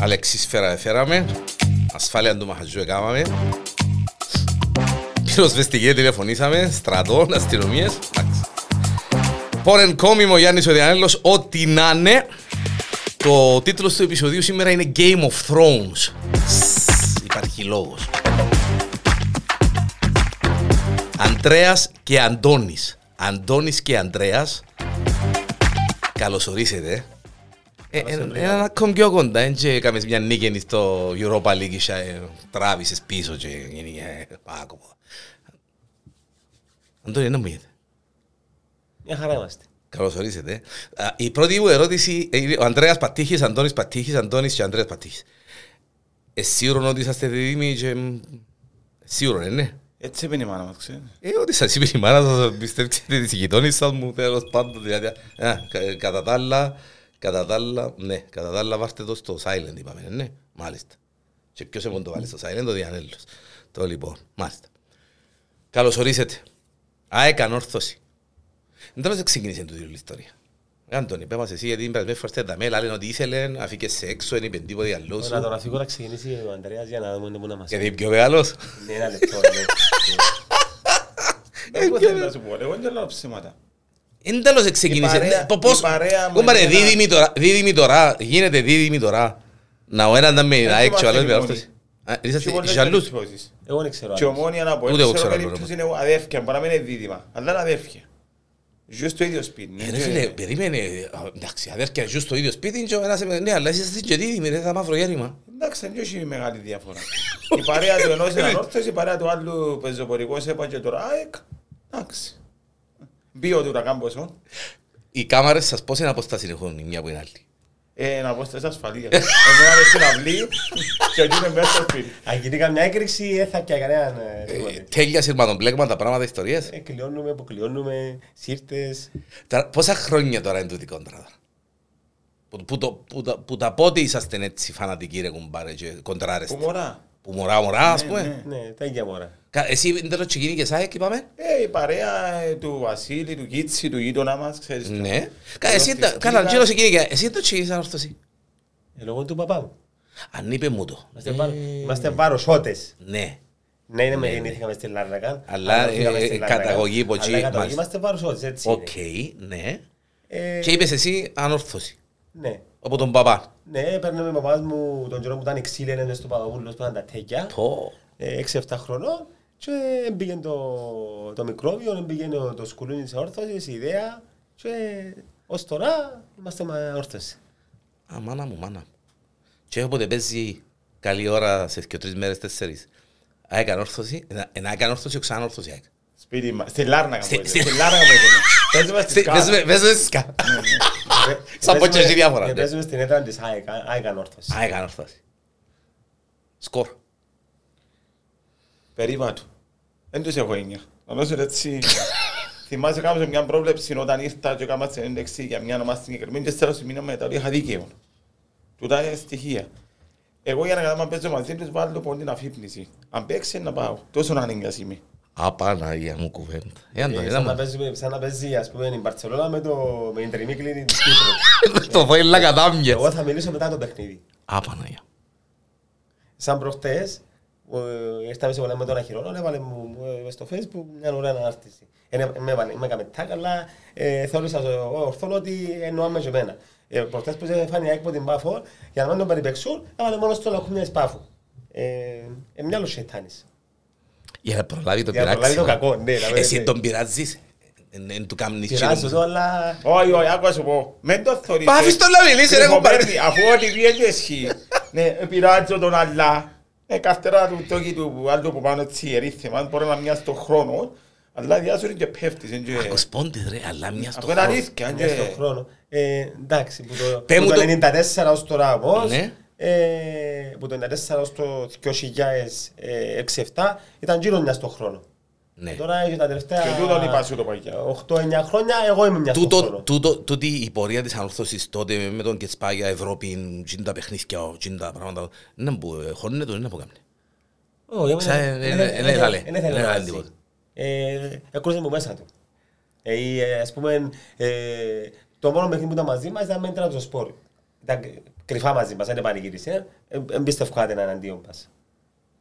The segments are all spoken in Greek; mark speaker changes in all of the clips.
Speaker 1: αλεξίσφαιρα έφεραμε, ασφάλεια του μαχαζιού έκαναμε, πυροσβεστική τηλεφωνήσαμε, στρατών, αστυνομίες, εντάξει. Πόρεν κόμιμο Γιάννης ο Διανέλος, ό,τι να είναι. Το τίτλος του επεισοδίου σήμερα είναι Game of Thrones. Σσ, Υπάρχει λόγος. Αντρέας και Αντώνης. Αντώνης και Αντρέας. Καλωσορίσετε. Ε, ε, Έναν ακόμη πιο κοντά, δεν και έκαμες μια νίκη στο Europa League και ε, τράβησες πίσω και γενικά ε, άκουπα. Αντώνη, να μου γίνεται.
Speaker 2: Μια χαρά είμαστε.
Speaker 1: Καλώς ορίσετε. Α, Η πρώτη μου ερώτηση ε, είναι ο Αντρέας Πατήχης, Αντώνης Πατήχης, Αντώνης και Αντρέας Πατήχης. Ε, σίγουρον ότι είσαστε έτοιμοι και... μ, Σίγουρον, ε, ναι.
Speaker 3: Έτσι έπαινε η μάνα μας, ξέρετε.
Speaker 1: Ε, ό,τι σας είπε η μάνα σας, πιστέψτε τις γειτόνισσας μου, τέλος πάντων, δηλαδή, α, κα- κατά τα άλλα, κατά τα άλλα, ναι, κατά τα άλλα βάρτε το στο silent, είπαμε, ναι, μάλιστα. Και ποιος έπρεπε να το βάλει στο silent, ο Διανέλος. Το λοιπόν, μάλιστα. Καλώς ορίσετε. ΑΕΚ ανόρθωση. Δεν τώρα δεν ξεκίνησε τούτη η ιστορία. Άντωνη, πέμας εσύ, γιατί την περασμένη φορά στα μέλα, λένε ότι ήθελε, αφήκες σε έξω, δεν είπε τίποτε άλλο
Speaker 2: Τώρα
Speaker 1: σου.
Speaker 2: τώρα σίγουρα ξεκινήσει ο Αντρέας για να δούμε πού να μας
Speaker 1: Γιατί είναι πιο μεγάλος.
Speaker 2: Ναι, ένα λεπτό. ναι.
Speaker 3: Εγώ θέλω να σου πω, εγώ δεν λέω ψήματα.
Speaker 1: Εν τέλος
Speaker 3: Η
Speaker 1: ξεκίνησε.
Speaker 3: παρέα-
Speaker 1: Πο- Πώς,
Speaker 3: η παρέα μου
Speaker 1: κόμπαρε,
Speaker 3: είναι ένα-
Speaker 1: δίδυμη τώρα, δίδυμη τώρα, γίνεται δίδυμη τώρα. Να ο ένας να με
Speaker 3: Δεν
Speaker 1: ΑΕΚ και ο άλλος με
Speaker 3: θυμάστε
Speaker 1: αυτός.
Speaker 3: Και
Speaker 1: Είσαστε
Speaker 3: πολλές
Speaker 1: ζαλούς.
Speaker 3: περιπτώσεις.
Speaker 2: Εγώ δεν ξέρω.
Speaker 3: Και
Speaker 2: άλλος.
Speaker 3: ομόνια να πω,
Speaker 1: Ούτε εγώ
Speaker 3: ξέρω
Speaker 1: ξέρω άλλο
Speaker 3: περίπτωση
Speaker 1: πράγμα.
Speaker 3: είναι αδέρφια, μπορεί να μην είναι δίδυμα, αλλά είναι αδέρφια. Ζω στο ίδιο σπίτι. ναι,
Speaker 1: Ε, Ρε
Speaker 3: και-
Speaker 1: φίλε, περίμενε, α, εντάξει, αδέρφια ζουν στο ίδιο σπίτι και ο ένας είπε, ναι, αλλά είσαστε και δίδυμοι, δεν θα μαύρο γέρημα.
Speaker 3: Εντάξει, δεν έχει μεγάλη διαφορά. Η παρέα του ενός είναι ανόρθωσης, η παρέα του άλλου πεζοπορικός έπα και τώρα ΑΕΚ. Εντάξει. Μπείο του ραγκάμπος μου.
Speaker 1: Οι κάμαρες σας πώς είναι απόσταση έχουν η μια από την άλλη.
Speaker 3: Ε, να πω στις ασφαλεία. Εμένα είναι στην αυλή και εκείνη μέσα στο σπίτι.
Speaker 2: Αν γίνει καμιά έκρηξη, δεν θα πια κανέναν. ε, τίποτε.
Speaker 1: Ε, Τέλεια σειρματοπλέγματα, πράγματα, ιστορίες.
Speaker 2: Ε, Κλειώνουμε, αποκλειώνουμε, σύρτες.
Speaker 1: Τα- Πόσα χρόνια τώρα είναι τούτη η κόντρα τώρα. Που- που το- που τα- Που τα πότε ήσασταν έτσι φανατικοί ρε κουμπάρε και κοντράρεστε.
Speaker 3: Κουμωρά.
Speaker 1: Που μωρά μωρά ας
Speaker 3: Ναι,
Speaker 1: πούμε.
Speaker 3: ναι.
Speaker 2: Ναι, τα ίδια μόρα.
Speaker 1: Κα- Εσύ εν τέλος ξεκίνηκες ΑΕΚ είπαμε.
Speaker 3: Ε, η παρέα ε, του Βασίλη, του Κίτσι, του γείτονα μας, ξέρεις.
Speaker 1: Ναι. Κα-
Speaker 3: Καλώς
Speaker 1: Εσύ
Speaker 3: της
Speaker 1: τα- καλά,
Speaker 3: πήγα.
Speaker 1: γύρω ξεκίνηκε. Εσύ το ξεκίνησες ανόρθωση.
Speaker 2: Ε, Λόγω του παπά μου.
Speaker 1: Αν είπε μου το.
Speaker 2: Είμαστε βάρο- Είμαστε βαροσότες.
Speaker 1: Ε. Ναι.
Speaker 2: Ναι, είναι με γεννήθηκαμε στην Λάρνακα.
Speaker 1: Αλλά,
Speaker 2: ανορθήκαμε
Speaker 1: ε,
Speaker 2: στην
Speaker 1: ε,
Speaker 2: Λάρνακα.
Speaker 1: καταγωγή από
Speaker 2: Αλλά
Speaker 1: εκεί,
Speaker 2: καταγωγή
Speaker 1: μάλιστα.
Speaker 2: είμαστε βαροσότες, έτσι είναι.
Speaker 1: Οκ, ναι.
Speaker 2: Ε,
Speaker 1: Και είπες εσύ ανόρθωση.
Speaker 2: Ναι.
Speaker 1: Από τον παπά.
Speaker 2: Ναι, έπαιρνε με παπάς μου τον καιρό που ήταν εξήλενε μες στο Παπαδόπουλος που ήταν τα τέκια.
Speaker 1: Πω.
Speaker 2: 6-7 χρονών και μπήκε το, το μικρόβιο, μπήκε το σκουλούνι της όρθωσης, η ιδέα και ως τώρα είμαστε με όρθωση.
Speaker 1: Α, μάνα μου, μάνα μου. Και όποτε παίζει καλή ώρα σε δύο τρεις μέρες, τέσσερις. ΑΕΚ ανόρθωση, να έκανε όρθωση, ξανά όρθωση ΑΕΚ.
Speaker 3: Σπίτι μας. Στη Λάρνακα μου
Speaker 1: Στη-
Speaker 3: έπαιζε.
Speaker 1: στη-
Speaker 3: Στη Λάρνακα μου έπαιζε. Παίζουμε στη
Speaker 1: Στε-
Speaker 3: σκάλα.
Speaker 1: παίζουμε- Παίζουμε στις κα. Σαν πω και εσύ διάφορα, ναι.
Speaker 2: Ε, Παίζουμε στην έδρα της ΑΕΚ, ΑΕΚ ανόρθωσης.
Speaker 1: ΑΕΚ ανόρθωσης. Σκορ.
Speaker 3: Περίπα του. Δεν τους έχω έννοια. Όμως έτσι... Θυμάσαι κάμψε μια πρόβλεψη όταν ήρθα και κάμα συνέντευξη για μια ομάδα συγκεκριμένη και στέλνω σημείο μετά ότι είχα δίκαιο. Τούτα είναι στοιχεία. Εγώ για να κάνω να παίζω μαζί τους βάλω πολύ αφύπνιση. Αν παίξεις να πάω. Τόσο να είναι είμαι.
Speaker 1: Απαναγία μου κουβέντα. Ε, Αντώνη, να
Speaker 2: Ε, Σαν να
Speaker 1: μου-
Speaker 2: παίζει, σαν να παίζει ας πούμε η Μπαρτσελώνα με, το, με την τριμίκλινη της Κύπρου.
Speaker 1: Το φόιλα κατάμια.
Speaker 2: Εγώ θα μιλήσω μετά το παιχνίδι.
Speaker 1: Απαναγία.
Speaker 2: Σαν προχτές, ε, ήρθαμε σε πολλά με τον Αχυρόνο, έβαλε μου ε, στο facebook μια ωραία ανάρτηση. Ε, ναι, με έβαλε- με έκαμε τάκ, αλλά ε, θεώρησα το- ο- ορθόν ότι εννοάμε και εμένα. Ε, προχτές που σε φάνη από την Πάφο, για να μην τον περιπεξούν, έβαλε μόνος στο λαχούμια της Πάφου. Ε, ε, μια άλλο σεϊτάνης.
Speaker 1: Για να προλάβει το
Speaker 2: Για να
Speaker 1: πειράξιμο.
Speaker 2: προλάβει το κακό, ναι, να μην-
Speaker 1: Εσύ τον πειράζεις. Εν- Εν του κάνεις
Speaker 2: Πειράζω
Speaker 1: χειρό.
Speaker 2: το, αλλά...
Speaker 3: Όχι, όχι, άκουα σου πω. Μεν το θεωρείς.
Speaker 1: Μα άφησε τον να μιλήσει, ρε κομπάρε.
Speaker 3: Κρυφοπέρνει, Αφού ό,τι βγαίνει εσύ. Ναι, πειράζω τον αλλά. Ναι, καυτερά του τόκι του άλλου που πάνω έτσι ερήθημα. Μπορεί να μοιάζει τον χρόνο. Αλλά διάσουρη και πέφτεις. είναι
Speaker 2: ε.
Speaker 3: και-
Speaker 1: Κοσπόντες ρε, αλλά μια στο
Speaker 3: Αυτό είναι
Speaker 1: χώρο.
Speaker 3: αλήθεια. είναι
Speaker 2: Μια στον
Speaker 3: και-
Speaker 2: χρόνο. Ε, εντάξει, που το,
Speaker 1: Πες
Speaker 2: που
Speaker 1: μου
Speaker 2: το
Speaker 1: το-
Speaker 2: 94 ως τώρα όμως,
Speaker 1: Ναι.
Speaker 2: ε, που το 94 ως το 2006-2007 ήταν γύρω μια στον χρόνο.
Speaker 1: Ναι.
Speaker 2: Τώρα έχει τα τελευταία
Speaker 3: Και τούτον είπα σου το παγιά.
Speaker 2: 8-9 χρόνια εγώ είμαι μια στον
Speaker 1: Τούτο,
Speaker 2: χρόνο.
Speaker 1: τούτο, τούτη η πορεία της ανόρθωσης τότε με τον Κετσπάγια, Ευρώπη, τζιν τα παιχνίδια, τζιν τα πράγματα, δεν που ε, χώνε το, δεν που κάνει.
Speaker 2: Όχι,
Speaker 1: Ξα-
Speaker 2: δεν-
Speaker 1: ε,
Speaker 2: δεν-
Speaker 1: ε,
Speaker 2: δεν-
Speaker 1: ε,
Speaker 2: δεν-
Speaker 1: λαλέ.
Speaker 2: δεν ήθελα
Speaker 1: Ε,
Speaker 2: να
Speaker 1: λαλέ
Speaker 2: αλλάξει.
Speaker 1: τίποτα.
Speaker 2: Ε, Έκρουσε μου μέσα του. Ε, ή, ε, Ας πούμε, ε, το μόνο παιχνίδι που ήταν μαζί μας ήταν με ένα τραζοσπόρ. ήταν κρυφά μαζί μας, δεν ε. πανηγύρισε. Εμπιστευκάτε να εναντίον μας.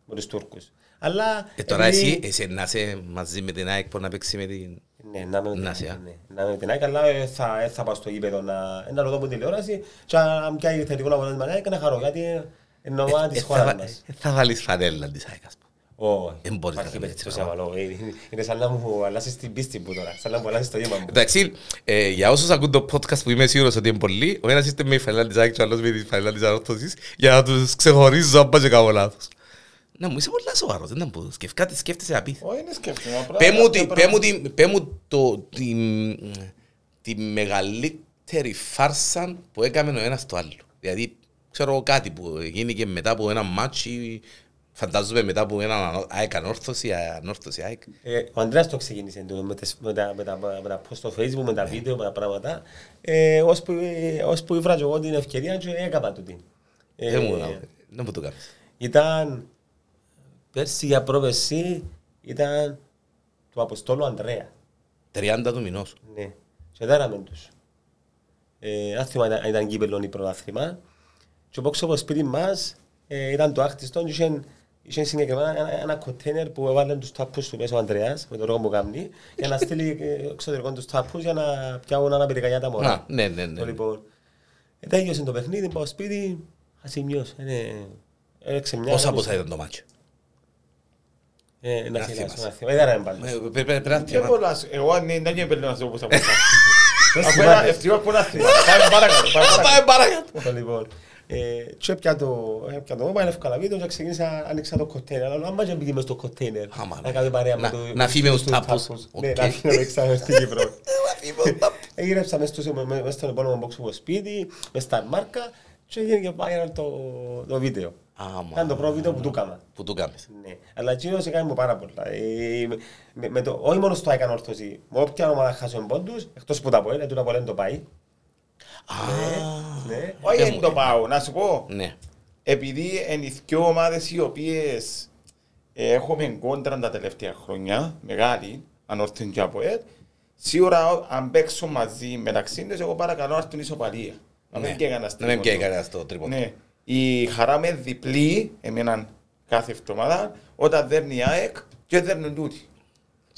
Speaker 2: Με τους Τούρκους. Αλλά...
Speaker 1: Ε, τώρα
Speaker 2: επειδή-
Speaker 1: εσύ, εσύ να είσαι μαζί με την ΑΕΚ που να παίξει με την...
Speaker 2: Ναι, να είμαι με την
Speaker 1: Να
Speaker 2: ΑΕΚ,
Speaker 1: σε, α.
Speaker 2: ναι. Να είμαι με την ΑΕΚ, αλλά ε, θα, ε, θα πάω στο γήπεδο να, να το δω από τηλεόραση και αν πιάει θετικό αποτέλεσμα την ΑΕΚ να χαρώ, γιατί είναι ομάδα
Speaker 1: Ε,
Speaker 2: της
Speaker 1: θα
Speaker 2: χώρας
Speaker 1: βα-
Speaker 2: μας.
Speaker 1: ε, Θα βάλεις φανέλα της ΑΕΚ, ας πούμε.
Speaker 2: Όχι,
Speaker 1: δεν μπορείς να
Speaker 2: υπάρχει
Speaker 1: κάνεις έτσι
Speaker 2: περίπτωση να
Speaker 1: πράγμα.
Speaker 2: βάλω. ε, Είναι- Είναι σαν να μου αλλάσεις την πίστη μου τώρα, σαν να μου αλλάσεις το γήμα μου.
Speaker 1: Εντάξει, ε, για όσους ακούν το podcast που είμαι σίγουρος ότι είναι πολλοί, ο ένας είστε με η φανέλα της ΑΕΚ και ο άλλος με τη φανέλα της Ανόρθωσης για να τους ξεχωρίζω αν πας και κάνω λάθος. Να Ναι, μου είσαι πολλά σοβαρός, δεν θα μου σκεφτεί, σκέφτεσαι να πεις.
Speaker 3: Όχι, είναι σκέφτομαι. απλά
Speaker 1: Πέ μου
Speaker 3: κάποια
Speaker 1: τη- πέ μου
Speaker 3: πράγματα-
Speaker 1: τη- Πέ μου το- τη- τη μεγαλύτερη φάρσα που έκαμε ο ένας το άλλο. Δηλαδή, ξέρω εγώ, κάτι που γίνηκε μετά από ένα μάτσι, φαντάζομαι μετά από ένα ανο- ΑΕΚ ανόρθωση, ανόρθωση ΑΕΚ.
Speaker 2: Ε, ο Αντρέας το ξεκίνησε τούτο με, τις- με, τα, με, τα, με τα post στο facebook, με τα βίντεο, με τα πράγματα. Ε, ώσπου, ε, ώσπου ήβρα και εγώ την ευκαιρία και έκανα τούτη. Ε,
Speaker 1: Δεν Ε, μου να- δεν μου το κάνεις.
Speaker 2: Ήταν πέρσι για πρόπερσι ήταν του Αποστόλου Ανδρέα.
Speaker 1: 30 του μηνός.
Speaker 2: Ναι. Και δέραμε τους. Ε, αν θυμάμαι, ήταν, ήταν κύπελλον ή πρωτάθλημα. Και όπως από το σπίτι μας ε, ήταν το άκτιστο και είχε, είχε συγκεκριμένα ένα, ένα κοντέινερ που έβαλαν τους τάπους του μέσα ο Ανδρέας με το ρόγο που κάνει για να στείλει ε, εξωτερικών τους τάπους για να πιάγουν αναπηρικανιά τα μωρά.
Speaker 1: Α, ναι, ναι, ναι.
Speaker 2: Το λοιπόν. Ε, τέλειωσε το παιχνίδι, πάω σπίτι, ασημιός. Ε, ναι. Έρεξε μια...
Speaker 1: Πόσα πόσα ήταν το μάτσο.
Speaker 2: Ε, να
Speaker 1: Να
Speaker 2: θυμάσαι,
Speaker 1: θυμάσαι.
Speaker 2: να θυμάσαι. Ήταν ένα μπάλιο.
Speaker 1: Ε, πρέπει- πρέπει να
Speaker 3: Και
Speaker 1: θυμάμαι.
Speaker 3: πολλά. Εγώ αν είναι, δεν πελνώ να σου πω στα πολλά.
Speaker 2: Δεν
Speaker 3: Αφού ένα-
Speaker 2: θυμάσαι.
Speaker 3: ευτυχώς πολλά θυμάμαι. Πάμε παρακάτω. πάμε
Speaker 1: Α,
Speaker 3: παρακάτω.
Speaker 1: Πάμε παρακάτω.
Speaker 2: Το λοιπόν. Ε, Και έπια το ε, έπια το μόμα, έφυγα βίντεο και ξεκίνησα, άνοιξα το κοτέινερ. Αλλά άμα και μπήκε μες στο κοτέινερ,
Speaker 1: Άμα, ναι.
Speaker 2: να κάνει παρέα
Speaker 1: Να-
Speaker 2: με το...
Speaker 1: να
Speaker 2: με
Speaker 1: φύγει με
Speaker 2: τους
Speaker 1: τους τάπους.
Speaker 2: Ναι,
Speaker 1: Οκ.
Speaker 2: να φύγει με ξανά στην Κύπρο. Έγιρεψα μες στο- με- μες στον επόμενο box που σπίτι, μες στα μάρκα και έγινε και viral το, το βίντεο.
Speaker 1: Άμα.
Speaker 2: Ήταν το πρώτο βίντεο που του έκανα.
Speaker 1: Που το κάνεις.
Speaker 2: Ναι. Αλλά εκείνος έκανε μου πάρα πολλά. Ε, με- με το- Όχι μόνο στο έκανε ορθωσή, με όποια ομάδα χάσουν πόντους, εκτός που τα πω, είναι τούτα που λένε το πάει.
Speaker 1: Α,
Speaker 2: Ναι.
Speaker 3: Όχι,
Speaker 1: Δεν
Speaker 3: δεν
Speaker 1: μου
Speaker 3: το
Speaker 1: θυμάμαι.
Speaker 3: πάω. Να σου πω.
Speaker 1: ναι.
Speaker 3: επειδή είναι οι δυο ομάδες οι οποίες ε, έχουμε κόντρα τα τελευταία χρόνια, μεγάλη, αν όρθουν και από ΕΤ, σίγουρα ο- αν παίξουν μαζί μεταξύ τους, εγώ παρακαλώ να έρθουν ισοπαλία. Να
Speaker 1: Ναι.
Speaker 3: μην πιέγαν ένας
Speaker 1: Να μην πιέγει κανένα στο τρίποντος.
Speaker 3: Ναι. Η χαρά με διπλή, εμείναν κάθε εβδομάδα, όταν δέρνει η ΑΕΚ και δέρνουν τούτοι.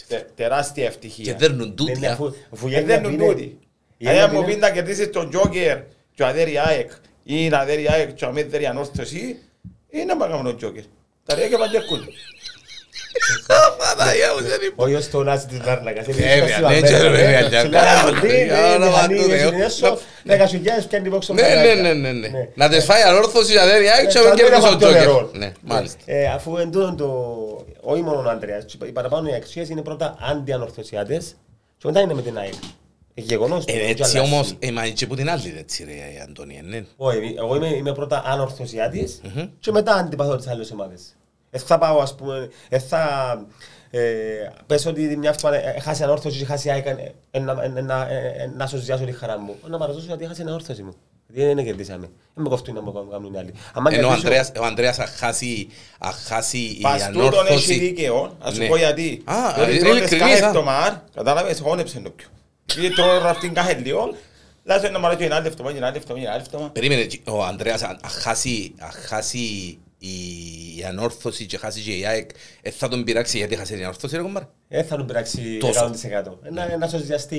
Speaker 3: Τε- τεράστια
Speaker 1: Και
Speaker 3: ευτυχία.
Speaker 1: δέρνουν
Speaker 2: Δεν είναι
Speaker 1: τούτια.
Speaker 2: αφού- αφού η
Speaker 3: Ε,
Speaker 2: έννοια που
Speaker 3: δέρνουν
Speaker 2: είναι-
Speaker 3: τούτοι.
Speaker 2: η έννοια
Speaker 3: Αν
Speaker 2: που
Speaker 3: μου
Speaker 2: είναι-
Speaker 3: πει να κερδίσεις τον Τζόκερ και ο αδέρι ΑΕΚ ή να αδέρι ΑΕΚ και ο αμέ δέρι ανόρθωση, είναι να πάμε τον Τζόκερ. Τα λέει και παντέρκουν.
Speaker 1: Ah, Παναγιά μου, δεν
Speaker 2: Ο γιος του Νάση της Λάρνακας. Είναι
Speaker 1: Βέβαια,
Speaker 2: ίσως
Speaker 1: ναι,
Speaker 2: σήμερα,
Speaker 1: ξέρω,
Speaker 2: ναι.
Speaker 1: βέβαια,
Speaker 2: Σου
Speaker 1: ναι.
Speaker 2: λέει,
Speaker 1: Καλά,
Speaker 2: «Αντί,
Speaker 1: ναι,
Speaker 2: ναι,
Speaker 1: άρα,
Speaker 2: μηχανή,
Speaker 1: βατού,
Speaker 2: έχει
Speaker 1: ναι,
Speaker 2: νέσο,
Speaker 1: ναι.
Speaker 2: δέκα χιλιάδες πιάνει box
Speaker 1: Ναι,
Speaker 2: από
Speaker 1: ναι,
Speaker 2: τα
Speaker 1: ναι,
Speaker 2: δάκρυα».
Speaker 1: ναι, ναι.
Speaker 2: Ναι.
Speaker 1: Να τις φάει ανόρθωση να δέρει
Speaker 2: Ε,
Speaker 1: άκου και να
Speaker 2: σαν
Speaker 1: μην
Speaker 2: το
Speaker 1: κερδίσει ο
Speaker 2: Ραπτόρ
Speaker 1: Τζόκερ.
Speaker 2: Ερών.
Speaker 1: Ναι, μάλιστα.
Speaker 2: Ε, Αφού εν τούτον το... Όχι μόνο ο Αντρέας, οι παραπάνω οι αξίες είναι πρώτα αντιανορθωσιάτες και μετά είναι με την ΑΕΚ. Γεγονός.
Speaker 1: Ε,
Speaker 2: το
Speaker 1: Έτσι
Speaker 2: έχει αλλάξει.
Speaker 1: όμως, ε, μα και που την άλλη έτσι ρε Αντωνία, ναι.
Speaker 2: Όχι, εγώ είμαι, είμαι πρώτα ανορθωσιάτης και μετά αντιπαθώ τις άλλες ομάδες. Ε, θα πάω, ας πούμε, ε, θα ε, πες ότι μια φορά ε, χάσει ανόρθωση, χάσει ΑΕΚ, ε, ε, να- ε, να- ε, ε, να σωζιάσω τη χαρά μου. Να παραζώσω γιατί χάσει ανόρθωση μου. Γιατί δεν κερδίσαμε. Δεν με κοφτούν να μου κάνουν οι άλλοι. Άμα
Speaker 1: Ενώ ο
Speaker 2: κερδίσω-
Speaker 1: Ανδρέας- ο Ανδρέας αχ χάσει- αχ χάσει η
Speaker 3: Πας τούτον έχει
Speaker 1: ανόρθωση.
Speaker 3: δίκαιο, να σου
Speaker 1: Ναι.
Speaker 3: πω γιατί.
Speaker 1: Α,
Speaker 3: Διότι
Speaker 1: είναι
Speaker 3: τρώνες
Speaker 1: ειλικρινής,
Speaker 3: κάθε
Speaker 1: α.
Speaker 3: εβδομάρ, κατάλαβες, χώνεψε το πιο. Γιατί τρώω ραφτίν κάθε λίγο, λάζω να μ' αρέσει ένα άλλη εβδομάδα, ένα άλλη εβδομάδα, ένα άλλη εβδομάδα.
Speaker 1: Περίμενε, τζι- ο Ανδρέας αν αν χάσει, αν χάσει η, η ανόρθωση και χάσει και η ΑΕΚ, ε, θα τον πειράξει γιατί χάσει την ανόρθωση, ρε κομπάρ.
Speaker 2: Ε, θα τον πειράξει
Speaker 1: Τόσο.
Speaker 2: 100%. Ε, Να, να σωζιαστεί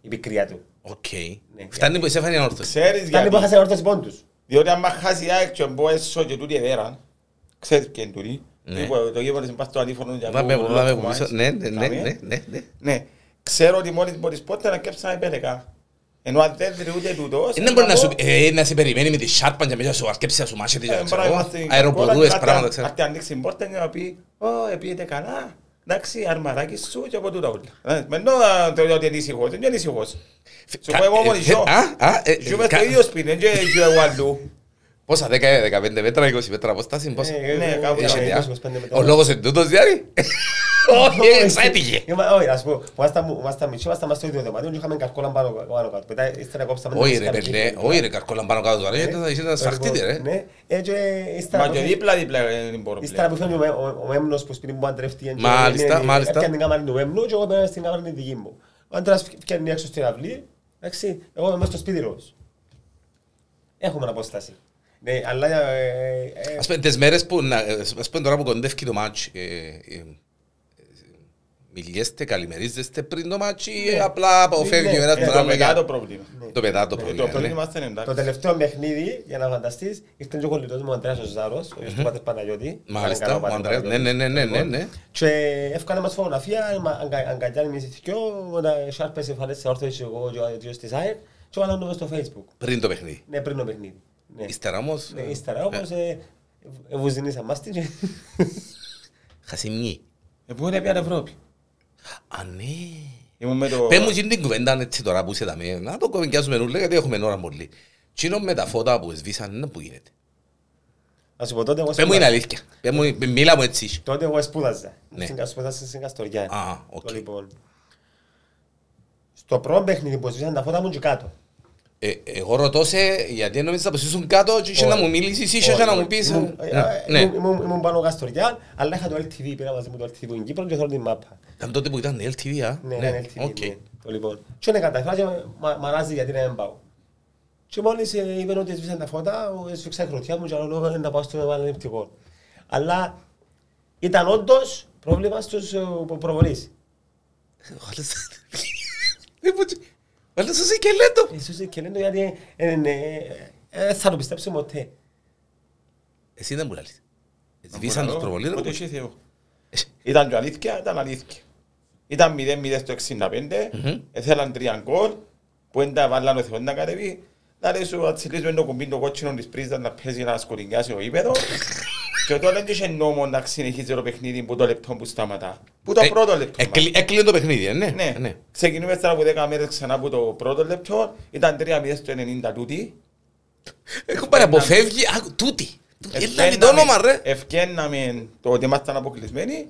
Speaker 2: η πικρία του.
Speaker 1: Οκ.
Speaker 2: Ναι,
Speaker 1: Φτάνει που εσέφανε η ανόρθωση.
Speaker 3: Ξέρεις
Speaker 2: Ήταν
Speaker 3: γιατί.
Speaker 2: που χάσει ανόρθωση πόντους.
Speaker 3: Διότι άμα χάσει η ΑΕΚ και μπω έσω και τούτη εδέραν, ξέρεις ποιο είναι τούτη.
Speaker 1: Ναι.
Speaker 3: Είπα, Το γήπεδο είναι πάνω στο αντίφωνο για
Speaker 1: Να με
Speaker 3: ακούω
Speaker 1: να με
Speaker 3: πολλά
Speaker 1: κουμπίσω.
Speaker 3: κομμάτια.
Speaker 1: Ναι, ναι, ναι,
Speaker 3: Κάμε.
Speaker 1: ναι, ναι, ναι.
Speaker 3: Ναι. Ξέρω ότι μόλις μπορείς πότε να κέψεις ένα επέλεκα. Ενώ αν δεν δει ούτε τούτος...
Speaker 1: Δεν μπορεί να
Speaker 3: πω,
Speaker 1: σου- ε, να σε περιμένει με τη σάρπα και μέσα σου αρκέψει να σου μάσει τη
Speaker 3: ε, μπορεί να είμαστε
Speaker 1: ζωή.
Speaker 3: κακόλα,
Speaker 1: Αεροπορούες,
Speaker 3: κάτι
Speaker 1: πράγματα,
Speaker 3: αν-
Speaker 1: ξέρω.
Speaker 3: κάτι ανοίξει την πόρτα και να πει «Ω, επήγεται καλά». Εντάξει, αρμαράκι σου και από τούτα όλα. Ε, Με νο, α, το λέω ότι είναι ήσυχος, δεν είναι ήσυχος. Σου
Speaker 1: Κα-
Speaker 3: πω εγώ
Speaker 1: ε,
Speaker 3: μόνοι
Speaker 1: ε,
Speaker 3: ζω.
Speaker 1: α, α, ε,
Speaker 3: Ζούμε στο
Speaker 1: κα-
Speaker 3: ίδιο σπίτι, δεν ζω εγώ αλλού.
Speaker 1: Πόσα, 10, 15 μέτρα, 20 μέτρα απόσταση, πόσα.
Speaker 2: Ε,
Speaker 3: Ναι,
Speaker 2: ε,
Speaker 3: κάπου
Speaker 2: ε,
Speaker 1: Είχε
Speaker 3: ήταν
Speaker 2: ε,
Speaker 1: διά.
Speaker 2: 25 μετά.
Speaker 1: Ο λόγος είναι τούτος, Διάρη. Όχι, εξέτυχε.
Speaker 2: Είμα- Ε, Όχι, ας πω, που άστα μου- άστα μισό, άστα μας στο ίδιο δωμάτιο και είχαμε καρκόλα πάνω πάνω κάτω. Μετά ύστερα κόψαμε...
Speaker 1: Όχι
Speaker 2: το
Speaker 1: ρε
Speaker 2: μουσικά
Speaker 1: παιδιά,
Speaker 2: μηχανή.
Speaker 1: όχι ρε καρκόλα πάνω κάτω τώρα,
Speaker 2: Ναι.
Speaker 1: γιατί είσαι ένας φραχτίδι ρε.
Speaker 2: Ναι, έτσι ύστερα...
Speaker 3: Μα και δίπλα δίπλα ε, δεν μπορώ
Speaker 2: Ύστερα που
Speaker 3: πλέον.
Speaker 2: φεύγει ο Μέ- ο- ο Έμνος που σπίτι μου αντρεύτηκε... και
Speaker 1: Μάλιστα,
Speaker 2: έπιανε-
Speaker 1: μάλιστα.
Speaker 2: έπιανε την κάμαρη του Έμνου και εγώ πέρα στην κάμαρη τη δική μου. Ο άντρας φκ- φκένει έξω στην αυλή, εντάξει, εγώ είμαι μέσα στο σπίτι ροζ. Έχουμε απόσταση. Ναι, αλλά. ε, ε, ε,
Speaker 1: Ας πούμε, τις μέρες που, να- ε, ας πούμε τώρα που κοντεύει το μάτς, ε, ε, ε, μιλιέστε, καλημερίζεστε πριν το μάτς ή ε, απλά αποφεύγει ο ένας
Speaker 3: Είναι
Speaker 1: τον
Speaker 3: το
Speaker 1: άλλο για-
Speaker 3: μεγάλο πρόβλημα.
Speaker 1: Το μετά το
Speaker 3: Ε, Το
Speaker 1: πρόβλημα. ναι.
Speaker 3: πρόβλημα είναι
Speaker 2: Το
Speaker 3: εντάξει.
Speaker 2: τελευταίο παιχνίδι, για να φανταστείς, ήρθε και ο κολλητός μου ο Ανδρέας ο Ζάρος, ο γιος του Πάτερ Παναγιώτη.
Speaker 1: Μάλιστα,
Speaker 2: Παρακαλώ,
Speaker 1: ο
Speaker 2: Πάτερ
Speaker 1: Ανδρέας, ναι,
Speaker 2: Παναγιώτη.
Speaker 1: ναι, ναι, ναι, ναι, ναι.
Speaker 2: Και έφκανε μας φωτογραφία, μα- αγκα- αγκαλιάνε εμείς οι δυο, όταν σάρπες εμφανές σε όρθιο είσαι εγώ και ο γιος της ΑΕΡ και βάλαν το μες στο facebook.
Speaker 1: Πριν το παιχνίδι.
Speaker 2: Ναι, πριν το παιχνίδι. Ναι.
Speaker 1: Ύστερα όμως,
Speaker 2: Ναι,
Speaker 1: ε,
Speaker 2: Ύστερα όμως, ε, ε, βουζινίσαμε μας την και-
Speaker 1: χασιμνή.
Speaker 3: Ε, Πού είναι πια η Ευρώπη.
Speaker 1: Α, ναι.
Speaker 3: Ήμουν με το...
Speaker 1: Πες μου εκείνη την κουβέντα έτσι τώρα που είσαι δαμέ, να το κομμικιάσουμε νουλέ γιατί έχουμε ώρα πολύ. Τσίνο με τα φώτα που σβήσαν, ναι, που γίνεται.
Speaker 2: Να σου πω, τότε εγώ
Speaker 1: Πες μου είναι
Speaker 2: σπούδαζα.
Speaker 1: αλήθεια. Πες μου, μίλα μου έτσι.
Speaker 2: Τότε εγώ σπούδαζα.
Speaker 1: Ναι.
Speaker 2: Στην Κα- Σπούδαζα στην Καστοριά.
Speaker 1: Α, οκ.
Speaker 2: Το λοιπόν. Στο πρώτο παιχνίδι που σβήσαν τα φώτα μου και κάτω.
Speaker 1: Ε, εγώ ρωτώ σε γιατί νομίζεις να πεσίσουν κάτω και είσαι να μου μιλήσεις, είσαι και να μου πεις.
Speaker 2: Ήμουν-
Speaker 1: ε,
Speaker 2: ε,
Speaker 1: ναι,
Speaker 2: ε,
Speaker 1: Ναι,
Speaker 2: ήμουν- Ήμουν πάνω Καστοριά, αλλά είχα το LTV, πήρα μαζί μου το LTV στην Κύπρο και θέλω την μάπα.
Speaker 1: ήταν τότε που ήταν η LTV, α.
Speaker 2: Ναι, ήταν LTV.
Speaker 1: οκ.
Speaker 2: ναι. Το λοιπόν. Και είναι καταφέρα και μα- μαράζει γιατί δεν πάω. Και μόλις ε, είπαν ότι έσβησαν τα φώτα, ο- έσφιξα η χρονιά μου και άλλο λόγο να πάω στο επαναληπτικό. Αλλά ήταν όντως πρόβλημα στους ε, προ- προβολείς.
Speaker 1: Βάλες- Λοιπόν, τι- Βάλες εσύ και λέτο.
Speaker 2: Ίσως Ε, και λένε το γιατί ε, ε, ε, ε, θα το πιστέψουμε ποτέ.
Speaker 1: Εσύ δεν μου λαλείς. Σβήσαν τους Ε, προβολείς.
Speaker 3: Ούτε
Speaker 1: ρε.
Speaker 3: είχε Θεό. Ήταν και αλήθεια, ήταν αλήθεια. Ήταν 0-0 στο 65, έθελαν τρία γκολ, που δεν τα βάλαν ο Θεός να κατεβεί. Να λέει σου ατσιλίζουμε το κουμπί το κότσινο της πρίζας να παίζει να σκορυγιάσει ο ύπεδο. Και τώρα δεν είχε νόμο να συνεχίζει το παιχνίδι που το λεπτό που σταματά. Που το
Speaker 1: Ε,
Speaker 3: πρώτο λεπτό.
Speaker 1: έκλει- Έκλεινε το παιχνίδι, ε, ναι.
Speaker 3: Ναι.
Speaker 1: ναι.
Speaker 3: Ξεκινούμε ύστερα από 10 μέρες ξανά από το πρώτο λεπτό. Ήταν 3-0 στο 90 τούτη.
Speaker 2: Ε,
Speaker 1: Έχω πάρει αποφεύγει. Άκου, τούτη. Τούτη. Έλαβε το
Speaker 3: Ευκαίναμε-
Speaker 1: όνομα, ρε.
Speaker 2: ε,
Speaker 3: ευκαίναμε το ότι ήμασταν αποκλεισμένοι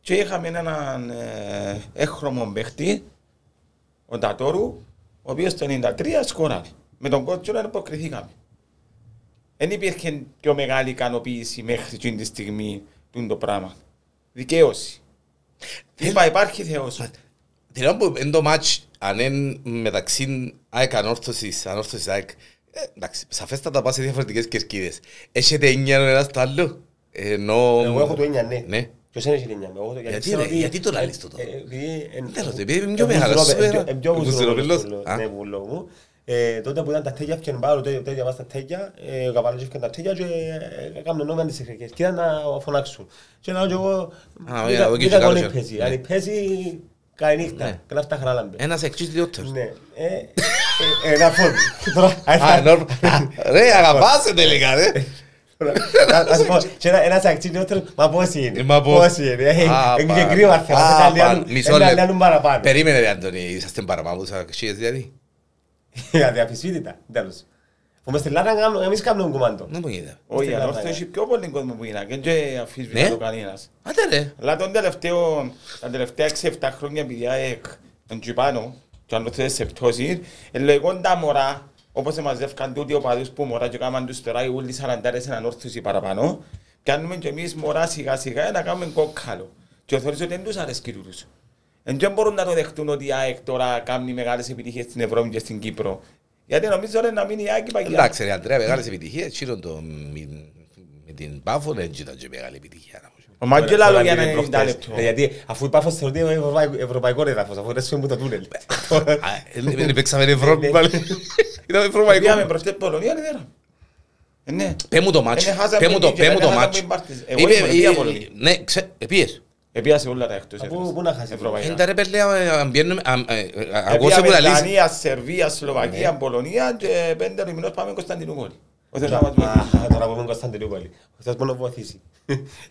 Speaker 3: και είχαμε έναν ε, έχρωμο παίχτη, ο Τατόρου, ο οποίος το 93 σκόραρε. Με τον κότσορα αποκριθήκαμε. Δεν υπήρχε πιο μεγάλη ικανοποίηση μέχρι εκείνη τη στιγμή του το πράγμα. Δικαίωση. Είπα, υπάρχει Θεός.
Speaker 1: Την ώρα που εν το μάτς, αν είναι μεταξύ ΑΕΚ ανόρθωσης, ανόρθωσης ΑΕΚ, ε, εντάξει, σαφέστατα πας σε διαφορετικές κερκίδες. Έχετε εννιά ο ένας το άλλο. Ενώ...
Speaker 2: Εγώ έχω το έννοια, ναι.
Speaker 1: Ναι.
Speaker 2: Ποιος είναι η έννοια μου, εγώ το-
Speaker 1: Γιατί,
Speaker 2: ξέρω
Speaker 1: ρε,
Speaker 2: ότι-
Speaker 1: γιατί το λάλλεις
Speaker 2: ε,
Speaker 1: το
Speaker 2: ε,
Speaker 1: τώρα.
Speaker 2: επειδή εν-
Speaker 1: Δεν θέλω,
Speaker 2: ε,
Speaker 1: επειδή είμαι
Speaker 2: ε,
Speaker 1: πιο
Speaker 2: ε,
Speaker 1: μεγάλος,
Speaker 2: βουζουρόπε-
Speaker 1: σφαίρα.
Speaker 2: ε, ε, πιο
Speaker 1: Ε, βουζουρόπελος.
Speaker 2: βουζουρόπελος,
Speaker 1: Α.
Speaker 2: ναι, βουλό μου. Ε, τότε που ήταν τα τέγια, έφτιανε πάρα τέτοια, τέτοια μας τα τέγια, ε, ο Καβαλός έφτιανε τα τέγια και ε, έκαναν νόμια τις εκρικές. Και ήταν να φωνάξουν. Και λέω και εγώ,
Speaker 1: Α,
Speaker 2: μήκα-
Speaker 1: ε, εδώ και
Speaker 2: μήκα
Speaker 1: και
Speaker 2: κονή
Speaker 1: κάτω,
Speaker 2: παίζει.
Speaker 1: ναι.
Speaker 2: Αν παίζει, καλή νύχτα.
Speaker 1: Ναι.
Speaker 2: Κλάφτα χαράλαμπε.
Speaker 1: Ένας εξής λιότερος.
Speaker 2: Ναι. Ε, ε, ε, Ένα φόρμα. Τώρα,
Speaker 1: Α, ενώ... Ρε, αγαπάσαι τελικά, ρε.
Speaker 2: Τώρα, να- να σου πω, και ένα- ένας αξιλιότερος, μα πώς είναι,
Speaker 1: Ε, μα πώς.
Speaker 2: πώς είναι, ε,
Speaker 1: Α,
Speaker 2: ε,
Speaker 1: πα-
Speaker 2: και κρύο αρχαία,
Speaker 1: Α,
Speaker 2: τα
Speaker 1: πα-
Speaker 2: λιάνουν-
Speaker 1: μισό
Speaker 2: τα
Speaker 1: λεπτό.
Speaker 2: λιάνουν παραπάνω.
Speaker 1: Περίμενε, ρε, Αντώνη, είσαστε παραπάνω σαν αξίες, δηλαδή.
Speaker 2: Αδιαφυσβήτητα, τέλος. Που μες στη Λάρα κάνουν- εμείς κάνουμε κομμάντο.
Speaker 1: Να μου γίνεται.
Speaker 3: Όχι,
Speaker 2: στην
Speaker 3: αν
Speaker 2: Ελλάδα,
Speaker 3: όρθω
Speaker 2: ε.
Speaker 3: έχει πιο πολύ κόσμο που είναι και δεν
Speaker 1: Ναι.
Speaker 3: αφήσει το κανένας.
Speaker 1: Άντε, ρε.
Speaker 3: Αλλά τον τελευταίο, τα τελευταία 6-7 χρόνια επειδή ΑΕΚ εν τζι πάνω, και αν το θες σε πτώση, ελεγόν τα μωρά, όπως εμαζεύκαν τούτοι οπαδούς που μωρά και κάμαν τους τώρα οι ούλοι σαραντάρες έναν όρθωση παραπάνω, κάνουμε και εμείς μωρά σιγά σιγά να κάνουμε κόκκαλο. Και θεωρείς ότι δεν τους αρέσκει τούτους. Εν δεν μπορούν να το δεχτούν ότι η ΑΕΚ τώρα κάνει μεγάλες επιτυχίες στην Ευρώπη και στην Κύπρο. Γιατί νομίζω ρε, να μείνει η ΑΕΚ η παγιά.
Speaker 1: Εντάξει, ρε, Αντρέα, μεγάλες επιτυχίες. Τσίρον το... μη- Με την Πάφο δεν ήταν και μεγάλη επιτυχία. να πω.
Speaker 3: Ο Μάγκελ άλλο
Speaker 2: Τώρα,
Speaker 3: για
Speaker 2: είναι
Speaker 3: να είναι 90
Speaker 2: προχτές.
Speaker 3: λεπτό.
Speaker 2: Ε, γιατί αφού η Πάφος θεωρείται ευρωπαϊ- ευρωπαϊκό έδαφος, αφού ρέσουμε που το τούνελ.
Speaker 1: Α, ε, Δεν παίξαμε την Ευρώπη πάλι. Ήταν
Speaker 3: Πήγαμε
Speaker 1: ευρωπαϊκό.
Speaker 3: προς την Πολωνία, δεν είδαμε. Ε, ναι.
Speaker 1: Πέ μου το μάτσο.
Speaker 3: Ε, ναι, χάσαμε
Speaker 1: Πέ μου το,
Speaker 3: την
Speaker 1: πέ μου το
Speaker 3: Κυπέλλα,
Speaker 1: μάτσο.
Speaker 3: χάσαμε την Παρτίζαν. Εγώ
Speaker 1: Είπε-
Speaker 3: ήμουν, πήγα
Speaker 1: ε,
Speaker 3: πολύ.
Speaker 1: Ναι, ξέ- ε, πήγες.
Speaker 3: Επίασε όλα τα εκτός
Speaker 2: Από
Speaker 3: έδρας.
Speaker 2: πού να χάσεις. ε,
Speaker 3: Ευρωπαϊκά.
Speaker 1: Εντά ρε παιδιά, αν πιένουμε, αν, ε, ε, ακούω σε
Speaker 3: Επίαμε
Speaker 1: που λαλείς. Ναι.
Speaker 3: Δανία, Σερβία, Σλοβακία, Πολωνία και πέντε λιμινός πάμε Κωνσταντινούπολη. Ο Θεός να μας βοηθήσει.
Speaker 2: Α, Τώρα που είμαι Κωνσταντινούπολη. Ο Θεός μπορεί να βοηθήσει.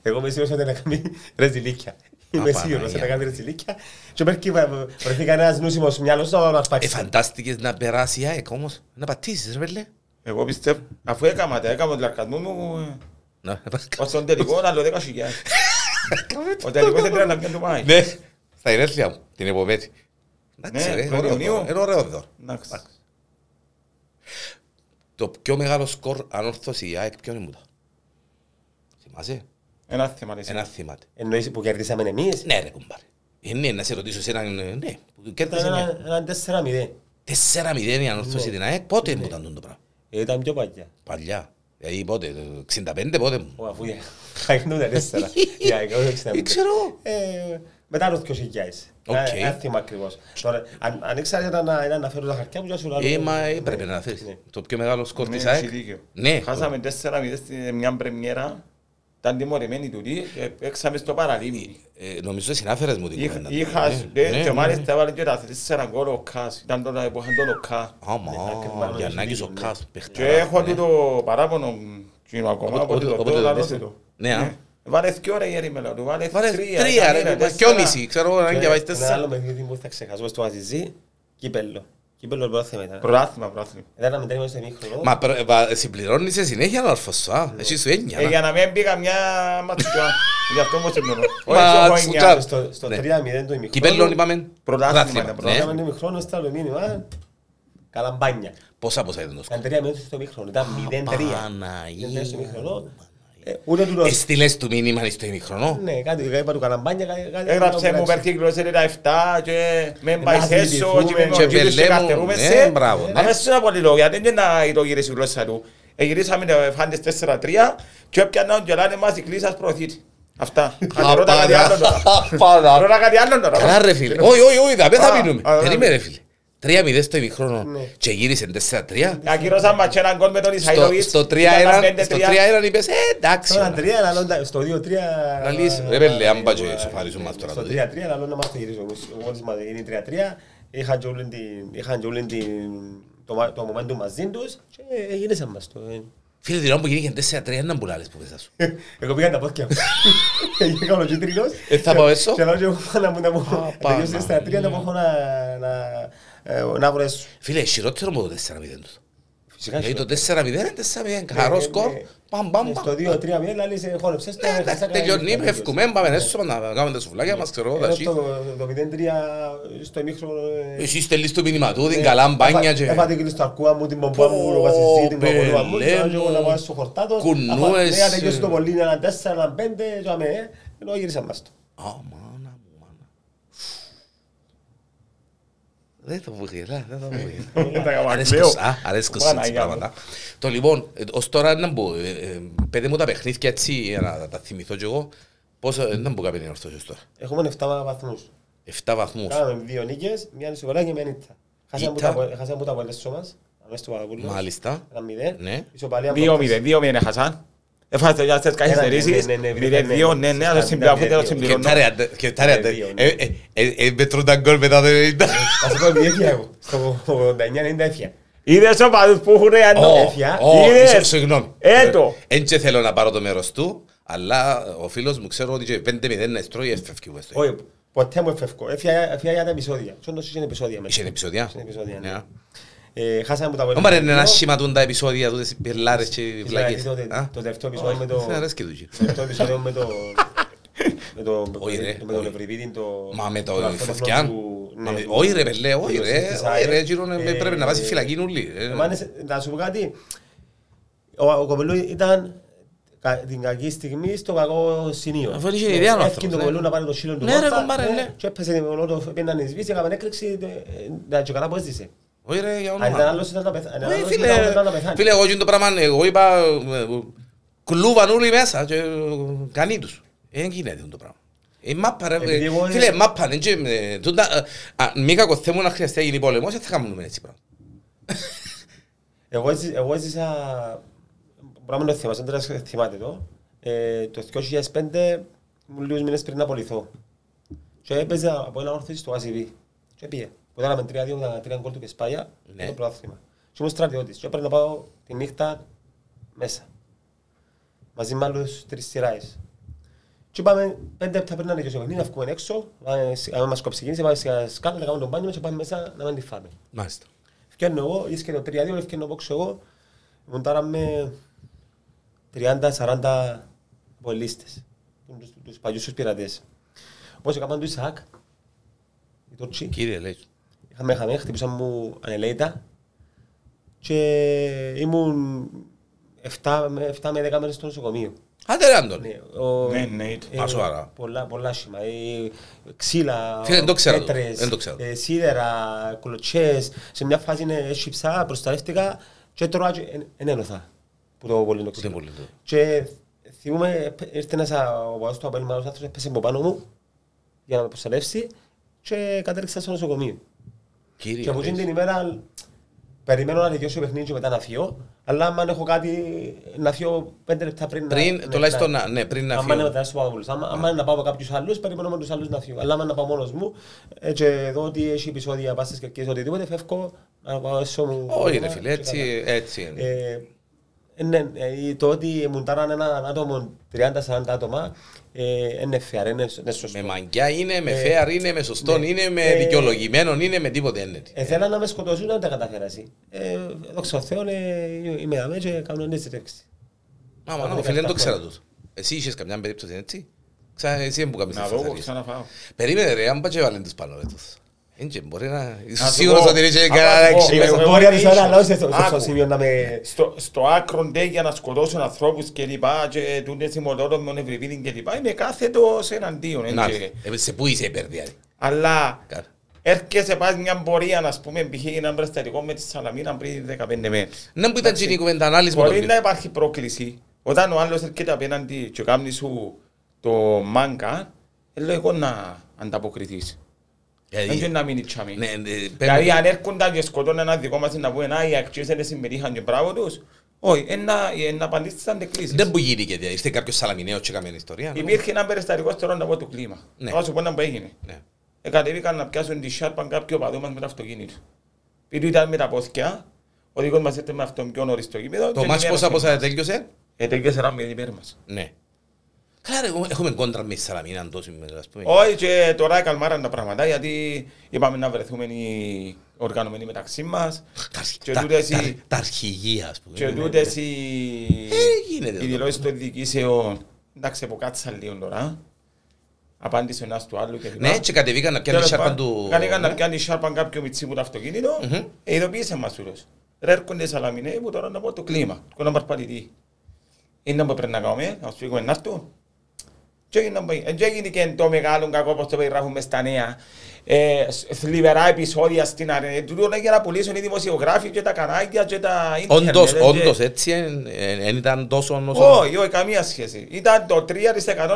Speaker 2: Εγώ είμαι σίγουρος ότι να κάνει ρεζιλίκια. Είμαι
Speaker 1: Απαναγία.
Speaker 2: σίγουρος ότι να κάνει ρεζιλίκια. Και πρέπει να βρεθεί κανένας νούσιμος μυαλός να μας
Speaker 1: Ε,
Speaker 2: πάξεις.
Speaker 1: φαντάστηκες να περάσει η ΑΕΚ όμως, να πατήσεις ρε παιδιά.
Speaker 3: Εγώ πιστεύω, αφού έκαμα τα, έκαμα τον λαρκασμό μου, ε,
Speaker 1: Να, να πας-
Speaker 3: ως τον τελικό άλλο δέκα χιλιάδες. Ο τελικός είναι 31 του Μάη.
Speaker 1: Ναι, στα γενέθλια μου, την επομένη. Εντάξει
Speaker 3: Ναι,
Speaker 1: ρε,
Speaker 3: πρώτη
Speaker 1: ωραίο
Speaker 3: Ιουνίου.
Speaker 1: δώρο, είναι ωραίο δώρο.
Speaker 3: Εντάξει.
Speaker 1: Το πιο μεγάλο σκορ ανόρθωση η ΑΕΚ ποιον ήμουν. Θυμάσαι,
Speaker 3: Ένα θέμα ρε, εσύ.
Speaker 1: ένα θυμάται.
Speaker 2: Εννοείς που κερδίσαμε εμείς.
Speaker 1: Ναι ρε κουμπάρε. Ε, Ναι, να σε ρωτήσω σε έναν, ε, ναι, που
Speaker 2: Ήταν
Speaker 1: κέρδισε μια.
Speaker 2: ένα- ένα 4-0.
Speaker 1: 4-0 η ανόρθωση
Speaker 2: Ναι.
Speaker 1: την ΑΕΚ, πότε μου ήταν το πράγμα.
Speaker 2: Ε, Ε, Ήταν πιο παλιά.
Speaker 1: Παλιά. Δηλαδή πότε, το 65 πότε μου.
Speaker 2: Ο, Αφού για- χαχνούν τα τέσσερα. Για εγώ δεν ξέρω.
Speaker 1: Ε, ξέρω.
Speaker 2: Ε, Μετά το 2000.
Speaker 1: Οκ.
Speaker 2: Ε, Δεν θυμάμαι ακριβώς. Τώρα, αν- αν ήξερα ήταν να- ήταν να φέρω τα χαρτιά μου, και να σου λέω.
Speaker 1: Ε, μα έπρεπε να θες.
Speaker 2: Ναι.
Speaker 1: Το πιο μεγάλο σκορ της
Speaker 3: Ναι,
Speaker 1: ΑΕΚ.
Speaker 3: έχει δίκιο.
Speaker 1: Ναι.
Speaker 3: Χάσαμε 4-0 στην μια πρεμιέρα. Ήταν τιμωρημένοι τούτοι και παίξαμε στο παραλίμι.
Speaker 1: Ε, νομίζω εσύ να φέρες μου την
Speaker 3: Είχα
Speaker 1: κουβέντα.
Speaker 3: είχα
Speaker 1: Ναι,
Speaker 3: σου λέει,
Speaker 1: ναι,
Speaker 3: και
Speaker 1: ναι.
Speaker 3: μάλιστα έβαλε και τα τέσσερα γκολ ο Κάς. Ήταν τώρα που είχαν τον ο Κά.
Speaker 1: Άμα,
Speaker 2: ακριβώς.
Speaker 1: Γιαννάκης ο
Speaker 2: Ναι.
Speaker 1: Κάς.
Speaker 3: Και
Speaker 1: παιχταράς,
Speaker 3: έχω
Speaker 1: ναι.
Speaker 3: τούτο παράπονο κοινό ακόμα.
Speaker 1: Οπότε-
Speaker 3: από τούτο,
Speaker 1: οπότε
Speaker 3: το
Speaker 1: το
Speaker 3: λαλώ
Speaker 1: δεις
Speaker 3: τούτο.
Speaker 1: το. Ναι, α.
Speaker 3: Ναι. Βάλε δυο ρε γέρι μελό του, βάλε
Speaker 1: Βάλε
Speaker 3: τρία,
Speaker 1: τρία,
Speaker 3: τέσσερα,
Speaker 1: ρε,
Speaker 3: τέσσερα.
Speaker 1: κιόμιση, ξέρω εγώ, αν
Speaker 2: Και
Speaker 1: και βάζεις
Speaker 2: Ένα
Speaker 1: τέσσερα.
Speaker 2: άλλο παιχνίδι που θα ξεχάσω στο Αζιζί, κύπελλο. Κύπελλο πρόθυμα ήταν.
Speaker 3: Πρωτάθλημα, πρωτάθλημα.
Speaker 2: Ήταν να μετρήσουμε στο ημίχρονο.
Speaker 1: Μα πρω- βα- συμπληρώνεις σε συνέχεια το αλφασά. Εσύ σου έννοια.
Speaker 3: Ε,
Speaker 1: να.
Speaker 3: Για να μην πήγα μια ματσιά. Γι' αυτό όμως εμπνεώ.
Speaker 1: Μα,
Speaker 3: Όχι,
Speaker 1: τσουκά.
Speaker 3: όχι,
Speaker 1: Μα-
Speaker 2: Ε, Στο- Στο
Speaker 1: ναι.
Speaker 2: 3-0 το ημίχρονο.
Speaker 1: Κυπέλλον είπαμε.
Speaker 3: Πρωτάθλημα,
Speaker 1: Πρωτάθλημα,
Speaker 3: ναι,
Speaker 1: ναι.
Speaker 3: πρωτάθλημα.
Speaker 2: Ήταν ημίχρονο, ήταν το μήνυμα. Καλαμπάνια.
Speaker 1: Πόσα πόσα ήταν το σκορ.
Speaker 2: Ήταν 3-0 στο ημίχρονο. Ήταν
Speaker 3: Ε,
Speaker 2: 0-3.
Speaker 1: Παναγία.
Speaker 2: 0-3 στο ημίχρονο. Ε, Ούτε του νόησε.
Speaker 1: Έστειλες του μήνυμα στο ημιχρονό.
Speaker 2: Ναι, κάτι είπα του καλαμπάνια. κάτι- κάτι-
Speaker 3: Έγραψε μου
Speaker 2: κάτι-
Speaker 3: πέρκει γλώσσα τα 7 και με μπαείς έσω
Speaker 2: αθλητιστούμε,
Speaker 3: και με
Speaker 2: και
Speaker 3: κοκκίνους και
Speaker 1: μπελέ μου.
Speaker 3: καρτερούμε
Speaker 1: Ναι,
Speaker 3: σε.
Speaker 1: μπράβο, ναι.
Speaker 3: Αμέσως είναι πολύ λόγια, δεν είναι να το γυρίσει η γλώσσα του. Ε, Γυρίσαμε το φάντες 4-3 και έπιανα τον κελάνε μας η κλίσας προωθήτη. Αυτά. Αν ρώτα κάτι άλλο τώρα. Αν
Speaker 1: Απαρα-
Speaker 3: ρώτα κάτι άλλο τώρα.
Speaker 1: Καλά ρε φίλε. Όχι, όχι, όχι, δαπέ θα
Speaker 3: Α,
Speaker 1: μείνουμε.
Speaker 3: α, α,
Speaker 1: Περίμενε φίλε. 3-0 στο ημιχρόνο
Speaker 2: Ναι.
Speaker 1: και γύρισε 4-3.
Speaker 3: Ακυρώσαμε μας και έναν γκολ με τον
Speaker 1: Στο-
Speaker 3: Ισαϊλόβιτς.
Speaker 1: Στο
Speaker 3: Ήταν
Speaker 1: 3-1
Speaker 3: 5-3.
Speaker 1: στο 3-1 είπες «Ε, εντάξει.
Speaker 2: Τώρα
Speaker 1: μωρά».
Speaker 2: τρία, αλλά λόγω- στο 2-3.
Speaker 1: Να λύσει. Ρε πέλε, άμπα και σοφαρίζουν μας τώρα
Speaker 2: Στο
Speaker 1: το
Speaker 2: 3-3, αλλά λόγω να μας το γυρίζουν. Μόλις μας γίνει 3-3, είχαν και όλη την- είχαν και όλη την- το μα- το momentum μαζί τους και γυρίσαν μας το. ε.
Speaker 1: Φίλε, την ώρα που γυρίγε 4-3 είναι μπουλάλες που πέσα σου.
Speaker 2: Εγώ πήγα τα πόδια μου. Έγινε καλοκίτρινος.
Speaker 1: Ε, θα πάω έσω.
Speaker 2: Και λέω και εγώ να μου να μου
Speaker 1: Παναγία.
Speaker 2: τελειώσει στα τρία να μπορώ να- να- ε, να βρω έσω.
Speaker 1: Φίλε, χειρότερο από το 4-0 του.
Speaker 2: Φυσικά.
Speaker 1: Γιατί Δηλαδή, το 4-0 είναι 4-0.
Speaker 2: Ναι,
Speaker 1: Καθαρό
Speaker 2: ναι,
Speaker 1: σκορ.
Speaker 2: ναι.
Speaker 1: Παμ, παμ,
Speaker 2: Στο Ναι,
Speaker 1: παμ.
Speaker 2: 2-3 μέλα λύσε χόρεψες. το,
Speaker 1: Ε, εντάξει,
Speaker 2: έχασα,
Speaker 1: Τελειώνει,
Speaker 2: κανένα
Speaker 1: φεύγουμε, πάμε να έρθουμε να κάνουμε τα σουβλάκια μας, ξέρω εγώ, τα
Speaker 2: Ενώ
Speaker 1: σι.
Speaker 2: Ε, το το 0-3 στο ημίχρονο... ε,
Speaker 1: Εσύ στέλνεις το μήνυμα του, την
Speaker 2: ε,
Speaker 1: καλά μπάνια
Speaker 2: έφα-
Speaker 1: και
Speaker 2: Έφατε και στο αρκούα μου, την πομπά μου,
Speaker 1: Πω,
Speaker 2: το βασιζί, την
Speaker 1: πελέ
Speaker 2: παπολούα μου, και
Speaker 1: μου.
Speaker 2: εγώ να πάω στο χορτάτος.
Speaker 1: Κουνούες.
Speaker 2: αφα- Ναι, αν τελειώσει το πολύ, έναν τέσσερα, έναν πέντε, και άμε, ε, ενώ γύρισα μας το.
Speaker 1: Α, μάνα μου, μάνα. Δεν θα μου γελά, δεν θα μου γελά.
Speaker 3: Τα γαμακλαίω.
Speaker 1: Αρέσκος, α, αρέσκος
Speaker 3: Παναγιά
Speaker 1: έτσι
Speaker 3: μου.
Speaker 1: πράγματα. Το λοιπόν, ε, ως τώρα να μπω, ε, ε, πέτε μου τα παιχνίδια έτσι, για να τα- τα θυμηθώ κι εγώ, πώς, ε, να μπω κάποιον είναι ορθός ως τώρα.
Speaker 2: Έχουμε 7 βαθμούς.
Speaker 1: 7 βαθμούς.
Speaker 2: Κάναμε δύο νίκες, μια ισοπαλία και μια νύχτα. Χάσαμε που
Speaker 1: Ήττα.
Speaker 2: τα πο- Χάσαμε που τα πολλές σώμας, αμέσως στο Παπαδόπουλο.
Speaker 1: Μάλιστα.
Speaker 2: Ένα μηδέν.
Speaker 1: Ναι.
Speaker 2: Ισοπαλία
Speaker 3: Δύο
Speaker 2: πρώτας.
Speaker 3: μηδέν, δύο μηδέν έχασαν. Έφασε για στις καθυστερήσεις.
Speaker 2: ναι, ναι, ναι, ναι,
Speaker 3: Μηδέν
Speaker 2: ναι, ναι,
Speaker 3: δύο, ναι, ναι,
Speaker 2: ναι,
Speaker 3: να το
Speaker 2: ναι,
Speaker 3: συμπληρώνω, να το
Speaker 2: ναι,
Speaker 3: συμπληρώνω.
Speaker 1: Σκεφτάρε, σκεφτάρε,
Speaker 2: Ε, δύο, ναι.
Speaker 1: ε, ε, ε, ε, μετρούν τα γκολ μετά το 90.
Speaker 2: Θα σου πω ότι έφυγα εγώ. Στο 89-90 έφυγα.
Speaker 3: Είδες οπαδούς που έχουν
Speaker 2: Ε,
Speaker 3: ρε
Speaker 1: Ω,
Speaker 3: ανώ.
Speaker 2: έφυγα.
Speaker 1: ω,
Speaker 3: Είδες.
Speaker 1: συγ- Συγγνώμη.
Speaker 3: Ε, το.
Speaker 1: Εν και θέλω να πάρω το μέρος του, αλλά ο φίλος μου ξέρω ότι και 5-0 να ε, εστρώει έφευκε ο Εστρώη.
Speaker 2: Όχι, ποτέ μου εφευκώ. Έφυγα έφυγα για τα επεισόδια. Τι όντως είχε επεισόδια μέσα.
Speaker 1: Είχε επεισόδια.
Speaker 2: Είχε επεισόδια, ναι.
Speaker 1: Ναι.
Speaker 2: Ε, Χάσαμε που τα
Speaker 1: Όμως ρε, είναι ένα σχήμα τούν τα επεισόδια, τούτες οι πελάρες και οι βλακίες. Α,
Speaker 2: Το τελευταίο επεισόδιο με το...
Speaker 1: δεν αρέσκει του κύριου.
Speaker 2: Το τελευταίο επεισόδιο με το... Με το...
Speaker 1: Όχι, ρε,
Speaker 2: Με τον
Speaker 1: όχι.
Speaker 2: Ευρυπίδη, το...
Speaker 1: Μα με
Speaker 2: τον
Speaker 1: το
Speaker 2: αρθρόπλο
Speaker 1: φωτιάν.
Speaker 2: του-
Speaker 1: Μα
Speaker 2: ναι,
Speaker 1: με-
Speaker 2: του-
Speaker 1: Όχι ρε πελέ, όχι
Speaker 2: του
Speaker 1: ρε,
Speaker 2: Σάιρ.
Speaker 1: όχι ρε, γύρω να-
Speaker 2: Ε,
Speaker 1: πρέπει να βάζεις
Speaker 2: ε,
Speaker 1: φυλακή νουλή. ε.
Speaker 2: Εμά είναι σε- Να σου πω κάτι. Ο, ο Κοπελού ήταν κα- την κακή στιγμή στο κακό σημείο.
Speaker 1: Αφού είχε ιδέα ο
Speaker 2: Έφυγε
Speaker 1: άνθρωπος,
Speaker 2: το
Speaker 1: ναι.
Speaker 2: Κοπελού να πάρει το σύλλον του
Speaker 1: Ναι, ρε,
Speaker 2: Μόρτα,
Speaker 1: κομπάρε, ναι.
Speaker 2: Και έπεσε με όλο το πέναν εισβήσει, έκαμε έκρηξη, ε, ε, να και καλά που έζησε.
Speaker 1: Όχι ρε, για
Speaker 2: Αν ήταν
Speaker 1: όνομα.
Speaker 2: άλλος ήταν να πεθάνει.
Speaker 1: Ε, Φίλε, φίλε, εγώ γίνει το πράγμα, εγώ είπα, ε, κλούβαν όλοι μέσα και ε, κανεί τους. Ε, Δεν γίνεται αυτό το πράγμα. Ε, μάπα, ρε,
Speaker 2: Επειδή
Speaker 1: ε,
Speaker 2: εγώ-
Speaker 1: Φίλε, μάπα, ναι, και, ε, τούτα, ε, α, μη κακοθέμουν να χρειαστεί να γίνει πόλεμος, δεν θα κάνουμε έτσι πράγμα.
Speaker 2: Εγώ έζη- εγώ έζησα, μπορεί να μην το θυμάσαι, αν τώρα θυμάται το, ε, το 2005 μου λίγους μήνες πριν να απολυθώ. Και έπαιζα από ένα όρθιο στο ACB. Και πήγε. Που ήταν με 3-2 με τα τρία γκολ του Κεσπάγια,
Speaker 1: Ναι.
Speaker 2: το πρωτάθλημα. Και ήμουν στρατιώτης και έπρεπε να πάω τη νύχτα μέσα. Μαζί με άλλους τρεις σειράες. Και πάμε πέντε λεπτά πριν να τελειώσει το παιχνίδι, να βγούμε έξω, πάμε σι- αν μας κοψεκίνησε, πάμε σιγά σκάτω, να κάνουμε τον μπάνιο μας και πάμε μέσα να μην τη φάμε.
Speaker 1: Μάλιστα.
Speaker 2: Φτιάχνω εγώ, είσαι το 3-2, φτιάχνω πόξω εγώ. Ήμουν τώρα με 30-40 βολίστες, τους, τους παλιούς τους πειρατές. Όπως έκαναν του Ισακ, οι Τούρκοι,
Speaker 1: Κύριε, λέει.
Speaker 2: είχαμε χαμέ, χτυπούσαν μου ανελέητα και ήμουν 7 με 7 με 10 μέρες στο νοσοκομείο.
Speaker 1: Άντε ρε, Άντωνη.
Speaker 2: Ναι, ο-
Speaker 3: Ναι, ναι, ήταν.
Speaker 2: ε,
Speaker 1: Α, σοβαρά.
Speaker 2: Πολλά, πολλά σήμα. Ε, ξύλα,
Speaker 1: Φίλε, δεν το ξέρω το.
Speaker 2: πέτρες,
Speaker 1: Δεν το ξέρω.
Speaker 2: ε, σίδερα, κολοτσές. Σε μια φάση είναι σύψα, προστατεύτηκα, Και τώρα δεν ένωθα που το πολύ
Speaker 1: Ούτε
Speaker 2: νοξύνο.
Speaker 1: πολύ το.
Speaker 2: Και θυμούμαι, ε, ήρθε ένας α- ο παπάς του απέλημανος άνθρωπος, έπεσε από πάνω μου για να με προστατεύσει και κατέληξα στο νοσοκομείο.
Speaker 1: Κύριε.
Speaker 2: Και από εκείνη την
Speaker 1: λες.
Speaker 2: ημέρα περιμένω να τελειώσει το παιχνίδι και μετά να φύγω. Αλλά αν έχω κάτι να φύγω πέντε λεπτά πριν. να-
Speaker 1: Πριν,
Speaker 2: ναι,
Speaker 1: τουλάχιστον, να- ναι, πριν να
Speaker 2: Άμα είναι
Speaker 1: φύγω.
Speaker 2: μετά στου Παπαδόπουλου. Άμα άμα είναι να πάω με κάποιους άλλους, περιμένω με τους άλλους να φύγω. Αλλά άμα είναι να πάω μόνος μου, ε, και εδώ ότι έχει επεισόδια πάστες και εκεί, οτιδήποτε, φεύγω να πάω έσω μου.
Speaker 1: Όχι,
Speaker 2: και
Speaker 1: ρε φίλε,
Speaker 2: καλά.
Speaker 1: έτσι, έτσι είναι.
Speaker 2: Ε, ναι, ε, το ότι μου τάραν έναν άτομο 30-40 άτομα, ε, είναι φιάρ, είναι είναι σωστό.
Speaker 1: Με μαγκιά είναι, με
Speaker 2: ε,
Speaker 1: φέαρ είναι, με σωστόν
Speaker 2: ναι.
Speaker 1: είναι, με
Speaker 2: Ε,
Speaker 1: δικαιολογημένον είναι, με τίποτε είναι.
Speaker 2: Ε, θέλαν να με σκοτώσουν, δεν τα καταφέρα εσύ. Ε, δόξα τω Θεώ, ε, είμαι αμέ και κάνω αντίστοιχη.
Speaker 1: Άμα,
Speaker 2: Άμα
Speaker 1: άμα, φίλε, δεν το
Speaker 2: δεκαεφτά
Speaker 1: ξέρα τούτο. Εσύ είχες καμιά περίπτωση, έτσι. Ξα, εσύ που καμίσεις
Speaker 3: Να
Speaker 1: τις
Speaker 3: δω,
Speaker 1: φασαρίες.
Speaker 3: ξαναφάω.
Speaker 1: Περίμενε ρε, αν πάτσε βάλεν τους πάνω ρε τους. Έτσι, μπορεί να... Είσαι
Speaker 3: σου
Speaker 1: σίγουρος
Speaker 3: πω.
Speaker 1: ότι είχε
Speaker 3: Αν
Speaker 1: κανένα
Speaker 3: να σου πω,
Speaker 1: έξι μέσα.
Speaker 3: εγώ-
Speaker 2: Ε, Μπορεί να δεις ένα
Speaker 3: ίσως.
Speaker 2: λαό σε αυτό
Speaker 3: Άκου.
Speaker 2: σημείο να με...
Speaker 3: Στο, στο άκρο ντε για να σκοτώσουν ανθρώπους και λοιπά και τούντες οι μολόρων με νευριβίνη και λοιπά είμαι κάθετος εναντίον.
Speaker 1: Να,
Speaker 3: έτσι.
Speaker 1: ε, σε πού είσαι υπερδιάρη.
Speaker 3: Αλλά
Speaker 1: Κα-
Speaker 3: έρχεσαι πας μια πορεία να πούμε π.χ. ένα μπρασταρικό με τη Σαλαμίνα πριν 15 μέρες.
Speaker 1: Ναι που ήταν
Speaker 3: Εντάξει.
Speaker 1: γίνει η κουβέντα ανάλυση με τον
Speaker 3: Μπορεί να
Speaker 1: φίλο.
Speaker 3: υπάρχει πρόκληση. Όταν ο άλλος έρχεται απέναντι και κάνει σου το μάγκα, ε, λέω εγώ να ανταποκριθείς. Δεν
Speaker 1: Γιατί-
Speaker 3: και να μείνει τσάμι.
Speaker 1: Ε, Δηλαδή, Ναι, ναι,
Speaker 3: Δηλαδή
Speaker 1: παίρνω-
Speaker 3: αν έρχονταν και σκοτώναν ένα δικό μας να πούνε «Α, οι αξίες δεν συμμετείχαν και μπράβο τους». Όχι, ε, να- ε, να απαντήσεις στις αντεκκλήσεις.
Speaker 1: Δεν που γίνει και δια- ήρθε κάποιος σαλαμινέος και έκανε ιστορία. ναι.
Speaker 3: Υπήρχε ένα περιστατικό στο ρόνταβο του κλίμα.
Speaker 1: Ναι.
Speaker 3: Όσο πόνα που έγινε.
Speaker 1: Ναι.
Speaker 3: Ε, κατεβήκαν να πιάσουν τη σάρπαν κάποιο παδό μας με το αυτοκίνητο. Πήρε ήταν με τα πόθηκια, ο δικός μας έρθει με αυτόν πιο νωρίς στο γήπεδο.
Speaker 1: Το μάτς πόσα πόσα τέλειωσε.
Speaker 3: Ε, τέλειωσε ένα μηδέν υπέρ μας.
Speaker 1: Ναι. Καλά ρε, εγώ- έχουμε κόντρα με τη Σαλαμίνα αν τόσο μεγάλο, ας πούμε.
Speaker 3: Όχι και τώρα καλμάραν τα πράγματα γιατί είπαμε να βρεθούμε οι οργανωμένοι μεταξύ μας
Speaker 1: Τα αρχι-
Speaker 3: και
Speaker 1: τα-
Speaker 3: τούτες
Speaker 1: τα-
Speaker 3: οι-
Speaker 1: Τα αρχηγεία ας πούμε.
Speaker 3: και
Speaker 1: Ναι, ναι, ναι.
Speaker 3: τούτες οι,
Speaker 1: Ε, γίνεται
Speaker 3: οι
Speaker 1: το
Speaker 3: δηλώσεις των διοικήσεων. Εντάξει, αποκάτσαν λίγο τώρα. Απάντησε ο ένας του άλλου και λοιπά.
Speaker 1: Ναι, και κατεβήκαν να πιάνουν
Speaker 3: Τέλος
Speaker 1: τη σάρπα
Speaker 3: πάντων,
Speaker 1: του...
Speaker 3: Κανήκαν να πιάνει σάρπαν κάποιο μιτσί που το αυτοκίνητο,
Speaker 1: Μμμ.
Speaker 3: ε, ειδοποίησε μας ούλος. Ρε έρχονται οι σαλαμινέοι που τώρα να πω το κλίμα, να παρπατητή. Είναι που πρέπει να κάνουμε, να τους πήγουμε να έρθουν. Και έγινε που- ε, και έγινε και το μεγάλο κακό όπως το περιγράφουμε στα νέα. Ε, σ- θλιβερά επεισόδια στην αρένα. Τούτο είναι για να πουλήσουν οι δημοσιογράφοι και τα κανάλια και τα ίντερνετ.
Speaker 1: Όντως,
Speaker 3: ε,
Speaker 1: όντως,
Speaker 3: και-
Speaker 1: έτσι, εν- εν εν ήταν τόσο όσο...
Speaker 3: Όχι, όχι, καμία σχέση. Ήταν το 3%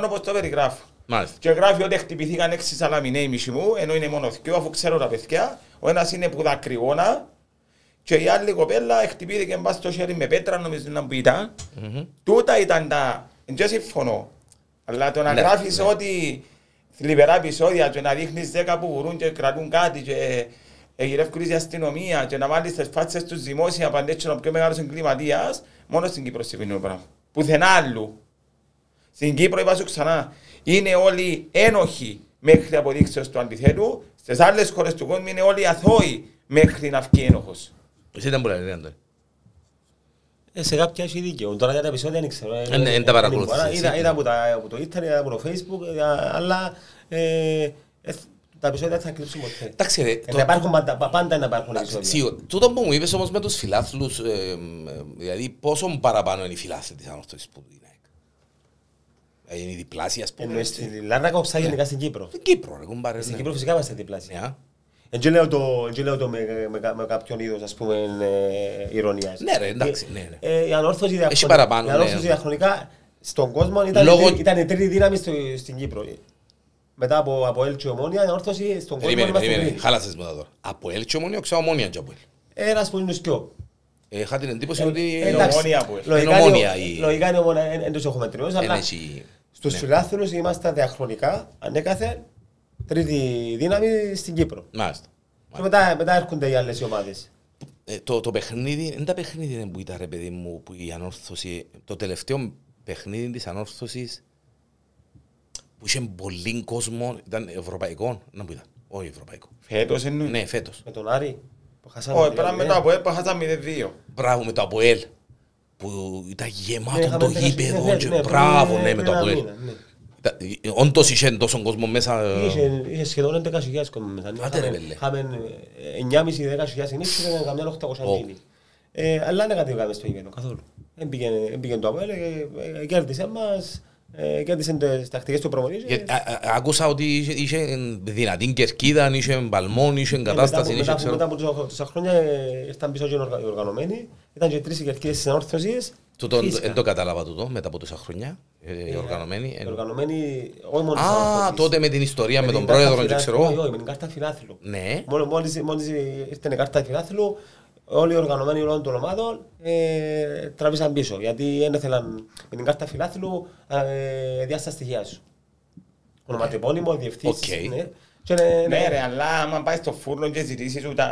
Speaker 3: όπως το περιγράφω.
Speaker 1: Μάλιστα.
Speaker 3: Και γράφει ότι χτυπηθήκαν έξι σαλαμινέοι μισή μου, ενώ είναι μόνο δυο, αφού ξέρω τα παιδιά. Ο ένας είναι που δακρυγόνα και η άλλη κοπέλα χτυπήθηκε μπας στο χέρι με πέτρα, νομίζω να ήταν.
Speaker 1: Μμμ.
Speaker 3: Τούτα ήταν τα... Δεν συμφωνώ. Αλλά το να
Speaker 1: Ναι,
Speaker 3: γράφεις
Speaker 1: ναι.
Speaker 3: ότι θλιβερά επεισόδια και να δείχνεις δέκα που βουρούν και κρατούν κάτι και ε, γυρεύκουν η αστυνομία και να βάλεις τις φάτσες τους δημόσια παντέτσιον ο πιο μεγάλος εγκληματίας, μόνο στην Κύπρο συμβαίνει το πράγμα. Πουθενά άλλου. Στην Κύπρο, είπα σου ξανά, είναι όλοι ένοχοι μέχρι αποδείξεως του αντιθέτου. Στις άλλες χώρες του κόσμου είναι όλοι αθώοι μέχρι να βγει ένοχος.
Speaker 1: Εσύ ήταν που λένε, ρε, Αντώνη.
Speaker 2: Ε, σε κάποια έχει δίκαιο. Τώρα για τα επεισόδια δεν ξέρω.
Speaker 1: ναι, δεν τα παρακολουθείς
Speaker 2: μπορώ.
Speaker 1: εσύ.
Speaker 2: Είδα, είδα από, τα, από το ίντερνετ, είδα από το facebook, είδα- αλλά ε, ε, τα επεισόδια δεν θα κρύψουν ποτέ.
Speaker 1: Εντάξει ρε,
Speaker 2: Ε,
Speaker 1: το-
Speaker 2: θα υπάρχουν πάντα, πα- πάντα να υπάρχουν
Speaker 1: εντάξει,
Speaker 2: επεισόδια.
Speaker 1: σίγουρα. τούτο που μου είπες όμως με τους φιλάθλους, ε, ε, δηλαδή πόσο παραπάνω είναι οι φιλάθλοι της ανόρθωσης που είναι. Ε, Είναι οι διπλάσιοι ας πούμε.
Speaker 2: Εννοείς
Speaker 1: έτσι.
Speaker 2: στην Λάρνα κόψα γενικά στην Κύπρο.
Speaker 1: Στην Κύπρο ρε, κουμπάρε.
Speaker 2: Στην
Speaker 1: ναι.
Speaker 2: Κύπρο φυσικά είμαστε διπλάσια.
Speaker 1: Ναι, α.
Speaker 2: Εν και λέω το, εν και λέω το με, με, κα- με κάποιον είδος ας πούμε ε, ηρωνίας.
Speaker 1: Ναι, ρε, εντάξει, ναι, ναι.
Speaker 2: Ε, η ανόρθωση διαχρονικά,
Speaker 1: παραπάνω,
Speaker 2: η ανόρθωση
Speaker 1: ναι.
Speaker 2: διαχρονικά στον κόσμο ήταν,
Speaker 1: Λόγω-
Speaker 2: η, τρί- ήταν η τρίτη δύναμη στο, στην Κύπρο. Μετά από, από Ελ και Ομόνια, η ανόρθωση στον κόσμο
Speaker 1: Περίμενε,
Speaker 2: είμαστε
Speaker 1: περίμενε,
Speaker 2: τρίτη.
Speaker 1: χάλασες μου τα τώρα. Από Ελ και Ομόνια, ξέρω Ομόνια και από Ελ.
Speaker 2: Ένας που είναι πιο.
Speaker 1: Ε, Είχα την εντύπωση ότι...
Speaker 3: ε,
Speaker 1: ο-
Speaker 3: εντάξει. ομόνια που έρχεται.
Speaker 2: λογικά
Speaker 1: Είναι
Speaker 2: είναι
Speaker 1: ομόνια η-
Speaker 2: ο- λογικά είναι ομόνια, εν- εν τους έχουμε τριούς,
Speaker 1: εν
Speaker 2: αλλά
Speaker 1: έχει-
Speaker 2: στους
Speaker 1: ναι.
Speaker 2: φιλάθλους ήμασταν διαχρονικά, ανέκαθεν, τρίτη δύναμη στην Κύπρο.
Speaker 1: Μάλιστα.
Speaker 2: Και μετά, μετά έρχονται οι άλλες οι ομάδες.
Speaker 1: Ε, το, το παιχνίδι, είναι τα παιχνίδι δεν που ήταν ρε παιδί μου, που η ανόρθωση, το τελευταίο παιχνίδι της ανόρθωσης που είχε πολύ κόσμο, ήταν ευρωπαϊκό, να που ήταν, όχι ευρωπαϊκό.
Speaker 3: Φέτος
Speaker 2: Mm.
Speaker 3: εννοείς.
Speaker 1: Ναι, φέτος.
Speaker 2: Με τον Άρη που χάσαμε.
Speaker 3: Όχι,
Speaker 2: τρία-
Speaker 3: πέραμε μετά από έπα, χάσαμε 0-2.
Speaker 1: Μπράβο με το Αποέλ, που ήταν γεμάτο
Speaker 2: Είχαμε
Speaker 1: το
Speaker 2: δέκα-
Speaker 1: γήπεδο,
Speaker 2: ναι, ναι,
Speaker 1: και
Speaker 2: ναι,
Speaker 1: μπράβο
Speaker 2: πριν-
Speaker 1: ναι, με το
Speaker 2: πριν ένα
Speaker 1: Αποέλ.
Speaker 2: μήνα, ναι.
Speaker 1: Ήταν- ε, Όντως είχε τόσο κόσμο μέσα. ε,
Speaker 2: Είχε- Είχε σχεδόν 11.000 κόμμα μετά.
Speaker 1: Άντε ρε,
Speaker 2: Είχαμε- ε,
Speaker 1: πέλε.
Speaker 2: Είχαμε 9.500-10.000 εμείς και ήταν καμιά 800
Speaker 1: Ω.
Speaker 2: χιλί. Ε, Αλλά δεν κατεβήκαμε στο γήπεδο καθόλου. Έμπηγε το Αποέλ, ε, ε, κέρδισε μας, ε, κέρδισε τις τακτικές του προπονητή. και-
Speaker 1: Γιατί, α- α- Άκουσα ότι είχε, είχε δυνατή κερκίδα, είχε μπαλμόν, είχε
Speaker 2: Ε, μετά από-
Speaker 1: κατάσταση.
Speaker 2: μετά
Speaker 1: Είχε,
Speaker 2: από- Μετά
Speaker 1: ξέρω.
Speaker 2: από τόσα- τόσα χρόνια ε, ήρθαν πίσω και οργα- οι οργανωμένοι. Ήταν και τρεις κερκίδες συνόρθωσίες.
Speaker 1: Τούτον
Speaker 2: Φύσκα.
Speaker 1: δεν το κατάλαβα τούτο μετά από τόσα χρόνια. ε, Οι
Speaker 2: Ε,
Speaker 1: οργανωμένοι.
Speaker 2: Οι
Speaker 1: ε,
Speaker 2: οργανωμένοι, όχι μόνο
Speaker 1: Α,
Speaker 2: συνόρθωσης.
Speaker 1: τότε με την ιστορία με
Speaker 2: την
Speaker 1: τον
Speaker 2: κάρτα
Speaker 1: πρόεδρο και
Speaker 2: φιλάθλου,
Speaker 1: ξέρω
Speaker 2: όχι,
Speaker 1: εγώ.
Speaker 2: όχι, με την κάρτα φιλάθλου.
Speaker 1: Ναι.
Speaker 2: Μόνο- Μόλις, μόλις ήρθε η κάρτα φιλάθλου, όλοι οι οργανωμένοι όλων των ομάδων ε, τραβήσαν πίσω. Γιατί δεν ήθελαν με την κάρτα φιλάθλου ε, διάστα στοιχεία σου. Ονοματεπώνυμο, διευθύνσεις.
Speaker 1: Οκ.
Speaker 2: ναι. Και, ε,
Speaker 3: Ναι
Speaker 2: ναι.
Speaker 3: ρε, αλλά άμα πάει στο φούρνο και ζητήσεις ούτε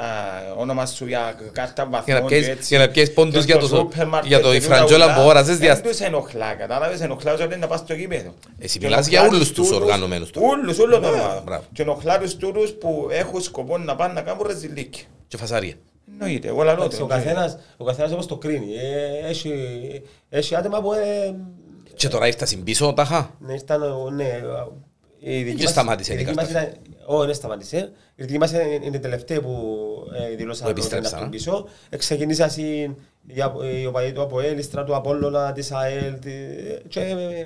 Speaker 3: όνομα σου για κάρτα
Speaker 1: Για να
Speaker 3: βαθμών
Speaker 1: πιέσεις-
Speaker 3: και έτσι,
Speaker 1: για να πιέσεις πόντους
Speaker 3: και
Speaker 1: για
Speaker 3: στο
Speaker 1: το-
Speaker 3: σούπερ μάρκετ
Speaker 1: για το
Speaker 3: και τούτα
Speaker 1: Ιφραντζόλα
Speaker 3: όλα,
Speaker 1: που όραζες
Speaker 2: Ε,
Speaker 3: Δεν
Speaker 1: διάστη-
Speaker 3: τους ενοχλά, κατάλαβες, ενοχλάς τους έπρεπε να πας στο κήπεδο.
Speaker 1: Εσύ
Speaker 3: Και
Speaker 1: μιλάς για
Speaker 3: ενοχλά
Speaker 1: όλους τους
Speaker 3: τούτους,
Speaker 1: οργανωμένους τώρα.
Speaker 3: Όλους, όλων των
Speaker 1: Ναι,
Speaker 3: ομάδων.
Speaker 1: μπράβο.
Speaker 3: Και ενοχλά τους τούρους που έχουν σκοπό να πάνε να κάνουν ρεζιλίκι.
Speaker 1: Και φασάρια.
Speaker 3: Εννοείται, εγώ λαλώ
Speaker 2: Εντάξει,
Speaker 3: το.
Speaker 2: ο
Speaker 1: ναι.
Speaker 2: καθένας, ο καθένας όπως το κρίνει. Ε, έχει, έχει άτομα που ε,
Speaker 1: Και τώρα ήρθα συμπίσω τάχα.
Speaker 2: ναι, ήταν, ο- ναι, η δική
Speaker 1: Και
Speaker 2: μας-
Speaker 1: σταμάτησε
Speaker 2: η
Speaker 1: η
Speaker 2: δική
Speaker 1: κάρτα.
Speaker 2: μας ήταν, όχι, δεν σταμάτησε. Η δική μας είναι, είναι η τελευταία που ε,
Speaker 1: Που
Speaker 2: δηλώσαμε ότι
Speaker 1: επιστρέψαν,
Speaker 2: να
Speaker 1: α.
Speaker 2: έρθουν πίσω. Ε, ξεκίνησαν οι- οι απο- οι οπαδοί του ΑΠΟΕΛ, οι στρατού Απόλλωνα, της ΑΕΛ, τη- και ε,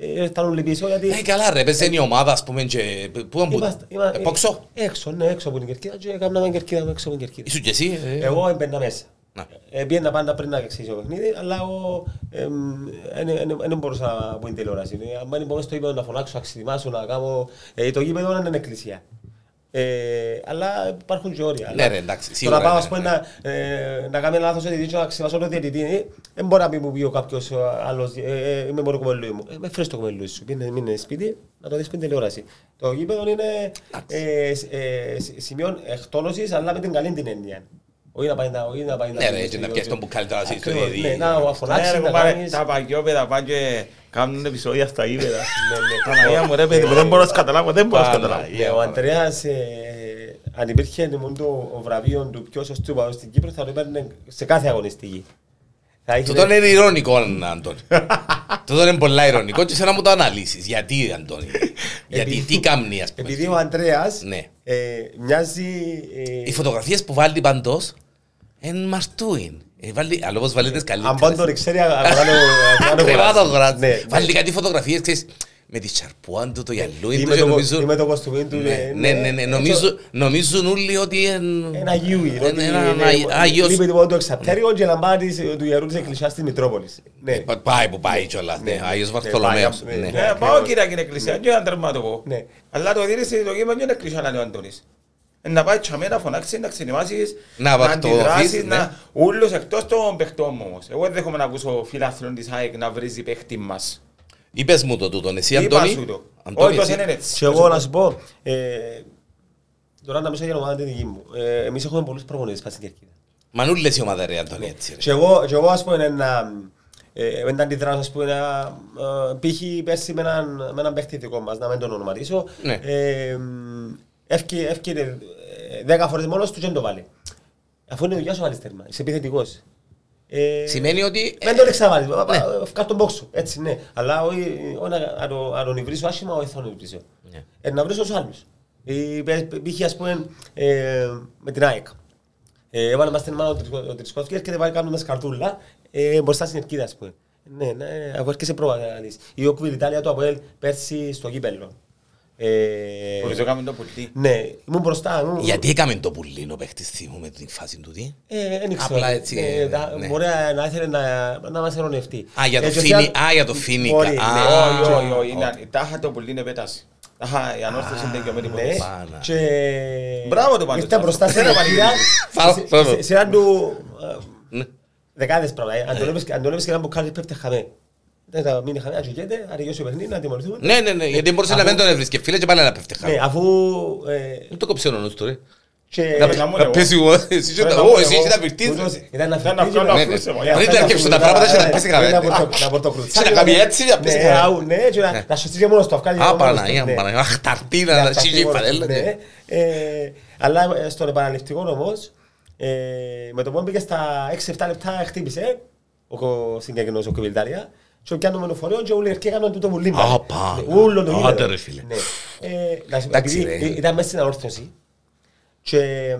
Speaker 2: ε, ήρθαν όλοι πίσω γιατί
Speaker 1: Ναι, καλά ρε, παίζει η ομάδα, ας πούμε, και... Πού αν
Speaker 2: είμαστε-
Speaker 1: πού...
Speaker 2: είμα-
Speaker 1: ε, Πόξο.
Speaker 2: έξω, ναι, έξω από την κερκίδα και έκαναμε κερκίδα έξω από την κερκίδα.
Speaker 1: Ήσουν και εσύ. ε,
Speaker 2: Εγώ έμπαινα μέσα.
Speaker 1: Να.
Speaker 2: Ε, Πήγαινα πάντα πριν να ξεκινήσει το παιχνίδι, αλλά εγώ δεν μπορούσα να πω την τηλεόραση. Ε, Αν δεν μπορούσα στο γήπεδο να φωνάξω, να ξετοιμάσω, να κάνω... ε, Το γήπεδο δεν είναι εκκλησία. Ε, αλλά υπάρχουν και όρια.
Speaker 1: Ναι,
Speaker 2: Αλλά
Speaker 1: ρε, εντάξει, σίγουρα,
Speaker 2: Τώρα πάω
Speaker 1: ναι,
Speaker 2: ας πούμε,
Speaker 1: ναι.
Speaker 2: να, ε, να κάνω λάθος ότι δείξω να ξεβάσω τον διαιτητή. ε, Δεν μπορεί να πει μου πει ο κάποιος ο άλλος, ε, ε, είμαι μόνο ο κομμελούι μου. Ε, Με φέρεις το κομμελούι σου, πήγαινε μείνε σπίτι, να το δεις πριν τηλεόραση. Το γήπεδο είναι ε, σ- ε, σ- σημείο εκτόνωσης, αλλά με την καλή την έννοια. Όχι να πάει να... όχι να πάει
Speaker 1: Ναι, ρε, και να πιάσεις τον μπουκάλι τώρα, εσύ, στο
Speaker 2: Ακριβώς,
Speaker 1: διαιτητή.
Speaker 2: Ναι, να
Speaker 3: Ναι, ρε,
Speaker 2: φωνάξεις, να
Speaker 3: κομπάρε,
Speaker 2: κάνεις...
Speaker 3: Τα παγιόπεδα πάνε και κάνουν επεισόδια στα ύπεδα. Παναγία μου ρε παιδί μου, δεν μπορώ να σε καταλάβω, δεν μπορώ να σε καταλάβω.
Speaker 2: Ναι, Ο Αντρέας, ε, αν υπήρχε μόνο το βραβείο του πιο σωστού παδού στην Κύπρο, θα το έπαιρνε σε κάθε αγωνιστική. Θα είχε-
Speaker 1: Τούτο είναι ηρωνικό, Αντώνη. Τούτο είναι πολλά ηρωνικό και θέλω να μου το αναλύσεις. Γιατί, Αντώνη. Γιατί,
Speaker 2: Επειδή-
Speaker 1: τι κάμνει, ας πούμε.
Speaker 2: Επειδή ο Αντρέας
Speaker 1: Ναι.
Speaker 2: ε, μοιάζει... ε,
Speaker 1: Οι φωτογραφίες που βάλει παντός, εν μαρτούιν. Ε, βάλει- Αλλά όπως βάλει τις
Speaker 2: Αν
Speaker 1: καλύτερες.
Speaker 2: πάνε τον ξέρει, αγοράνω... αγοράνω
Speaker 1: Ακριβά το
Speaker 2: αγοράζω.
Speaker 1: αγοράζει.
Speaker 2: Ναι.
Speaker 1: Βάλει κάτι φωτογραφίες, ξέρεις, με τη σαρπουάν του, το γυαλούιν του,
Speaker 2: Είμαι
Speaker 1: και
Speaker 2: το-
Speaker 1: νομίζω...
Speaker 2: Είμαι το κοστούμι του. ε,
Speaker 1: Ναι, ναι, ναι, ναι, νομίζω- νομίζουν όλοι ότι είναι...
Speaker 2: Ένα Αγίου είναι.
Speaker 1: Ένα-
Speaker 2: ότι
Speaker 1: ένα-
Speaker 2: είναι-
Speaker 1: ένα Άγιος.
Speaker 2: Λείπει το εξαπτέριο και λαμπάνει της- ε, του Ιερού της Εκκλησιάς της Μητρόπολης. Ναι.
Speaker 1: Πα- Ε, Πάει που πάει κιόλας, ναι,
Speaker 2: Ναι,
Speaker 1: Άγιος
Speaker 2: ναι,
Speaker 1: Βαρθολομέος.
Speaker 2: πάει,
Speaker 1: ναι.
Speaker 2: ναι.
Speaker 3: Ναι, πάω κύριε και την εκκλησία και να τερματωγώ.
Speaker 2: Ναι.
Speaker 3: Αλλά το δίνεις το κύμα και είναι εκκλησία να λέει ο Αντώνης. Ε, Να πάει τσαμέ να φωνάξεις, να ξενημάσεις,
Speaker 1: Να βακτοδοθείς, ναι.
Speaker 3: να... Ούλους εκτός των παιχτών μου όμως. Εγώ δεν δέχομαι να ακούσω φιλάθλων της ΑΕΚ να βρίζει παίχτη μας.
Speaker 1: Είπες μου το τούτο, εσύ
Speaker 3: Είπα
Speaker 1: Αντώνη.
Speaker 3: σου το.
Speaker 1: Αντώνη,
Speaker 3: Όχι, το
Speaker 1: εσύ.
Speaker 3: δεν είναι έτσι.
Speaker 2: Και εγώ να σου πω, ε, τώρα να μην σε γερμανά τη δική μου. Ε, Εμείς έχουμε πολλούς προπονητές πας στην Κερκίδα.
Speaker 1: Μανούλες η ομάδα ρε Αντώνη έτσι ρε.
Speaker 2: Και εγώ, και εγώ ας πούμε ένα... Ε, μετά αντιδράσω, ας πούμε, ένα, ε, π.χ. πέρσι με έναν, με έναν παίχτη δικό μας, να μην τον ονοματίσω,
Speaker 1: Ναι.
Speaker 2: ε, μ, έφκει- έφκει δέκα φορές μόνος τους και δεν το βάλει. Αφού είναι δουλειά σου βάλεις τέρμα, είσαι επιθετικός. Ε,
Speaker 1: Σημαίνει ότι...
Speaker 2: δεν τον εξαβάλεις, βγάλ τον box σου, έτσι ναι. Αλλά όχι όχι να- να το- να τον υβρίσω άσχημα, όχι θα τον υβρίσω.
Speaker 1: Ναι.
Speaker 2: Ε, να βρεις τους άλλους. Ε, πε- πε- Π.χ. ας πούμε ε, με την ΑΕΚ. Ε, Έβαλε μας την μάνα ο Τρισκο- ο Τρισκόφσκι, έρχεται βάλει κάνουμε μας καρτούλα ε, μπροστά στην Ερκίδα ας πούμε. Ναι, ναι, αφού έρχεσαι πρόβα να δεις. Η Όκβιλ Ιταλία του Αποέλ πέρσι στο κύπελλο. Ε,
Speaker 3: Μπορείς να κάνουμε το πουλτί.
Speaker 2: ναι, ήμουν μπροστά. ήμουν-
Speaker 1: Γιατί έκαμε το πουλίνο παίχτης, θυμούμε την φάση του τι.
Speaker 2: ε, δεν ξέρω.
Speaker 1: Απλά έτσι,
Speaker 2: Ε,
Speaker 1: ε,
Speaker 2: τα-
Speaker 1: ναι.
Speaker 2: Μπορεί να- να ήθελε να, να μας ερωνευτεί.
Speaker 1: Α, για το
Speaker 2: Ε, και
Speaker 1: Φίνι-
Speaker 2: ουσία-
Speaker 1: α, για το Φίνικα.
Speaker 2: Μπορεί,
Speaker 1: Α,
Speaker 2: ναι.
Speaker 3: Όχι,
Speaker 1: Α,
Speaker 3: όχι, όχι. είναι-
Speaker 1: οκ.
Speaker 3: Τάχα το πουλτί είναι πέταση. Τάχα η ανόρθωση είναι δικαιωμένη
Speaker 2: Ναι,
Speaker 3: πέταση.
Speaker 1: Πάνα.
Speaker 2: και...
Speaker 3: Μπράβο του πάντως.
Speaker 2: Ήρθα μπροστά σε
Speaker 3: Ένα
Speaker 2: ένα
Speaker 1: Μπράβο, μπράβο.
Speaker 2: Σε έναν του... ε,
Speaker 1: Ναι.
Speaker 2: Δεκάδες πράγματα. Αν το βλέπεις- Αν το βλέπεις και ένα μπουκάλι πέφτει χαμέ. Δεν θα μείνει χαμέ, αν γιωγέται, αν γιώσει ο παιχνίδι, να τιμωρηθούμε.
Speaker 1: Ναι, ναι, ναι, γιατί μπορούσε να
Speaker 2: αφού-
Speaker 1: μην τον έβρισκε φίλε και πάλι να πέφτει
Speaker 2: Ναι,
Speaker 1: χάρη.
Speaker 2: αφού... ε,
Speaker 1: Μην το κόψε ο νους του ρε.
Speaker 2: και-
Speaker 1: Να
Speaker 3: να
Speaker 1: πε-
Speaker 3: μου
Speaker 1: Να
Speaker 3: λέω.
Speaker 1: πέσει ο- εσύ και
Speaker 2: Ε,
Speaker 3: Πρέπει
Speaker 1: τα-
Speaker 3: να μου
Speaker 1: Ω, εσύ
Speaker 3: λέω.
Speaker 1: και τα πυρτίζεις.
Speaker 2: Ούτως Ήταν να
Speaker 3: Ήταν να
Speaker 2: φροντίζει,
Speaker 3: βγάλω
Speaker 2: ναι.
Speaker 1: Ναι,
Speaker 3: Αφού είσαι
Speaker 1: ναι.
Speaker 3: βαριά,
Speaker 1: Πριν
Speaker 2: Αυτά
Speaker 1: να
Speaker 2: τα
Speaker 1: αρκέψουν τα
Speaker 2: φροντίδα,
Speaker 1: πράγματα και να
Speaker 2: ναι,
Speaker 1: πέσει
Speaker 2: ναι,
Speaker 1: χαμέ.
Speaker 2: να μπορτο- Να πορτοκρουτσίσει.
Speaker 1: Σαν να κάνει έτσι, να πέσει χαμέ.
Speaker 2: Ναι, και να- να σωστίζει μόνος του, να βγάλει
Speaker 1: Α,
Speaker 2: μόνος του,
Speaker 1: Παναγία,
Speaker 2: ναι.
Speaker 1: μου, Παναγία, αχ, ταρτίνα, να σίγει η φανέλα, ναι.
Speaker 2: Ναι, ε, Αλλά ε, στον επαναληπτικό όμως, με το που μπήκε στα 6-7 λεπτά χτύπησε ο κο- συγκεκριμένος ο Κιβιλτάρια και πιάνουμε το φορείο και όλοι έρχεται έκαναν τούτο μουλί.
Speaker 1: Α, πάνε.
Speaker 2: Ούλο το
Speaker 1: Άντε,
Speaker 2: γήπεδο.
Speaker 1: ρε, φίλε.
Speaker 2: Ναι. Ε, να σου-
Speaker 1: Εντάξει,
Speaker 2: επειδή
Speaker 1: ρε.
Speaker 2: Ήταν μέσα στην ανόρθωση και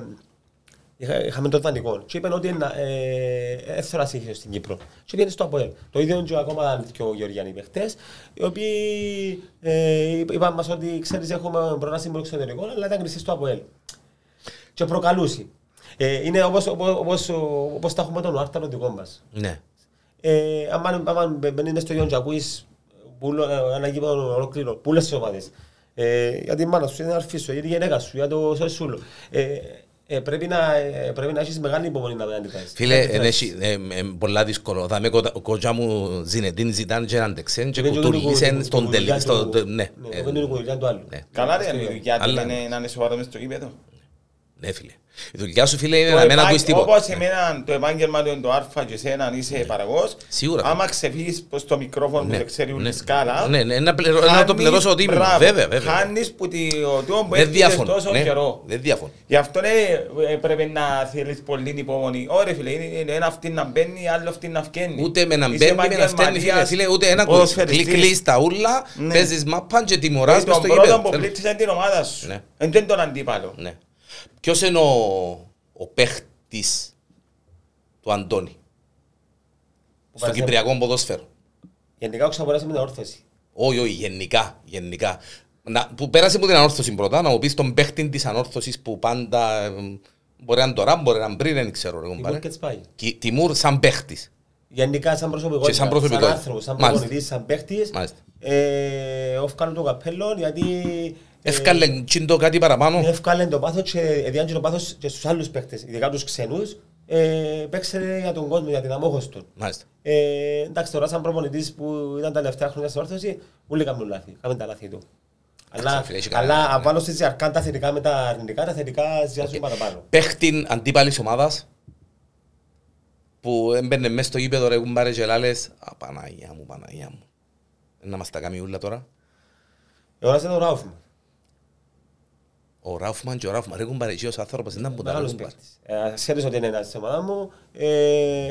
Speaker 2: Είχα, είχαμε το δανεικό. Και είπαν ότι ε, έθωρα σύγχυρο στην Κύπρο. Και πήγαινε στο Αποέλ. Το ίδιο και ακόμα και ο Γεωργιάννη παίχτες, οι οποίοι ε, είπαν μας ότι ξέρεις έχουμε προνάσει μόνο εξωτερικό, αλλά ήταν κρυστή στο Αποέλ. Και προκαλούσε. Ε, είναι όπως, όπως, όπως, όπως τα έχουμε τον Άρτα τον δικό μας.
Speaker 1: Ναι.
Speaker 2: Ε, άμα, άμα μπαίνεις μες στο Ιόντζα, ακούεις πουλο- ε, ένα γήπεδο ολόκληρο, πουλες τις ομάδες. Ε, για τη μάνα σου, για την αρφή σου, για τη γυναίκα σου, για το σεσούλο. Ε, ε, πρέπει, να, ε, πρέπει να έχεις μεγάλη υπομονή να με αντιδράσεις.
Speaker 1: Φίλε,
Speaker 2: Να
Speaker 1: εν
Speaker 2: αντιδράσεις.
Speaker 1: έχει- ε, ε, πολλά δύσκολο. Θα με κοτα- ο κότσα μου Ζινετίν ζητάν και άντεξεν και
Speaker 2: Δεν ξέρω το
Speaker 1: κουτουλήσεν
Speaker 2: κου-
Speaker 1: στον
Speaker 2: το
Speaker 1: τελικό.
Speaker 2: δουλειά
Speaker 1: στο-
Speaker 2: του-
Speaker 1: το- Ναι,
Speaker 2: ναι,
Speaker 1: Ε,
Speaker 2: δεν είναι η δουλειά του άλλου.
Speaker 1: ναι.
Speaker 3: Καλά ρε, είναι η δουλειά του,
Speaker 1: Αλλά-
Speaker 3: είναι να είναι σοβαρό μες στο γήπεδο.
Speaker 1: ναι φίλε. Η δουλειά σου φίλε είναι
Speaker 3: Το
Speaker 1: Ε, να μην
Speaker 3: επά-
Speaker 1: ακούεις τίποτα.
Speaker 3: Όπως εμένα το επάγγελμα του είναι το άρφα και εσένα είσαι παραγός,
Speaker 1: Σίγουρα.
Speaker 3: άμα ξεφύγεις προς το μικρόφωνο που
Speaker 1: Ναι,
Speaker 3: δεν ξέρει
Speaker 1: ναι.
Speaker 3: ούτε σκάλα,
Speaker 1: Ναι, ναι, να πληρω- να το
Speaker 3: χάνεις-
Speaker 1: πληρώσω ότι ήμουν.
Speaker 3: μπράβο,
Speaker 1: Βέβαια, βέβαια.
Speaker 3: Χάνεις που τη- ο τύπος που
Speaker 1: Δεν
Speaker 3: έφυγες
Speaker 1: διάφωνο.
Speaker 3: τόσο
Speaker 1: ναι.
Speaker 3: καιρό.
Speaker 1: Δεν διάφωνο.
Speaker 3: Γι' αυτό ε, ε, πρέπει να θέλεις πολύ υπομονή. Ωραία φίλε, είναι, είναι ένα αυτή να μπαίνει, άλλο αυτή να φκένει.
Speaker 1: Ούτε με να μπαίνει, με να φταίνει φίλε, φίλε, ούτε ένα κουτ. Κλείς τα ούλα,
Speaker 3: Ναι.
Speaker 1: παίζεις μάπαν και τιμωράς
Speaker 3: Τον
Speaker 1: μες στο
Speaker 3: πρώτο που
Speaker 1: γήπεδο. Θέλω-
Speaker 3: πλήξεις είναι την ομάδα σου.
Speaker 1: Ναι.
Speaker 3: Εν Δεν τον αντίπαλο.
Speaker 1: Ναι. Ποιος είναι ο, ο παίχτης του Αντώνη στο
Speaker 2: Παρασέμ-
Speaker 1: Κυπριακό ποδόσφαιρο.
Speaker 2: Γενικά ο Ξαποράς είναι όρθωση.
Speaker 1: Όχι, όχι, γενικά. γενικά. Να, που πέρασε από την ανόρθωση πρώτα, να μου πεις τον παίχτη της ανόρθωσης που πάντα εμ, μπορεί να είναι τώρα, μπορεί να είναι πριν, δεν ξέρω. ρε,
Speaker 2: Η
Speaker 1: κομπάρε.
Speaker 2: Μπούρκετς πάει.
Speaker 1: Κι- Τιμούρ σαν παίχτης.
Speaker 2: Γενικά σαν προσωπικότητα,
Speaker 1: Και σαν προσωπικότητα.
Speaker 2: σαν άνθρωπο, σαν
Speaker 1: Μάλιστα.
Speaker 2: προπονητής, σαν παίχτης,
Speaker 1: Μάλιστα.
Speaker 2: ε, όφκαλε το καπέλο γιατί ε,
Speaker 1: Έφκαλε τσιντο κάτι
Speaker 3: ε,
Speaker 1: παραπάνω.
Speaker 2: Εύκαλε το πάθος και εδιάντζε το πάθος και στους άλλους παίχτες, ειδικά τους ξενούς, ε, παίξε για τον κόσμο, για την αμόχωση του.
Speaker 1: Μάλιστα.
Speaker 2: Ε, εντάξει, τώρα σαν προπονητής που ήταν τα τελευταία χρόνια στην όρθωση, όλοι κάνουν λάθη, κάνουν τα λάθη του. Αλλά,
Speaker 1: φίλε, έχει κανένα, ναι.
Speaker 2: αλλά απάνω στη ζαρκά τα θετικά με τα αρνητικά, τα θετικά ζιάζουν παραπάνω.
Speaker 1: Παίχτην αντίπαλης ομάδας που έμπαινε μέσα στο γήπεδο ρε κουμπάρε και λάλες «Α, Παναγιά μου, Παναγιά μου». Να μας τα κάνει ούλα τώρα.
Speaker 2: Εγώ να σε το ράουφουμε.
Speaker 1: Ο Ράφμαν και ο Ράφμαν ρε κουμπάρε και ως άνθρωπος δεν ήταν που τα
Speaker 2: Μεγάλος
Speaker 1: κουμπάρε.
Speaker 2: παίκτης. Ε, ασχέτως ότι είναι ένας στην ομάδας μου, ε,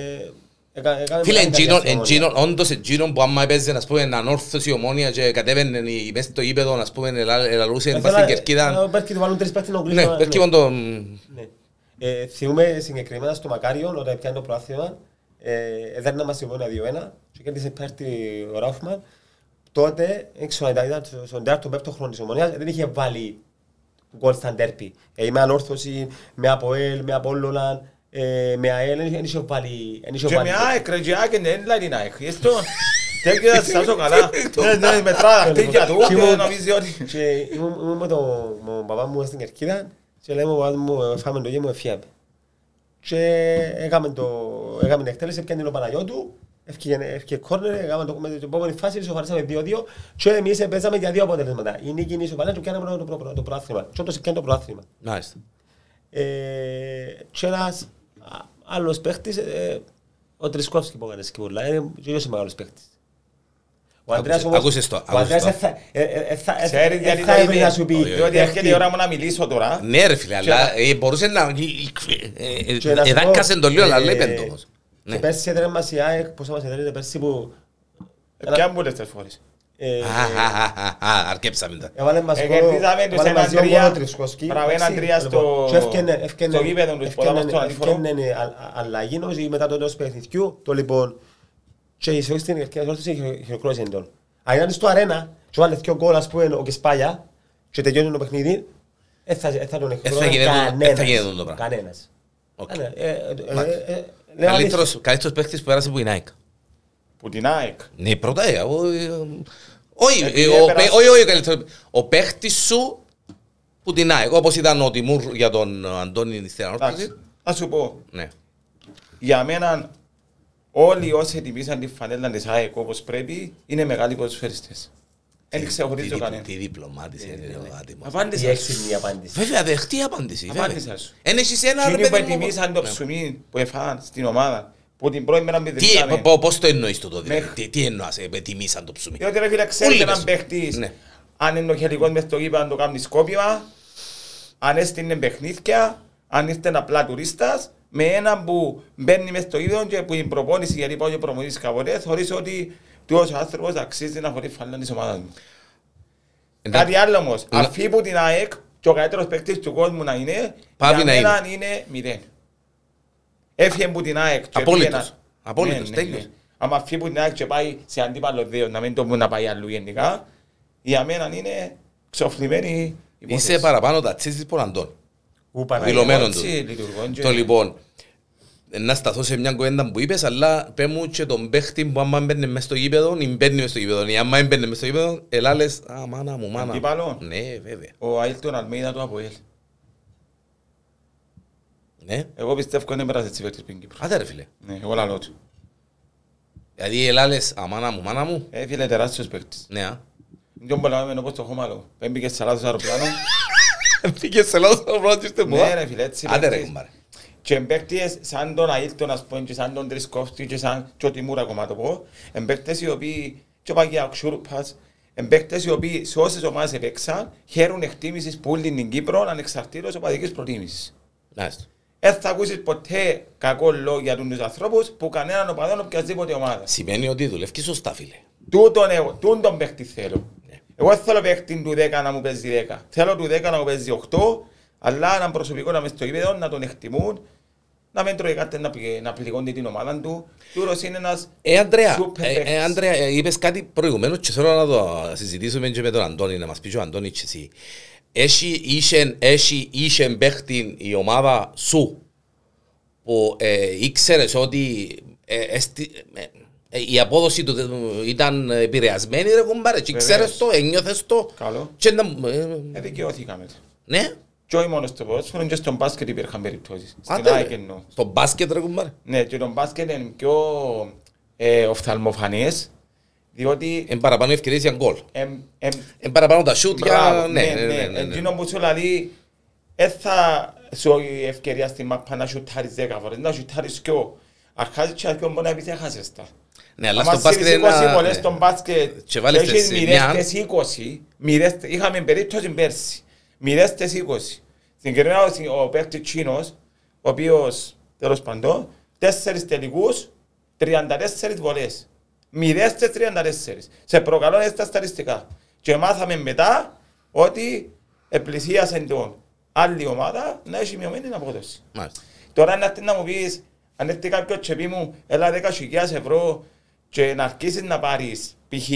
Speaker 2: έκα- έκανε
Speaker 1: Φίλε,
Speaker 2: μεγάλη
Speaker 1: εντζήνων,
Speaker 2: καριέρα στην
Speaker 1: εντζήνων, όντως εντζήνων που άμα έπαιζε, ας πούμε, ανόρθωση ομόνια και κατέβαινε η- μέσα στο γήπεδο, ας πούμε, ελα- ελαλούσε
Speaker 2: ομάδα.
Speaker 1: μες στην
Speaker 2: Ήθελα-
Speaker 1: κερκίδα.
Speaker 2: ήθελα Πέρκη ε, του βάλουν τρεις παίκτες να ε,
Speaker 1: Ναι,
Speaker 2: οκλείσουν,
Speaker 1: πέρκυβαν το...
Speaker 2: Ναι. Ε, θυμούμε συγκεκριμένα στο Μακάριον, όταν πιάνε το προάθλημα, ε, έδερνα μας η Βόνα 2-1 και κέρδισε πέρτη ο Ράουφμαν. Τότε, δεν ξέρω, ήταν- ήταν στον τέταρτο πέμπτο χρόνο της Ομονίας, δεν είχε βάλει γκολ στα ντέρπι. Ε, είμαι ανόρθωση με Αποέλ, με Απόλλωνα, ε, με ΑΕΛ, δεν είχε- δεν είχε βάλει... δεν είχε
Speaker 3: Και
Speaker 2: βάλει
Speaker 3: με
Speaker 2: γκολ.
Speaker 3: ΑΕΚ, ρε, και ΑΕΚ είναι έλα την ΑΕΚ. Γι' αυτό, τέτοιο θα σας καλά. Ναι, ναι, μετρά τα χτύκια του,
Speaker 2: Και
Speaker 3: και
Speaker 2: ήμουν-
Speaker 3: νομίζει ότι...
Speaker 2: Και ήμουν ήμουν με τον με τον παπά μου στην Κερκίδα και λέμε ο παπάς μου «Ε, φάμε το γη μου εφιέμπ. Και έκαμε το, έκαμε την εκτέλεση, έπιανε ο Παναγιώτου, έφυγε έφυγε κόρνερ, έκαμε το, με την επόμενη φάση, ισοφαρίσαμε 2-2 και εμείς παίζαμε για δύο αποτελέσματα. Η νίκη είναι ισοπαλία και πιάναμε το, προ- το προάθλημα. Και όντως πιάνε το προάθλημα.
Speaker 1: Μάλιστα.
Speaker 2: Ε, και ένας α- άλλος παίχτης, ε, ο Τρισκόφσκι που έκανε σκυπούλα, είναι γύρω σε μεγάλος παίχτης. Ο Ανδρέας
Speaker 1: Άκουσες-
Speaker 2: όμως,
Speaker 1: άκουσες το,
Speaker 2: ο
Speaker 1: άκουσες
Speaker 2: Ανδρέας
Speaker 1: το.
Speaker 2: ε, θα- ε, ε, ε, θα- ε,
Speaker 3: Ξέρει
Speaker 2: ε,
Speaker 3: γιατί
Speaker 2: θα
Speaker 3: το
Speaker 2: έπρεπε να
Speaker 3: είπε,
Speaker 2: σου πει.
Speaker 3: διότι έρχεται η
Speaker 2: παίχτη.
Speaker 3: ώρα μου να μιλήσω τώρα.
Speaker 1: Ναι ρε φίλε, αλλά
Speaker 3: να-
Speaker 1: ε, μπορούσε να... ε,
Speaker 2: Και να σου πω,
Speaker 1: Εδάκασε το λίγο, αλλά
Speaker 2: ε,
Speaker 1: λέει πέντο όμως.
Speaker 2: Και
Speaker 1: Ναι.
Speaker 2: πέρσι έδρε μας η ΑΕΚ, πόσο μας έδρε πέρσι που...
Speaker 3: Ποια μου λες τις φορές.
Speaker 2: ε,
Speaker 1: Α, α, α, α, α, Αρκέψαμε
Speaker 3: Ε,
Speaker 1: τα.
Speaker 2: Έβαλε μας γκολ-
Speaker 3: Εκερδίζαμε τους
Speaker 2: έβαλε
Speaker 3: έναν
Speaker 2: μας δύο
Speaker 3: τρία,
Speaker 2: γκολ ο Τρισκόφσκι.
Speaker 3: μπράβο, έναν
Speaker 2: Εντάξει,
Speaker 3: τρία στο-
Speaker 2: λοιπόν, και έφκαινε- έφκαινε-
Speaker 3: στο γήπεδο τους,
Speaker 2: έφκαινε-
Speaker 3: πολλά μας τον αντίφορο.
Speaker 2: έφκαινε α- α- αλλαγή νομίζω ή μετά το τέλος παιχνιδιού, το λοιπόν. Και η Σεούς στην Ιερκία Σόρτωση χειροκρότησε τον. Αν ήταν στο αρένα και βάλε δύο γκολ ας πούμε ο Κεσπάλια και τελειώνει το παιχνίδι, ε, θα- ε, θα τον χειροκρότησε
Speaker 1: γίνεται- ε, θα
Speaker 2: κανένας.
Speaker 1: γίνεται το πράγμα.
Speaker 2: Κανένας.
Speaker 3: ναι,
Speaker 1: Οκ.
Speaker 2: Ε, ε, ε, ε,
Speaker 1: Μάλιστα.
Speaker 2: ε, ε, λέω αλήθεια.
Speaker 1: Καλύτερος καλύτερος παίχτης που πέρασε από την ΑΕΚ.
Speaker 3: Που την ΑΕΚ.
Speaker 1: Ναι, πρώτα ε, ο- ε, Όχι,
Speaker 3: Επειδή
Speaker 1: ε, ο
Speaker 3: έπερασε-
Speaker 1: παί- όχι, όχι, καλύτερος. Ο παίχτης σου που την ΑΕΚ, όπως ήταν ο Τιμούρ για τον Αντώνη στην
Speaker 3: Εντάξει,
Speaker 1: ανόρθωση.
Speaker 3: Θα σου πω,
Speaker 1: Ναι.
Speaker 3: για μένα όλοι όσοι τυπήσαν τη φανέλα της ΑΕΚ όπως πρέπει είναι μεγάλοι ποδοσφαιριστές. Δεν ξεχωρίζω
Speaker 1: Τι-
Speaker 3: κανέναν.
Speaker 1: Τι
Speaker 3: Ε,
Speaker 1: διπλωμάτης είναι
Speaker 3: ναι,
Speaker 1: ο άτιμος.
Speaker 2: Η
Speaker 3: Απάντησα σου.
Speaker 2: έξυπνη απάντηση.
Speaker 1: Βέβαια, δεχτεί απάντηση.
Speaker 3: Απάντησα σου.
Speaker 1: Εν έχεις ένα
Speaker 3: Εκείνοι
Speaker 1: ρε
Speaker 3: που
Speaker 1: παιδί μου.
Speaker 3: ετοιμήσαν το ψωμί που έφαγαν στην ομάδα, που την πρώτη μέρα
Speaker 1: Ναι. Τι,
Speaker 3: μπιδευτάμε.
Speaker 1: πο- πο- πώς το εννοείς το δηλαδή,
Speaker 3: Μέχρι-
Speaker 1: τι, τι εννοάς, ε, τιμήσαν το ψωμί.
Speaker 3: Διότι ρε φίλε ξέρετε
Speaker 1: Όλοι
Speaker 3: έναν
Speaker 1: μες.
Speaker 3: παίχτης,
Speaker 1: Ναι.
Speaker 3: αν είναι ο χελικός μες στο γήπεδο να το κάνει σκόπιμα, αν έστεινε παιχνίδια, αν ήρθε απλά τουρίστας, με έναν που μπαίνει μες στο γήπεδο και που την προπόνηση, γιατί πάω και προπονήσεις κάποτε, θεωρείς ότι τούτος ο άνθρωπος αξίζει να φορεί φανέλα της ομάδας μου. Κάτι
Speaker 1: Εντάξει,
Speaker 3: άλλο όμως,
Speaker 1: Να-
Speaker 3: αφή που την ΑΕΚ και ο καλύτερος παίκτης του κόσμου να είναι,
Speaker 1: Πάβει
Speaker 3: για
Speaker 1: να
Speaker 3: μένα είναι μηδέν. Έφυγε από την ΑΕΚ. και
Speaker 1: Απόλυτος.
Speaker 3: πήγε να-
Speaker 1: Απόλυτος,
Speaker 3: Ναι, ναι,
Speaker 1: τέλειος.
Speaker 3: ναι. Άμα φύγει από την ΑΕΚ και πάει σε αντίπαλο δύο, να μην το να πάει αλλού γενικά, για μένα είναι ξοφλημένη υπόθεση.
Speaker 1: Είσαι παραπάνω τατσίζης ποραντών.
Speaker 2: Ου, Παναγία.
Speaker 1: δηλωμένο
Speaker 3: έτσι
Speaker 1: του.
Speaker 3: λειτουργώ, και-
Speaker 1: Το λοιπόν, να σταθώ σε μια κουβέντα που είπες, αλλά πέ μου και τον παίχτη που άμα μπαίνει μέσα στο γήπεδο, ή μπαίνει μέσα στο γήπεδο, ή άμα μπαίνει μέσα στο γήπεδο, ελά λες, α, μάνα μου, μάνα. μου».
Speaker 3: Αντίπαλο.
Speaker 1: Ναι, βέβαια.
Speaker 3: Ο Αίλτον Αλμίδα του Αποέλ.
Speaker 1: Ναι.
Speaker 3: Εγώ πιστεύω δεν πέρασε τις υπέρτες πριν Κύπρος.
Speaker 1: Άντε ρε φίλε.
Speaker 3: Ναι, εγώ λαλώ του.
Speaker 1: Δηλαδή ελά λες, α, μάνα μου, μάνα μου.
Speaker 3: Έφυγε Ε, τεράστιος παίκτης.
Speaker 1: Ναι, α.
Speaker 3: Δεν μπορεί να είμαι όπως το χώμαλο. Έμπηκες σε λάθος αεροπλάνο.
Speaker 1: Πήγε σε λάθος ο πρώτος του
Speaker 3: Ναι ρε φίλε, έτσι
Speaker 1: Άντε ρε
Speaker 3: παίκτης.
Speaker 1: κουμπάρε.
Speaker 3: Και εμπαίκτες σαν τον Αίλτον ας πούμε και σαν τον Τρισκόφτη και σαν και ο Τιμούρα ακόμα το πω. Εμπαίκτες οι οποίοι και ο Παγιαξούρπας. Εμπαίκτες οι οποίοι σε όσες ομάδες επέξαν χαίρουν εκτίμησης που όλη την Κύπρο ανεξαρτήτως οπαδικής προτίμησης.
Speaker 1: Να έστω.
Speaker 3: Δεν θα ακούσεις ποτέ κακό λόγο για τους ανθρώπους που κανέναν οπαδόν οποιασδήποτε ομάδα.
Speaker 1: Σημαίνει ότι δουλεύει σωστά φίλε.
Speaker 3: Τούτον εγώ, τούτον παίχτη θέλω.
Speaker 1: Ναι.
Speaker 3: Εγώ δεν θέλω παίχτη του 10 να μου παίζει 10. Θέλω του 10 να μου παίζει 8, αλλά έναν προσωπικό να μες στο γήπεδο, να τον εκτιμούν, να μην τρώει κάτι να, πλη- να πληγώνει την ομάδα του. Τούρος είναι ένας...
Speaker 1: Ε, Αντρέα,
Speaker 3: Σούπερ
Speaker 1: ε,
Speaker 3: παίκτης.
Speaker 1: ε, Αντρέα, ε, είπες κάτι προηγουμένως και θέλω να το συζητήσουμε και με τον Αντώνη, να μας πεις και ο Αντώνης και εσύ. Έχει, είχε, έχει, είχε παίχτη η ομάδα σου που ε, ήξερες ότι ε, εστι- ε, ε, η απόδοση του ε, ήταν επηρεασμένη ρε κουμπάρε και
Speaker 3: Βεβαίως.
Speaker 1: ξέρεις το, ένιωθες το
Speaker 3: Καλό.
Speaker 1: και να- ε,
Speaker 3: Ε, δικαιώθηκαμες.
Speaker 1: ναι,
Speaker 3: Και όχι μόνος στο ποδόσφαιρο, και στον μπάσκετ υπήρχαν περιπτώσεις. Στην
Speaker 1: άντε
Speaker 3: ΑΕΚ
Speaker 1: ρε.
Speaker 3: εννοώ.
Speaker 1: στο μπάσκετ ρε κουμπάρε
Speaker 3: Ναι, και τον μπάσκετ είναι πιο ε, οφθαλμοφανές, διότι...
Speaker 1: είναι παραπάνω ευκαιρίες για γκολ
Speaker 3: εμ- εμ-
Speaker 1: είναι παραπάνω τα σούτ για...
Speaker 3: Μπράβο, ναι, ναι, ναι. Εκείνο που σου δηλαδή, δεν θα σου δώσει ευκαιρία στην μαπά να σουτάρεις δέκα φορές, να σουτάρεις κιό. Αρχάζεις και αρχιόν μπορεί να πεις έχασες τα.
Speaker 1: Ναι, αλλά
Speaker 3: Άμα
Speaker 1: στο μπάσκετ
Speaker 3: στείλεις 20
Speaker 1: ένα-
Speaker 3: βολές
Speaker 1: ναι.
Speaker 3: στον μπάσκετ
Speaker 1: Και βάλεις
Speaker 3: έχεις
Speaker 1: τις
Speaker 3: μηδέστες
Speaker 1: μιαν.
Speaker 3: 20, μηδέστες- είχαμε περίπτωση πέρσι, μηδέστες 20. Συγκεκριμένα ο συ- ο παίκτης Τσίνος, ο οποίος, τέλος παντών, τέσσερις τελικούς, 34 βολές. Μηδέστες 34. Σε προκαλώ έτσι τα στατιστικά. Και μάθαμε μετά ότι επλησίασε τον άλλη ομάδα να έχει μειωμένη απόδοση.
Speaker 1: Ναι, Μάλιστα.
Speaker 3: Τώρα να έρθει να μου πεις, αν έρθει κάποιος και πει μου, έλα 10.000 ευρώ και να αρχίσεις να πάρεις π.χ.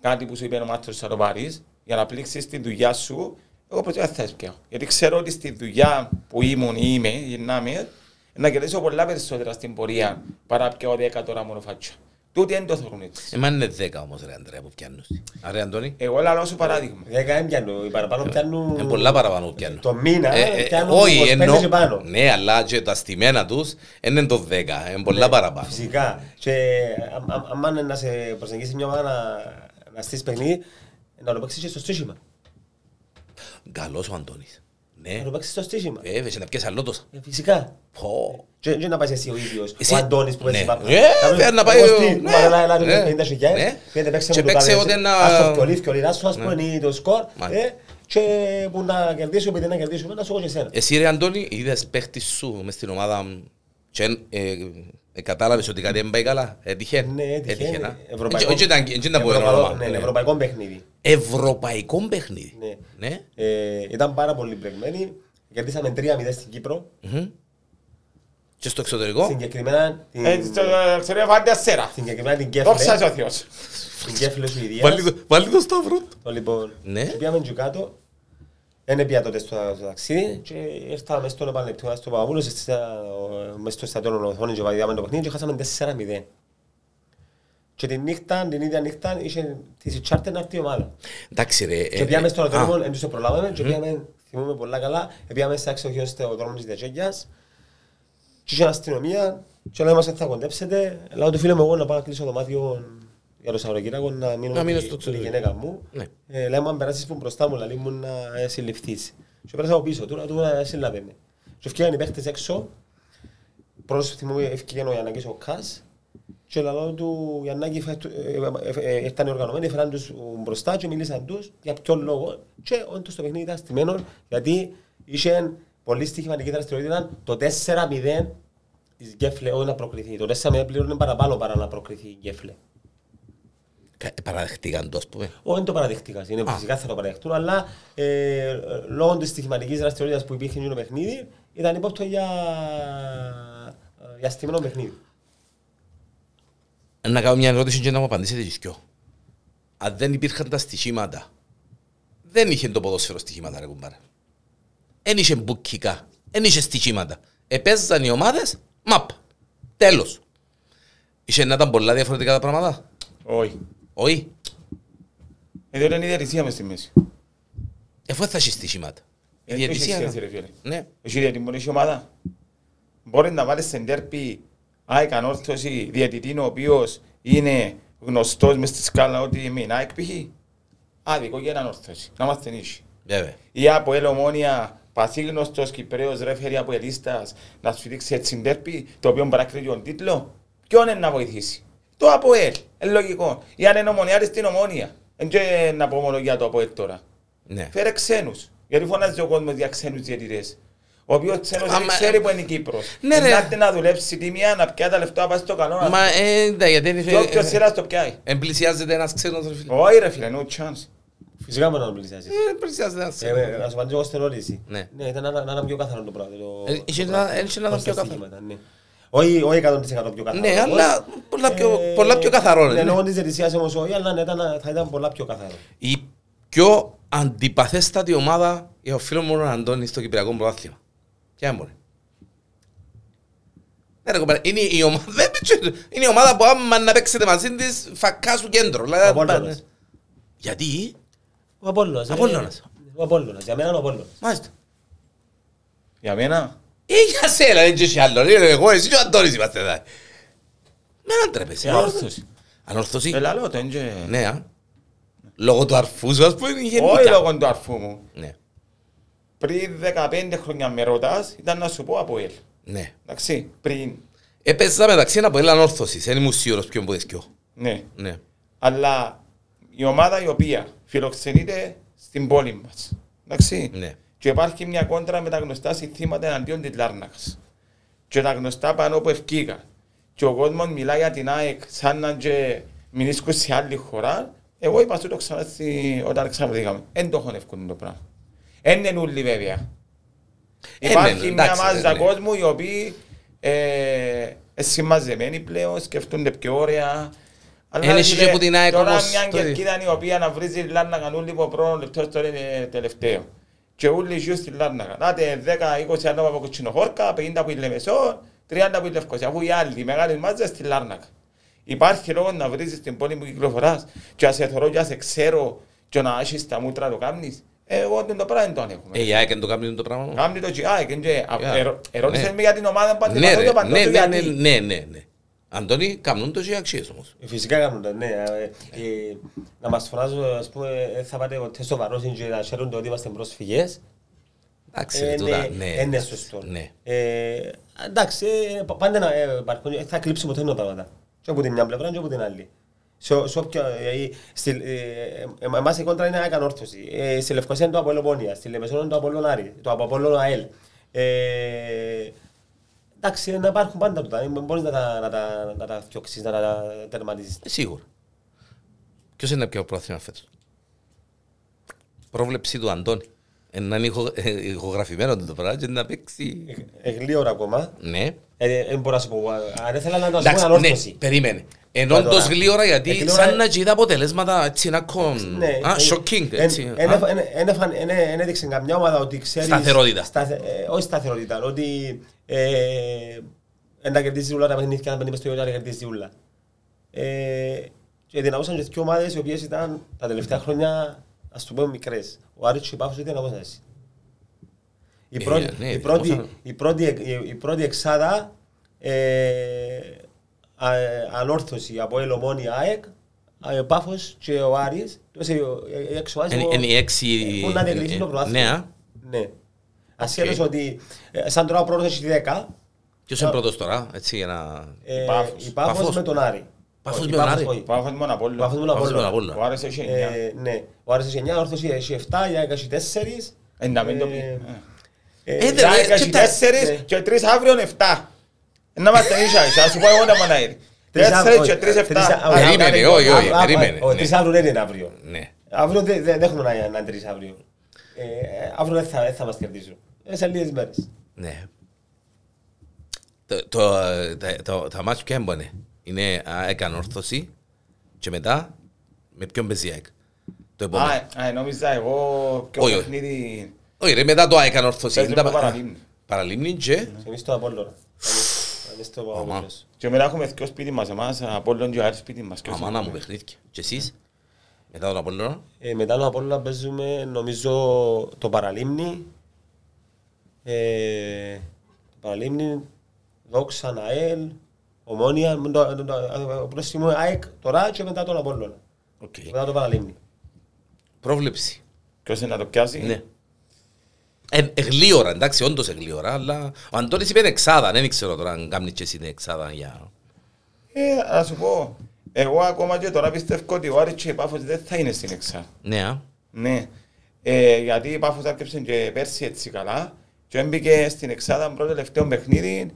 Speaker 3: κάτι που σου είπε ο μάστρος θα το πάρεις, για να πλήξεις τη δουλειά σου, εγώ προτείνω δεν θα τις πιάω. Γιατί ξέρω ότι στη δουλειά που ήμουν ή είμαι, γυρνάμε, να κερδίσω πολλά περισσότερα στην πορεία παρά πιάω 10 τώρα μόνο φάτσια. Τούτοι δεν το θεωρούν έτσι.
Speaker 1: Εμένα είναι 10 όμως ρε Αντρέα που πιάνουν. Άρα Αντώνη,
Speaker 3: Εγώ λαλώ σου παράδειγμα.
Speaker 2: Δέκα δεν πιάνουν, οι παραπάνω πιάνουν...
Speaker 1: είναι πολλά παραπάνω που πιάνουν.
Speaker 2: Το μήνα
Speaker 1: Ε, ε,
Speaker 2: πιάνουν
Speaker 1: όχι,
Speaker 2: 25
Speaker 1: εννοώ-
Speaker 2: και πάνω.
Speaker 1: Ναι, αλλά και τα στημένα τους είναι το 10, είναι πολλά παραπάνω.
Speaker 2: Ναι. Φυσικά. Και α- α- άμα είναι να σε προσεγγίσει μια ομάδα να, να στήσεις παιχνίδι, να το παίξεις και στο στήσιμα.
Speaker 1: Καλός ο Αντώνης. Ναι,
Speaker 2: Να το παίξεις στο στήσιμα.
Speaker 1: βέβαια, και να πιέσει άλλο τόσα.
Speaker 2: Ε, Φυσικά.
Speaker 1: Πω.
Speaker 2: Και και να πάει εσύ ο ίδιος,
Speaker 1: Εσύ-
Speaker 2: ο Αντώνης που παίζει
Speaker 1: ναι.
Speaker 2: πάπα.
Speaker 1: Ε,
Speaker 2: Θα πεις,
Speaker 1: ε, να πάει
Speaker 2: εγώ
Speaker 1: ο-
Speaker 2: στη-
Speaker 1: ναι,
Speaker 2: Μα, έλα, έλα,
Speaker 1: ναι.
Speaker 2: έλα, 50 χιλιάδες,
Speaker 1: Ναι.
Speaker 2: πέντε παίξε
Speaker 1: Και
Speaker 2: μου το
Speaker 1: παίξε
Speaker 2: τάδε,
Speaker 1: ό,τι να-
Speaker 2: ας το φτιολείς, φτιολείς, ας σου, ας πούμε, είναι το σκορ,
Speaker 1: Μάλιστα.
Speaker 2: ε, και που να κερδίσουμε, επειδή να κερδίσουμε, να σου έχω και εσένα.
Speaker 1: Εσύ ρε Αντώνη, είδες παίχτης σου μες στην ομάδα μ, και ε, ε, ε, κατάλαβες ότι κάτι δεν πάει καλά. Έτυχε.
Speaker 2: Ναι, έτυχε.
Speaker 1: Έτυχε, να.
Speaker 2: ε, ευρωπαϊκό-
Speaker 1: Έτσι- έτσι ήταν- έτσι ήταν που είναι
Speaker 2: ευρωπαϊκό-
Speaker 1: όνομα.
Speaker 2: ναι,
Speaker 1: Ναι.
Speaker 2: Ευρωπαϊκό παιχνίδι.
Speaker 1: Ευρωπαϊκό παιχνίδι.
Speaker 2: Ναι.
Speaker 1: Ναι.
Speaker 2: Ε, ήταν πάρα πολύ μπλεγμένοι. Κερδίσαμε 3-0 στην Κύπρο.
Speaker 1: Μμμ. Και στο εξωτερικό.
Speaker 2: Συγκεκριμένα την,
Speaker 3: Ε, στο- Ξέρω να φάνε ασέρα.
Speaker 2: συγκεκριμένα την
Speaker 3: Δόξα
Speaker 2: Κέφλε.
Speaker 3: ο Θεός.
Speaker 2: Την Κέφλε Σουηδίας.
Speaker 1: Βάλει το- Βάλει το σταυρό του.
Speaker 2: Το λοιπόν,
Speaker 1: Ναι.
Speaker 2: και πήγαμε και κάτω. Δεν πήγα τότε στο, στο ταξίδι και ήρθαμε στο επανεπτήμα στο Παπαπούλος, στις- ο- μες στο στρατιόν οθόνη και βαδιάμε το παιχνίδι και χάσαμε 4-0. Και την νύχτα, την ίδια νύχτα, είχε της Ιτσάρτερ να έρθει η ομάδα.
Speaker 1: Εντάξει ρε. ε,
Speaker 2: Και πήγαμε στον
Speaker 1: ε,
Speaker 2: δρόμο,
Speaker 1: α,
Speaker 2: δεν τους το προλάβαμε και πήγαμε, θυμούμε πολλά καλά, πήγαμε σε αξιοχείο στο δρόμο της Διατζέγιας και είχε αστυνομία και λέμε μας ότι θα κοντέψετε, λέω του φίλου μου εγώ να πάω να κλείσω δωμάτιο για το Σαββατοκύριακο να μείνω,
Speaker 1: Να μείνω στο
Speaker 2: με τη- με τη
Speaker 1: ξενοδοχείο.
Speaker 2: γυναίκα μου.
Speaker 1: Ναι.
Speaker 2: Ε, λέμε αν περάσεις που μπροστά μου, λαλή μου να ε, συλληφθείς. Και πέρασα από πίσω του, να του να συλλάβε με. Και ευκαιρία οι παίχτες έξω, πρώτος θυμούμε ευκαιρία ο Γιαννάκης ο Κάς και λαλό του Γιαννάκη φέτου- ε, ε, ε, ήρθαν οι οργανωμένοι, έφεραν τους μπροστά και μίλησαν τους για ποιον λόγο και όντως το παιχνίδι ήταν στημένο γιατί είχε πολύ στοιχηματική δραστηριότητα το 4-0 της Γκέφλε όχι να προκριθεί. Το 4-0 πλήρωνε παραπάνω παρά να προκριθεί η Γκέφλε.
Speaker 1: κα- ε, Παραδεχτήκαν το ας πούμε.
Speaker 2: Όχι, δεν το παραδεχτήκα. Είναι φυσικά θα το παραδεχτούν, αλλά ε, λόγω της στοιχηματικής δραστηριότητας που υπήρχε στο παιχνίδι, ήταν υπόπτω για, για στημένο παιχνίδι.
Speaker 1: Να κάνω μια ερώτηση και να μου απαντήσετε και δυο. Αν δεν υπήρχαν τα στοιχήματα, δεν είχε το ποδόσφαιρο στοιχήματα, ρε κουμπάρε. Εν είχε μπουκικά, εν είχε στοιχήματα. Επέζαν οι ομάδες, μαπ. Τέλος. Είχε να ήταν πολλά διαφορετικά τα πράγματα.
Speaker 3: Όχι.
Speaker 1: Όχι.
Speaker 3: Ε, Δεν είναι η διαιτησία μες στη μέση.
Speaker 1: Εφού θα είχε στοιχήματα. Η
Speaker 3: Ε,
Speaker 1: διαιτησία.
Speaker 3: έχει σχέση,
Speaker 1: να-
Speaker 3: ρε φίλε.
Speaker 1: Ναι.
Speaker 3: Έχει διατημονήσει ομάδα. Μπορεί να βάλεις στην τέρπη ΑΕΚ ανόρθωση διαιτητή ο οποίος είναι γνωστός μες στη σκάλα ότι είμαι ΑΕΚ π.χ. Άδικο για ανόρθωση. Να μας ταινίσει.
Speaker 1: Βέβαια.
Speaker 3: Ή από ελομόνια πασίγνωστος Κυπρέος ρεφερή από ελίστας να σου δείξει έτσι τέρπη το οποίο παρακρίνει τον τίτλο. Ποιον είναι να βοηθήσει. Το ΑΠΟΕΛ. Είναι λογικό. Ή αν είναι ομονιάρης την ομόνια. Εν και να πω μόνο για το ΑΠΟΕΛ τώρα.
Speaker 1: Ναι.
Speaker 3: Φέρε ξένους. Γιατί φωνάζει ο κόσμος για ξένους διαιτητές. Ο οποίος ξένος δεν
Speaker 1: Άμα-
Speaker 3: ξέρει που είναι η Κύπρος.
Speaker 1: Ναι, ρε.
Speaker 3: να έρθει να δουλέψει τίμια, να πιάει τα λεφτά, να πάει στο κανόνα.
Speaker 1: Μα ε, ναι, γιατί δεν
Speaker 3: Και όποιος
Speaker 1: είχε...
Speaker 3: θέλει να το πιάει.
Speaker 1: Εμπλησιάζεται ένας ξένος, ρε φίλε.
Speaker 3: Όχι, ρε φίλε, no chance.
Speaker 2: Φυσικά μπορεί να τον πλησιάσεις.
Speaker 1: Ε, Εμπλησιάζεται ένας
Speaker 2: Ε, ε, Να
Speaker 1: ξένος.
Speaker 2: σου απαντήσω εγώ στην ερώτηση.
Speaker 1: Ναι.
Speaker 2: Ναι, ήταν να- να ήταν πιο καθαρό το πράγμα. το-
Speaker 1: Ε, είχε
Speaker 2: το
Speaker 1: να-
Speaker 2: πράγμα.
Speaker 1: είχε να ήταν
Speaker 2: Χωρίς τα
Speaker 1: πιο καθαρό.
Speaker 2: στοιχήματα, ναι. Όχι όχι 100% πιο καθαρός.
Speaker 1: Ναι, αλλά πολλά πιο-
Speaker 2: Ε,
Speaker 1: πολλά πιο καθαρός,
Speaker 2: Ναι,
Speaker 1: ναι.
Speaker 2: λόγω της διαιτησίας όμως όχι, αλλά ναι, ήταν- θα ήταν πολλά πιο καθαρός.
Speaker 1: η πιο αντιπαθέστατη ομάδα για ο φίλος μου ο Αντώνη στο Κυπριακό Πρωτάθλημα. Ποια μπορεί. Ναι, ρε κομπάρε, είναι η ομάδα, δεν πιτσου- είναι η ομάδα που άμα να παίξετε μαζί της φακάσου κέντρο. Δηλαδή,
Speaker 2: Ο Απόλλωνας.
Speaker 1: Γιατί,
Speaker 2: Ο Απόλλωνας. ε.
Speaker 1: Απόλλωνας.
Speaker 2: Ο Απόλλωνας. Για μένα είναι ο Απόλλωνας.
Speaker 1: μάλιστα.
Speaker 3: Για μένα,
Speaker 1: Ε, για σένα, δεν έχει άλλο. Ε, Εγώ, εσύ και ο Αντώνης είμαστε εδώ. Με έναν τραπέζι.
Speaker 3: η ανόρθωση.
Speaker 1: Ανόρθωση.
Speaker 3: Ελαλό Ε, το έντζε.
Speaker 1: Ναι, α. Λόγω του αρφού σου, ας πούμε, είχε
Speaker 3: Όχι
Speaker 1: νίκα.
Speaker 3: λόγω του αρφού μου.
Speaker 1: Ναι,
Speaker 3: Πριν 15 χρόνια με ρωτάς, ήταν να σου πω από ελ.
Speaker 1: ναι.
Speaker 3: Εντάξει, πριν.
Speaker 1: Έπαιζα μεταξύ ένα από έλα ανόρθωσης. Δεν ήμουν σίγουρος ποιον που δεσκιώ.
Speaker 3: Ναι.
Speaker 1: Ναι.
Speaker 3: Αλλά η ομάδα η οποία φιλοξενείται στην πόλη μας. Εντάξει.
Speaker 1: Ναι.
Speaker 3: Και υπάρχει μια κόντρα με τα γνωστά συνθήματα εναντίον της Λάρνακας. Και τα γνωστά πάνω που ευκήκα. Και ο κόσμος μιλάει για την ΑΕΚ σαν να και μιλήσκω σε άλλη χώρα. Εγώ είπα στο το ξανά στη- όταν ξαναβρήκαμε. Εν το χωνεύκουν το πράγμα. Εν εν ούλοι βέβαια.
Speaker 1: Ε, ναι,
Speaker 3: Υπάρχει μια
Speaker 1: εντάξει,
Speaker 3: μάζα
Speaker 1: ναι.
Speaker 3: κόσμου οι οποίοι ε, ε, συμμαζεμένοι πλέον, σκεφτούνται πιο ωραία. Αλλά,
Speaker 1: Εν εσύ
Speaker 3: φίλε,
Speaker 1: και που την ΑΕΚ
Speaker 3: τώρα
Speaker 1: όμως,
Speaker 3: μια
Speaker 1: το ίδιο.
Speaker 3: κερκίδα είναι η οποία να βρίζει Λάρνακα όλοι από πρώτος λεπτός στο ε, τελευταίο. Και όλοι ζουν στη Λάρνακα. Άτε 10-20 άτομα από Κουτσινοχώρκα, 50 από Ηλεμεσό, 30 από Ηλευκοσία. Αφού οι άλλοι, οι μεγάλοι μάζες στη Λάρνακα. Υπάρχει λόγος να βρίζεις την πόλη που κυκλοφοράς και να σε θωρώ και να σε ξέρω και να έχεις τα μούτρα το κάνεις. Εγώ δεν το πράγμα δεν το ανέχομαι.
Speaker 1: Ε, η ΑΕΚ δεν το κάνει το πράγμα.
Speaker 3: Κάμνη το GI, και είναι- α,
Speaker 1: Yeah.
Speaker 3: ερω-
Speaker 1: Ναι.
Speaker 3: ερώτησες με για την ομάδα που
Speaker 1: Ναι,
Speaker 3: αντιπαθώ
Speaker 1: ρε,
Speaker 3: το παντός
Speaker 1: ναι,
Speaker 3: του
Speaker 1: ναι, ναι,
Speaker 3: γιατί.
Speaker 1: ναι, ναι, ναι. Αντώνη, κάνουν το και οι αξίες όμως.
Speaker 2: Ε, Φυσικά κάνουν τα, ναι. Ε, ε, να μας φωνάζουν, ας πούμε, ε, θα πάτε ποτέ στο βαρόσιν και να ξέρουν το ότι είμαστε πρόσφυγες.
Speaker 1: Εντάξει,
Speaker 2: Ε,
Speaker 1: ρε, τούτα,
Speaker 2: ναι,
Speaker 1: ναι.
Speaker 2: ε, Είναι σωστό.
Speaker 1: Ναι.
Speaker 2: Ε, Εντάξει, ε, πα- πάντα να, ε, υπάρχουν- ε, θα κλείψουμε τότε τα πράγματα. Και από την μια πλευρά και από την άλλη. Σε- σε όποια- ε, η- στη- ε, ε, ε, εμάς η κόντρα είναι ακανόρθωση. Ε, Στη Λευκοσία είναι το Απόλλων Πόνια, στη Λεμεσόνο είναι το Απόλλων Άρη, το Απόλλων ΑΕΛ. Ε, Εντάξει, να υπάρχουν πάντα τούτα. Ε, Μπορείς να τα, να τα, να τα φτιάξεις, να τα τερματίζεις.
Speaker 1: Ε, Σίγουρα. Ποιος είναι πια ο πρόθυμα φέτος. Πρόβλεψη του Αντώνη. Ε, Να είναι ηχο- ε, ηχογραφημένο το πράγμα και να παίξει...
Speaker 2: Ε, ε, Γλίωρα ακόμα.
Speaker 1: Ναι.
Speaker 2: Ε, ε, Δεν μπορώ να σου πω. Αν ήθελα να το σου πω
Speaker 1: Εντάξει, ναι,
Speaker 2: ανόρθωση.
Speaker 1: περίμενε. Εν
Speaker 2: Τώρα.
Speaker 1: όντως γλύωρα
Speaker 2: Ε,
Speaker 1: γιατί
Speaker 2: γλύωρα-
Speaker 1: σαν να κοιτά αποτελέσματα έτσι να κον...
Speaker 2: Ναι,
Speaker 1: Α,
Speaker 2: ε,
Speaker 1: shocking,
Speaker 2: εν-
Speaker 1: έτσι.
Speaker 2: εν-
Speaker 1: α.
Speaker 2: εν- εν- έφαν- εν- ε, εν έδειξε καμιά ομάδα ότι ξέρεις...
Speaker 1: Σταθερότητα.
Speaker 2: σταθε- ε, όχι σταθερότητα, ότι ε, εν τα κερδίσει όλα τα παιχνίδια, αν πέντε στο γιο, να τα κερδίσει όλα. Ε, και δυναμώσαν και δύο ομάδες οι οποίες ήταν τα τελευταία χρόνια, ας το πούμε, μικρές. Ο Άρης και η Πάφος ήταν δυναμώσαν έτσι. Η
Speaker 1: Ε,
Speaker 2: πρώτη,
Speaker 1: ναι,
Speaker 2: η πρώτη,
Speaker 1: δυναμώσαν.
Speaker 2: η πρώτη, εκ- η- η πρώτη εξάδα ε, α- ε, ανόρθωση από Ελωμόνη ΑΕΚ, ε, Πάφος και ο Άρης, τόσο ε, ε, έξω Άρης,
Speaker 1: Εν-
Speaker 2: ο-
Speaker 1: εν οι έξι-
Speaker 2: ε, Που να διεκδικήσει
Speaker 1: εν-
Speaker 2: το
Speaker 1: εν-
Speaker 2: πρωτάθλημα.
Speaker 1: ναι, α.
Speaker 2: Ναι. Ασχέτως ότι ε, σαν τώρα ο πρώτος έχει 10,
Speaker 1: Ποιος είναι πρώτος τώρα, έτσι για να...
Speaker 2: ε,
Speaker 3: Η Πάφος.
Speaker 2: η Πάφος
Speaker 1: Πάφος.
Speaker 2: με τον Άρη.
Speaker 1: Πάφος
Speaker 2: Όχι,
Speaker 1: με
Speaker 2: η
Speaker 1: τον Άρη.
Speaker 2: όχι.
Speaker 3: Ο Πάφος μόνο απ' όλο.
Speaker 2: Ο Πάφος με τον
Speaker 1: Πάφος με τον
Speaker 2: Απόλλωνα.
Speaker 1: Απόλλωνα.
Speaker 3: Ο Άρης έχει εννιά.
Speaker 2: Ε, Ναι, ο Άρης έχει 9, ο Όρθος έχει 7, η ΑΕΚ έχει 4.
Speaker 3: Ε, να μην το πει.
Speaker 2: ε,
Speaker 3: Ε.
Speaker 1: Ε,
Speaker 2: Ε,
Speaker 1: δεν-
Speaker 3: Η ΑΕΚ έχει
Speaker 1: κοίτα,
Speaker 3: τέσσερις
Speaker 2: ναι.
Speaker 3: και τρεις αύριον εφτά. Ε, να μας ταινίσαι, ας ας σου πω εγώ να μου αναείρει.
Speaker 2: Τρεις
Speaker 3: Τέσσερις
Speaker 2: αύριο,
Speaker 3: και τρεις
Speaker 2: ε,
Speaker 3: εφτά.
Speaker 2: τρεις αύριο.
Speaker 3: Α,
Speaker 1: Περίμενε,
Speaker 3: κάνει
Speaker 1: όχι,
Speaker 3: κόμμα.
Speaker 1: όχι. περίμενε,
Speaker 2: Ο
Speaker 1: ναι.
Speaker 2: τρεις αύριο δεν είναι αύριο.
Speaker 1: Ναι.
Speaker 2: Αύριο δεν δεν- δεν έχουμε να να τρεις αύριο. Ε, Αύριο δεν θα- δεν θα μας κερδίσουν. Ε, Σε λίγες μέρες.
Speaker 1: Ναι. Το, το, ε, τα, το, τα μάτς ποια έμπανε. Είναι α, έκανε όρθωση και μετά με ποιον παίζει η ΑΕΚ. Το επόμενο.
Speaker 3: Α, ε, νόμιζα εγώ πιο
Speaker 1: Όχι, όχι.
Speaker 3: παιχνίδι.
Speaker 1: Όχι ρε, μετά το α, έκανε όρθωση.
Speaker 3: Παίζει
Speaker 1: Είναι
Speaker 3: με
Speaker 1: τα-
Speaker 3: Παραλίμνη.
Speaker 1: Παραλίμνη και...
Speaker 2: Εμείς το Απόλλωνα. Εμείς- Εμείς το Απόλλωνας.
Speaker 3: Και μετά έχουμε δυο σπίτι μας, εμάς, Απόλλων και ο Άρης σπίτι μας.
Speaker 2: Ναι.
Speaker 3: Ποιος
Speaker 1: Αμάνα
Speaker 3: είναι?
Speaker 1: μου παιχνίδια. Και εσείς. Μετά τον Απόλλωνα.
Speaker 2: Ε, Μετά τον Απόλλωνα παίζουμε νομίζω το Παραλίμνη. Ε, Το Παραλίμνη, Δόξα, Ναέλ, Ομόνια, μην το- το- το- πρόσημο ΑΕΚ τώρα και μετά τον Απόλλωνα.
Speaker 1: Οκ.
Speaker 2: Μετά το Παραλίμνη.
Speaker 1: Πρόβλεψη.
Speaker 3: Ποιος είναι να το πιάσει.
Speaker 1: Ναι. Ε, εγλίωρα, εντάξει, όντως εγλίωρα, αλλά ο Αντώνης είπε εξάδα, δεν ξέρω τώρα αν κάνει και εσύ την εξάδα για...
Speaker 3: Ε, να σου πω, εγώ ακόμα και τώρα πιστεύω ότι ο Άρης και η Πάφος δεν θα είναι στην εξά.
Speaker 1: Ναι, α.
Speaker 3: Ναι. Ε, γιατί η Πάφος άρχισε και πέρσι έτσι καλά και έμπηκε στην εξάδα πρώτο τελευταίο παιχνίδι.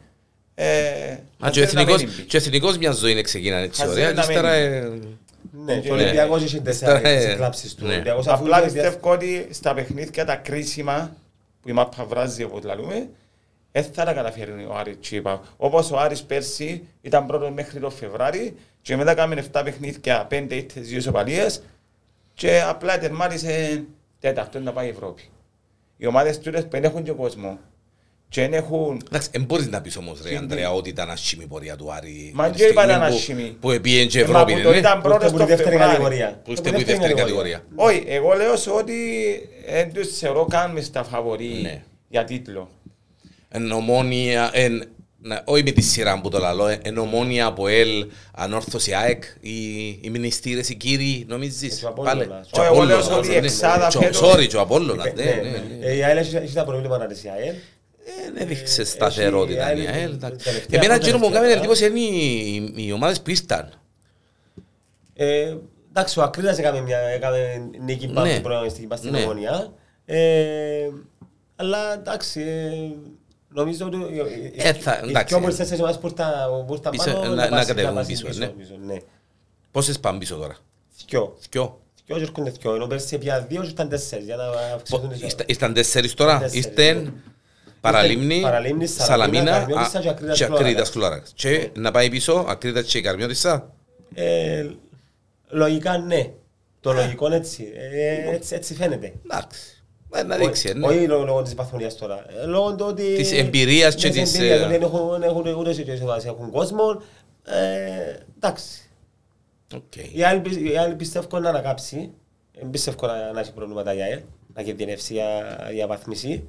Speaker 3: Ε,
Speaker 1: Α, και ο εθνικός, και ο εθνικός μιας ζωής είναι ξεκίνανε έτσι
Speaker 3: Ας
Speaker 1: ωραία,
Speaker 3: δεν
Speaker 1: και ύστερα...
Speaker 3: αμένει.
Speaker 1: ε,
Speaker 2: Ναι, και ο
Speaker 3: Ναι.
Speaker 2: Ολυμπιακός είχε τέσσερα
Speaker 1: Στα- ε,
Speaker 2: συγκλάψεις του.
Speaker 1: ναι.
Speaker 2: Ο Ολυμπιακός αφού
Speaker 3: Απλά
Speaker 2: είχε δια-
Speaker 3: πιστεύω ότι στα παιχνίδια τα κρίσιμα που η μάπα βράζει όπως λαλούμε, δεν θα τα καταφέρει ο Άρης Τσίπα. Όπως ο Άρης πέρσι ήταν πρώτος μέχρι το Φεβράρι και μετά κάμενε 7 παιχνίδια, 5 ήττες, 2 ισοπαλίες και απλά τερμάτισε τέταρτο να πάει η Ευρώπη. Οι ομάδες του δεν έχουν και κόσμος και δεν έχουν...
Speaker 1: Εντάξει, δεν μπορείς να πεις όμως ρε
Speaker 3: Γιατί?
Speaker 1: Αντρέα ότι ήταν άσχημη η πορεία του Άρη.
Speaker 3: Μα
Speaker 1: Την
Speaker 3: και είπα
Speaker 1: στιγμή
Speaker 3: ήταν
Speaker 1: που-
Speaker 3: άσχημη.
Speaker 1: Που επίεν και
Speaker 3: Ε, μα
Speaker 1: Ευρώπη,
Speaker 3: που το Ε,
Speaker 1: ναι.
Speaker 3: ήταν
Speaker 2: που
Speaker 3: πρώτος
Speaker 2: ήρθε
Speaker 3: στο
Speaker 2: η δεύτερη
Speaker 3: Φεβράρι.
Speaker 2: κατηγορία.
Speaker 1: Που είστε που η δεύτερη κατηγορία.
Speaker 3: Όχι, εγώ λέω σου ότι δεν τους θεωρώ καν μες τα φαβορή
Speaker 1: Ναι.
Speaker 3: για τίτλο.
Speaker 1: Εν ομόνια, εν... να- Όχι με τη σειρά που το λαλώ, ε, εν ομόνια από ελ, ανόρθωση ΑΕΚ, οι, οι μνηστήρες, οι κύριοι,
Speaker 2: Ε,
Speaker 1: νομίζεις.
Speaker 2: του Απόλλωνα.
Speaker 1: Πάλε.
Speaker 2: Ο-
Speaker 1: Του
Speaker 3: εγώ
Speaker 1: Απόλλωνα,
Speaker 3: λέω ότι η
Speaker 1: ναι.
Speaker 3: Εξάδα
Speaker 1: Του-
Speaker 3: φέτος-
Speaker 1: Sorry, του Απόλλωνα, ναι,
Speaker 2: Ναι,
Speaker 1: ναι, ναι.
Speaker 2: ναι. Η ΑΕΛ έχει έχει τα προβλήματα της η ΑΕΛ.
Speaker 1: Ε, Δεν έδειξε
Speaker 2: Ε,
Speaker 1: σταθερότητα
Speaker 2: έχει
Speaker 1: η
Speaker 2: η
Speaker 1: ΑΕΛ.
Speaker 2: άλλη
Speaker 1: εντάξει. Ε,
Speaker 2: τελευταία,
Speaker 1: Εμένα
Speaker 2: πρώτη
Speaker 1: εκείνο που μου κάνει
Speaker 2: τελευταία.
Speaker 1: εντύπωση είναι οι- οι ομάδες που ήρθαν.
Speaker 2: Ε, εντάξει, ο Ακρίδας έκανε, μια, έκανε νίκη πάνω
Speaker 1: Ναι.
Speaker 2: στην προαγωνιστική πάνω στην
Speaker 1: Ναι.
Speaker 2: Ομόνια. Ε, αλλά εντάξει, ε, νομίζω ότι οι- οι-
Speaker 1: Ε, θα-
Speaker 2: οι
Speaker 1: εντάξει.
Speaker 2: πιο πολλές τέσσερις ομάδες που ήρθαν που ήρθαν
Speaker 1: Πίσω,
Speaker 2: πάνω
Speaker 1: να-
Speaker 2: να
Speaker 1: να
Speaker 2: πάσουν-
Speaker 1: κατεβούν
Speaker 2: πάσουν
Speaker 1: πίσω, ναι.
Speaker 2: νομίζω, ναι.
Speaker 1: Πόσες πάνε πίσω τώρα,
Speaker 2: Δυο.
Speaker 1: δυο.
Speaker 2: Δυο και έρχονται δυο. Ενώ πέρσι πια δύο και ήταν τέσσερις για να αυξηθούν οι
Speaker 1: Ήσταν- Ήσταν τέσσερις τώρα,
Speaker 2: Τέσσερις, ναι.
Speaker 1: ήρθαν Παραλίμνη,
Speaker 2: Παραλίμνη, Σαλαμίνα,
Speaker 1: Σαλαμίνα
Speaker 2: Καρμιώτισσα και
Speaker 1: α,
Speaker 2: Ακρίδας
Speaker 1: και Ακρίδας
Speaker 2: Κλώρακας.
Speaker 1: Κλώρακας. Και να πάει πίσω, Ακρίδας και Καρμιώτισσα.
Speaker 2: Ε, λογικά ναι. Το λογικό είναι έτσι. Ε, έτσι, έτσι φαίνεται.
Speaker 1: Εντάξει, ε, να δείξει. ναι.
Speaker 2: Όχι λο- λόγω της βαθμονίας τώρα. Ε, Λόγω του ότι...
Speaker 1: Της εμπειρίας και
Speaker 2: Ναι,
Speaker 1: της,
Speaker 2: εμπειρίας,
Speaker 1: ε,
Speaker 2: Δεν έχουν δεν έχουν- ούτε σε τέτοιες ομάδες, έχουν κόσμο. Ε, Εντάξει.
Speaker 1: Οκ.
Speaker 2: Η άλλη πι- η άλλη πιστεύω να ανακάψει. Δεν πιστεύω να να έχει προβλήματα η ΑΕΛ. Να κινδυνεύσει για- για βαθμίση.